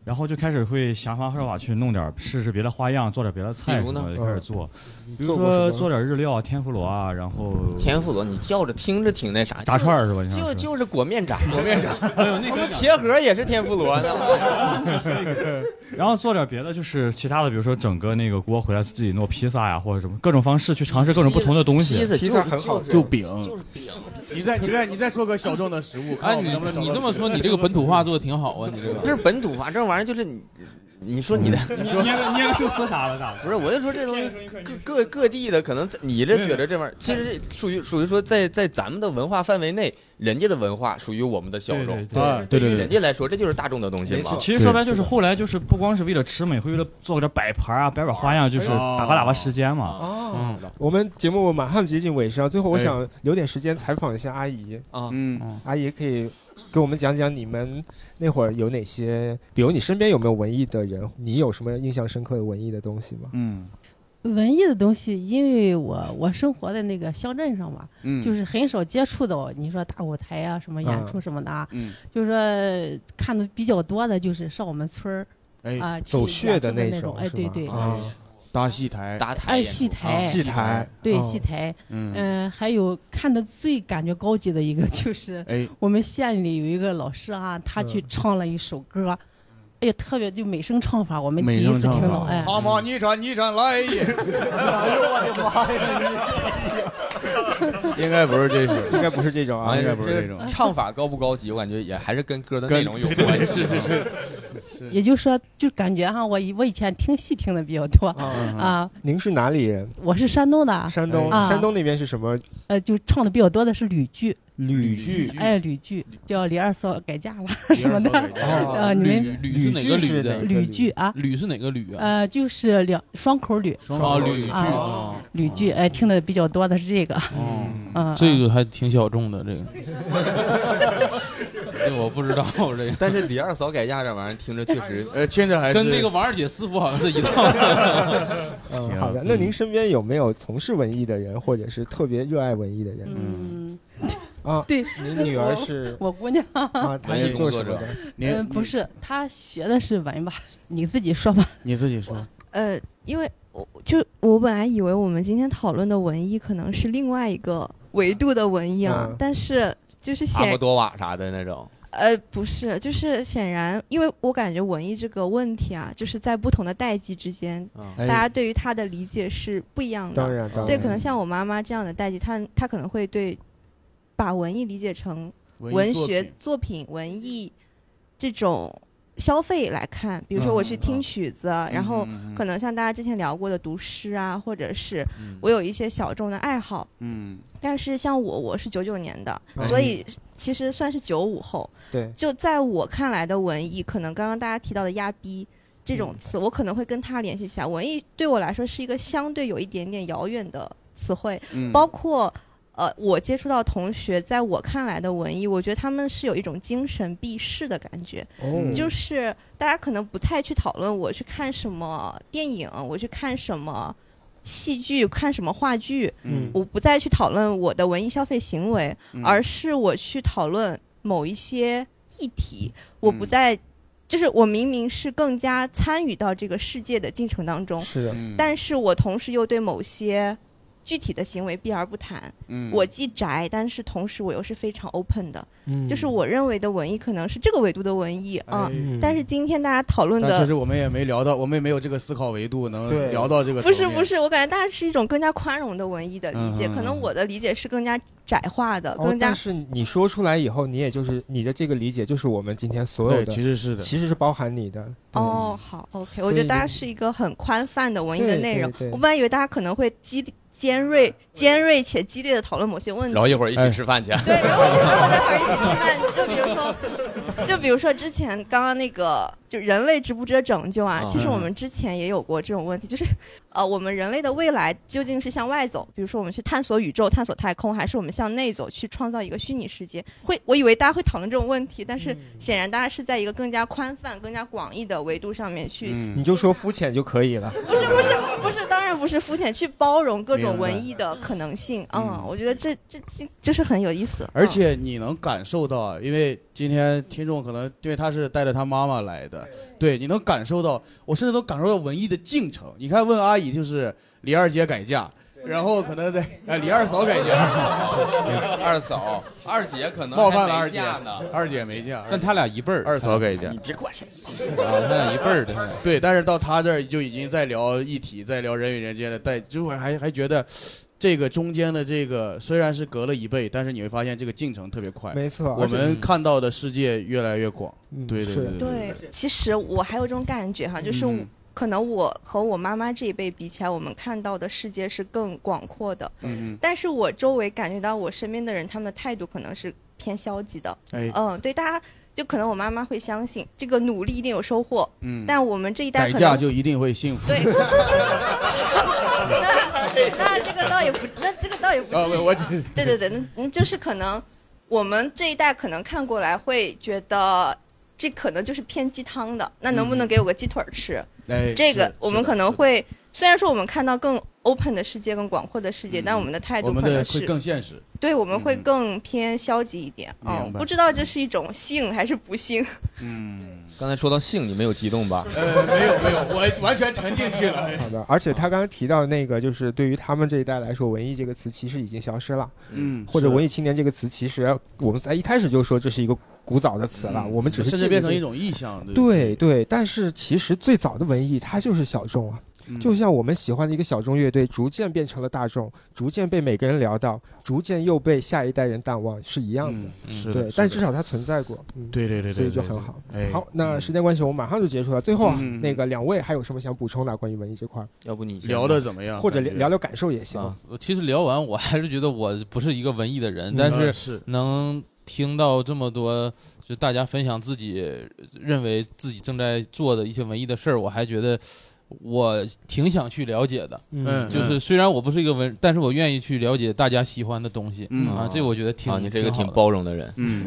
[SPEAKER 8] 然后就开始会想方设法去弄点试试别的花样，做点别的菜
[SPEAKER 5] 比
[SPEAKER 8] 什
[SPEAKER 5] 如呢
[SPEAKER 8] 么的，开始做。
[SPEAKER 5] 嗯
[SPEAKER 8] 比如
[SPEAKER 5] 做过什么
[SPEAKER 8] 说做点日料、天妇罗啊，然后
[SPEAKER 5] 天妇罗，你叫着听着挺那啥，
[SPEAKER 8] 炸串儿是吧你想
[SPEAKER 5] 就
[SPEAKER 8] 说
[SPEAKER 5] 就是裹面炸，裹面炸，我们茄盒也是天妇罗呢。
[SPEAKER 4] (laughs)
[SPEAKER 1] (laughs)
[SPEAKER 8] 然后做点别的，就是其他的，比如说整个那个锅回来自己弄披萨呀，或者什么各种方式去尝试各种不同的东西。
[SPEAKER 5] 披萨披萨很好吃啊
[SPEAKER 3] 就饼，
[SPEAKER 5] 就是
[SPEAKER 3] 饼。 (laughs) 你再你再你再说个小众的食
[SPEAKER 5] 啊
[SPEAKER 3] 物，看
[SPEAKER 4] 哎，
[SPEAKER 3] 我
[SPEAKER 4] 你
[SPEAKER 3] 们能不能
[SPEAKER 4] 你
[SPEAKER 3] 找到
[SPEAKER 4] 这么说，
[SPEAKER 3] 吃的
[SPEAKER 4] 你这个本土化做的挺好啊，你这个
[SPEAKER 5] 这是本土化，这玩意儿就是你，你说你的，
[SPEAKER 8] 你说捏个捏个寿司啥的咋的？
[SPEAKER 5] 不是，我就说这东西各各各地的，可能在你这觉得这玩意儿，其实这属于属于说在在咱们的文化范围内，人家的文化属于我们的小众，
[SPEAKER 8] 对对对啊对对
[SPEAKER 5] 于
[SPEAKER 8] 对
[SPEAKER 5] 人家来说，这就是大众的东西嘛。
[SPEAKER 8] 其实说白就是后来就是不光是为了吃嘛，也会为了做点摆盘啊、摆摆花样，就是
[SPEAKER 1] 哦
[SPEAKER 8] 打发打发时间
[SPEAKER 3] 啊
[SPEAKER 8] 嘛。
[SPEAKER 1] 哦，
[SPEAKER 3] 嗯
[SPEAKER 5] 嗯
[SPEAKER 1] 我们节目马上接近尾声，最后我想留点时间采访一下阿姨
[SPEAKER 5] 啊，
[SPEAKER 3] 哎嗯，
[SPEAKER 1] 阿姨可以给我们讲讲你们那会儿有哪些，比如你身边有没有文艺的人，你有什么印象深刻的文艺的东西吗？
[SPEAKER 3] 嗯，
[SPEAKER 14] 文艺的东西，因为我我生活在那个乡镇上嘛，
[SPEAKER 3] 嗯
[SPEAKER 14] 就是很少接触到你说大舞台啊、什么演出
[SPEAKER 3] 嗯
[SPEAKER 14] 什么的啊，
[SPEAKER 3] 嗯
[SPEAKER 14] 就是说看的比较多的就是上我们村儿
[SPEAKER 3] 哎
[SPEAKER 14] 啊、去
[SPEAKER 1] 走穴
[SPEAKER 14] 演
[SPEAKER 1] 的
[SPEAKER 14] 出的
[SPEAKER 1] 那
[SPEAKER 14] 那
[SPEAKER 1] 种
[SPEAKER 14] 哎，
[SPEAKER 1] 是
[SPEAKER 14] 对
[SPEAKER 1] 吧
[SPEAKER 14] 对，
[SPEAKER 1] 啊
[SPEAKER 3] 搭戏台，啊
[SPEAKER 5] 搭
[SPEAKER 14] 哎，戏台，
[SPEAKER 3] 戏台，
[SPEAKER 14] 对，戏台，
[SPEAKER 3] 嗯
[SPEAKER 14] 嗯，还有看的最感觉高级的一个 (laughs) 就是
[SPEAKER 3] 哎，嗯
[SPEAKER 14] 我们县里有一个老师啊，他去唱了一首歌，哎呀，特别就美声唱法，我们
[SPEAKER 3] 美
[SPEAKER 14] 第一
[SPEAKER 3] 声
[SPEAKER 14] 次
[SPEAKER 3] 唱法
[SPEAKER 14] 听到，哎，
[SPEAKER 3] 好嘛，你唱你唱来 (laughs) 也，
[SPEAKER 5] (laughs) 应该不是这首，
[SPEAKER 1] 应该不是这种啊
[SPEAKER 5] 好像
[SPEAKER 1] 应该不是这种
[SPEAKER 5] 个唱法高不高级，我感觉也还是跟歌的内容有
[SPEAKER 3] 跟
[SPEAKER 5] 关
[SPEAKER 3] 对
[SPEAKER 5] 系。
[SPEAKER 3] 是是是
[SPEAKER 14] 也就是说，就感觉哈，我以我以前听戏听的比较多
[SPEAKER 1] 嗯
[SPEAKER 14] 啊，
[SPEAKER 1] 您是哪里人？
[SPEAKER 14] 我是山东的，
[SPEAKER 1] 山东，
[SPEAKER 14] 啊，
[SPEAKER 1] 山东那边是什么？
[SPEAKER 14] 呃，就唱的比较多的是吕剧。
[SPEAKER 1] 吕剧
[SPEAKER 14] 哎，吕剧叫李二嫂改嫁了什么的，
[SPEAKER 4] 哦
[SPEAKER 14] 呃，你们
[SPEAKER 4] 吕吕是哪个吕的？
[SPEAKER 14] 吕剧啊，
[SPEAKER 4] 吕是哪个吕啊？
[SPEAKER 14] 呃，就是两双口吕，
[SPEAKER 4] 双口吕
[SPEAKER 14] 啊
[SPEAKER 4] 吕剧哦
[SPEAKER 14] 吕剧，哎，听的比较多的是这个，嗯， (laughs)
[SPEAKER 4] 这个还挺小众的，这个这我不知道这个。
[SPEAKER 5] 但是 (laughs) 李二嫂改嫁这玩意儿听着确实，
[SPEAKER 3] 呃，听着还
[SPEAKER 4] 跟那个王二姐似乎好像是一套的。
[SPEAKER 1] 嗯，好的。那您身边有没有从事文艺的人，或者是特别热爱文艺的人？嗯，啊，
[SPEAKER 4] (laughs)
[SPEAKER 14] 对，
[SPEAKER 1] 您女儿是
[SPEAKER 14] (laughs) 我我姑娘
[SPEAKER 1] 啊，她是做什么的？
[SPEAKER 14] 嗯，不是，她学的是文吧？你自己说吧。
[SPEAKER 3] 你自己说，
[SPEAKER 13] 呃，因为我就我本来以为我们今天讨论的文艺可能是另外一个维度的文艺啊，
[SPEAKER 5] 嗯
[SPEAKER 13] 但是就是
[SPEAKER 5] 阿
[SPEAKER 13] 显
[SPEAKER 5] 莫多瓦啥的那种。
[SPEAKER 13] 呃，不是，就是显然，因为我感觉文艺这个问题啊，就是在不同的代际之间，
[SPEAKER 5] 嗯
[SPEAKER 14] 哎
[SPEAKER 13] 大家对于它的理解是不一样的。
[SPEAKER 1] 当然当
[SPEAKER 13] 对，
[SPEAKER 1] 然
[SPEAKER 13] 可能像我妈妈这样的代际，她她可能会对把文艺理解成
[SPEAKER 14] 文艺
[SPEAKER 13] 文
[SPEAKER 14] 作
[SPEAKER 13] 学
[SPEAKER 14] 品
[SPEAKER 13] 作品、文艺这种消费来看。比如说，我去听曲子，然后
[SPEAKER 14] 嗯嗯嗯嗯
[SPEAKER 13] 可能像大家之前聊过的读诗啊，或者是
[SPEAKER 14] 嗯
[SPEAKER 13] 我有一些小众的爱好。
[SPEAKER 3] (laughs) 嗯，
[SPEAKER 13] 但是像我，我是九九年的，
[SPEAKER 14] 哎
[SPEAKER 3] 嗯
[SPEAKER 13] 所以其实算是九五后。
[SPEAKER 1] 对
[SPEAKER 13] 就在我看来的文艺，可能刚刚大家提到的“压逼”这
[SPEAKER 14] 嗯
[SPEAKER 13] 种词，我可能会跟它联系起来。文艺对我来说是一个相对有一点点遥远的词汇，
[SPEAKER 14] 嗯
[SPEAKER 13] 包括呃，我接触到同学，在我看来的文艺，我觉得他们是有一种精神避世的感觉，
[SPEAKER 14] 哦
[SPEAKER 13] 就是大家可能不太去讨论我去看什么电影，我去看什么。戏剧看什么话剧，
[SPEAKER 14] 嗯
[SPEAKER 13] 我不再去讨论我的文艺消费行为，
[SPEAKER 14] 嗯
[SPEAKER 13] 而是我去讨论某一些议题，我不
[SPEAKER 14] 嗯
[SPEAKER 13] 再、就是我明明是更加参与到这个世界的进程当中，
[SPEAKER 1] 是的嗯
[SPEAKER 13] 但是我同时又对某些具体的行为避而不谈，
[SPEAKER 1] 嗯
[SPEAKER 13] 我既宅，但是同时我又是非常 open 的，
[SPEAKER 1] 嗯
[SPEAKER 13] 就是我认为的文艺可能是这个维度的文艺啊、
[SPEAKER 3] 哎
[SPEAKER 13] 但是今天大家讨论
[SPEAKER 3] 但
[SPEAKER 13] 的
[SPEAKER 3] 确实我们也没聊到，我们也没有这个思考维度能
[SPEAKER 13] 对
[SPEAKER 3] 聊到这个层
[SPEAKER 13] 不
[SPEAKER 3] 面。
[SPEAKER 13] 是不是，我感觉大家是一种更加宽容的文艺的理解，
[SPEAKER 1] 嗯嗯
[SPEAKER 13] 可能
[SPEAKER 1] 嗯
[SPEAKER 13] 我的理解是更加窄化的，
[SPEAKER 1] 哦
[SPEAKER 13] 更，加
[SPEAKER 1] 但是你说出来以后，你也就是你的这个理解，就是我们今天所有的，
[SPEAKER 3] 对其实是的
[SPEAKER 1] 其实是包含你的。对
[SPEAKER 13] 哦，好，OK，
[SPEAKER 1] 所
[SPEAKER 13] 我觉
[SPEAKER 1] 以
[SPEAKER 13] 得大家是一个很宽泛的文艺的
[SPEAKER 1] 对
[SPEAKER 13] 内
[SPEAKER 1] 对
[SPEAKER 13] 容
[SPEAKER 1] 对。
[SPEAKER 13] 我本来以为大家可能会激尖锐、尖锐且激烈的讨论某些问题。
[SPEAKER 5] 聊一会儿一
[SPEAKER 3] 哎
[SPEAKER 5] 起吃饭去。对，
[SPEAKER 13] 就比如说， (laughs) 就比如说之前刚刚那个，就人类值不值得拯救啊？
[SPEAKER 5] 嗯
[SPEAKER 13] 其实我们之前也有过这种问题，就是 (laughs) 呃，我们人类的未来究竟是向外走，比如说我们去探索宇宙、探索太空，还是我们向内走去创造一个虚拟世界？会，我以为大家会讨论这种问题，但是显然大家是在一个更加宽泛、更加广义的维度上面去
[SPEAKER 1] 你就说肤浅就可以了。
[SPEAKER 13] 不是不是不是，当然不是肤浅，去包容各
[SPEAKER 3] 明
[SPEAKER 13] 种
[SPEAKER 3] 白
[SPEAKER 13] 文艺的可能性。嗯，我觉得这这这就是很有意思。
[SPEAKER 3] 而且你能感受到啊，因为今天听众可能因为他是带着他妈妈来的，对，你能感受到，我甚至都感受到文艺的进程。你看，问阿姨就是李二姐改嫁，然后可能在哎李二嫂改 (laughs)
[SPEAKER 14] (laughs)
[SPEAKER 3] 嫁，
[SPEAKER 5] 二嫂、二姐可能
[SPEAKER 3] 冒犯了
[SPEAKER 5] 还
[SPEAKER 3] 二
[SPEAKER 5] 没
[SPEAKER 3] 姐
[SPEAKER 5] 嫁呢，
[SPEAKER 3] 二姐没嫁，
[SPEAKER 4] 但他俩一辈儿，
[SPEAKER 3] 二嫂改嫁
[SPEAKER 5] 你别管谁。
[SPEAKER 3] 啊，
[SPEAKER 4] 他俩一辈儿的。
[SPEAKER 3] 对，但是到他这儿就已经在聊议题，在聊人与人之间的代，就会还还觉得。这个中间的这个虽然是隔了一辈，但是你会发现这个进程特别快。
[SPEAKER 1] 没错
[SPEAKER 3] 我
[SPEAKER 1] 而且
[SPEAKER 3] 们看到的世界越来越广。对对
[SPEAKER 1] 是
[SPEAKER 3] 对
[SPEAKER 13] 对，其实我还有一种感觉哈，就是我
[SPEAKER 3] 嗯
[SPEAKER 13] 可能我和我妈妈这一辈比起来，我们看到的世界是更广阔的。
[SPEAKER 3] 嗯
[SPEAKER 13] 但是我周围感觉到我身边的人，他们的态度可能是偏消极的。
[SPEAKER 3] 哎
[SPEAKER 13] 嗯，对，大家就可能我妈妈会相信这个努力一定有收获。
[SPEAKER 3] 嗯
[SPEAKER 13] 但我们这一代
[SPEAKER 3] 改
[SPEAKER 13] 可
[SPEAKER 3] 嫁
[SPEAKER 13] 能
[SPEAKER 3] 就一定会幸福。
[SPEAKER 13] 对，那那这个倒也不，那这个倒也不至于、
[SPEAKER 3] 啊不我只
[SPEAKER 13] 对对对，那嗯就是可能我们这一代可能看过来会觉得这可能就是偏鸡
[SPEAKER 3] 嗯
[SPEAKER 13] 汤的，那能不能给我个鸡腿儿吃？
[SPEAKER 3] (laughs) 哎
[SPEAKER 13] 这个
[SPEAKER 3] 是
[SPEAKER 13] 我们可能会，虽然说我们看到更 open 的世界、更广阔的世界，但我们的态
[SPEAKER 3] 嗯我
[SPEAKER 13] 度
[SPEAKER 3] 们
[SPEAKER 13] 可能
[SPEAKER 3] 的
[SPEAKER 13] 是
[SPEAKER 3] 会更现嗯实。
[SPEAKER 13] 对，我们会更偏消极一点。
[SPEAKER 5] 明
[SPEAKER 13] 嗯，
[SPEAKER 5] 白
[SPEAKER 13] 不知道这是一种幸还是不幸。
[SPEAKER 3] 嗯，
[SPEAKER 5] 刚才说到性，你没有激动吧？
[SPEAKER 3] 呃，没有没有，我完全沉浸去了。
[SPEAKER 1] 好的，而且他刚刚提到那个，就是对于他们这一代来说，文艺这个词其实已经消失了。
[SPEAKER 3] 嗯
[SPEAKER 1] 或者
[SPEAKER 3] 是的
[SPEAKER 1] 文艺青年这个词，其实我们在一开始就说这是一个古早的词了，
[SPEAKER 3] 嗯
[SPEAKER 1] 我们只是
[SPEAKER 3] 甚至
[SPEAKER 1] 借着
[SPEAKER 3] 变成
[SPEAKER 1] 这
[SPEAKER 3] 一种意象，对不嗯对
[SPEAKER 1] 对对，但是其实最早的文艺它就是小众啊，
[SPEAKER 3] 嗯
[SPEAKER 1] 就像我们喜欢的一个小众乐队，逐渐变成了大众，逐渐被每个人聊到，逐渐又被下一代人淡忘，是一样的。
[SPEAKER 3] 嗯是的
[SPEAKER 1] 对
[SPEAKER 3] 是，
[SPEAKER 1] 但
[SPEAKER 3] 的
[SPEAKER 1] 至少它存在过。嗯，
[SPEAKER 3] 对对对对
[SPEAKER 1] 所以就
[SPEAKER 3] 对
[SPEAKER 1] 很
[SPEAKER 3] 对
[SPEAKER 1] 好。
[SPEAKER 3] 哎
[SPEAKER 1] 好，那时间关系，我们马上就结束了。最后啊，
[SPEAKER 3] 嗯嗯嗯
[SPEAKER 1] 那个两位还有什么想补充的啊关于文艺这块儿？
[SPEAKER 5] 要不你先
[SPEAKER 4] 聊得怎么样
[SPEAKER 1] 或者
[SPEAKER 4] 感
[SPEAKER 1] 聊
[SPEAKER 4] 觉
[SPEAKER 1] 聊聊感受也行。
[SPEAKER 4] 啊，我其实聊完，我还是觉得我不是一个文艺的人，
[SPEAKER 1] 嗯
[SPEAKER 4] 但
[SPEAKER 1] 啊
[SPEAKER 4] 是
[SPEAKER 1] 是
[SPEAKER 4] 能听到这么多，就大家分享自己认为自己正在做的一些文艺的事儿，我还觉得我挺想去了解的。
[SPEAKER 5] 嗯
[SPEAKER 4] 就是
[SPEAKER 5] 嗯
[SPEAKER 4] 虽然我不是一个文，但是我愿意去了解大家喜欢的东西。
[SPEAKER 5] 嗯
[SPEAKER 4] 啊，这我觉得挺
[SPEAKER 5] 啊，你是一个
[SPEAKER 4] 挺
[SPEAKER 5] 挺
[SPEAKER 4] 好的
[SPEAKER 5] 包容的人。
[SPEAKER 4] 嗯，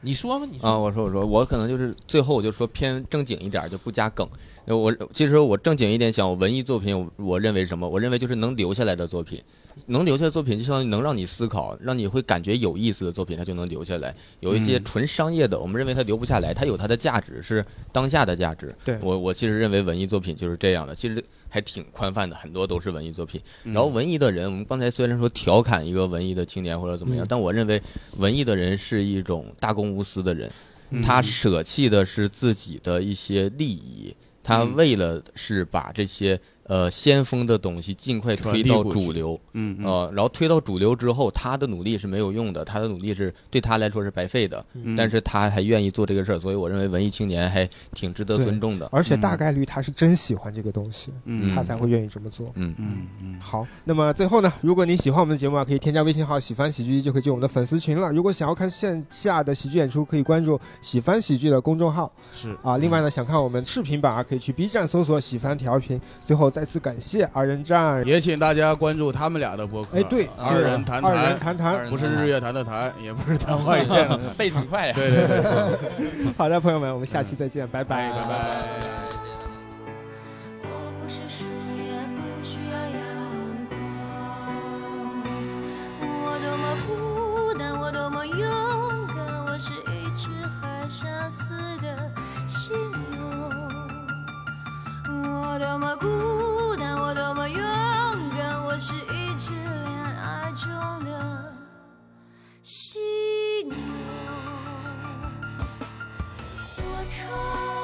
[SPEAKER 4] 你说吧，你说
[SPEAKER 5] 啊，我说我说，我可能就是最后我就说偏正经一点儿，就不加梗。呃我其实我正经一点想，我文艺作品我我认为是什么？我认为就是能留下来的作品，能留下来的作品就相当于能让你思考，让你会感觉有意思的作品，它就能留下来。有一些
[SPEAKER 4] 嗯
[SPEAKER 5] 纯商业的，我们认为它留不下来，它有它的价值，是当下的价值。
[SPEAKER 1] 对
[SPEAKER 5] 我我其实认为文艺作品就是这样的，其实还挺宽泛的，很多都是文艺作品。
[SPEAKER 4] 嗯
[SPEAKER 5] 然后文艺的人，我们刚才虽然说调侃一个文艺的青年或者怎么样
[SPEAKER 4] 嗯，
[SPEAKER 5] 但我认为文艺的人是一种大公无私的人。
[SPEAKER 4] 嗯
[SPEAKER 5] 他舍弃的是自己的一些利益，他为了是把这些呃先锋的东西尽快推到主流，
[SPEAKER 4] 嗯嗯
[SPEAKER 5] 呃，然后推到主流之后，他的努力是没有用的，他的努力是对他来说是白费的，
[SPEAKER 1] 嗯
[SPEAKER 5] 但是他还愿意做这个事儿，所以我认为文艺青年还挺值得
[SPEAKER 1] 对
[SPEAKER 5] 尊重的，
[SPEAKER 1] 而且
[SPEAKER 3] 嗯
[SPEAKER 1] 大概率他是真喜欢这个东西，
[SPEAKER 5] 嗯
[SPEAKER 1] 他才会愿意这么做。
[SPEAKER 5] 嗯
[SPEAKER 3] 嗯嗯，
[SPEAKER 1] 好，那么最后呢，如果您喜欢我们的节目啊，可以添加微信号“喜翻喜剧一”就可以进我们的粉丝群了。如果想要看线下的喜剧演出，可以关注“喜翻喜剧”的公众号。
[SPEAKER 3] 是
[SPEAKER 1] 啊，另外呢，想看我们视频版啊，可以去 B 站搜索“喜翻调频”。最后再次感谢二人站。
[SPEAKER 3] 也请大家关注他们俩的播客。
[SPEAKER 1] 哎对
[SPEAKER 3] 二人谈
[SPEAKER 1] 二人谈谈
[SPEAKER 3] 不是日月潭的潭，也不是昙花一现的
[SPEAKER 5] (laughs)
[SPEAKER 3] 昙
[SPEAKER 5] 背挺
[SPEAKER 1] (laughs)
[SPEAKER 5] 快呀
[SPEAKER 3] 对对对。 (laughs)
[SPEAKER 1] 好的，朋友们，我们下期再见，拜拜，
[SPEAKER 3] 拜拜。
[SPEAKER 20] 我不是树，也不需要阳光。我多么孤单，我多么勇敢，我是一只海上死的犀牛。我多么孤单，我多么勇敢，我是一只恋爱中的犀牛。我唱。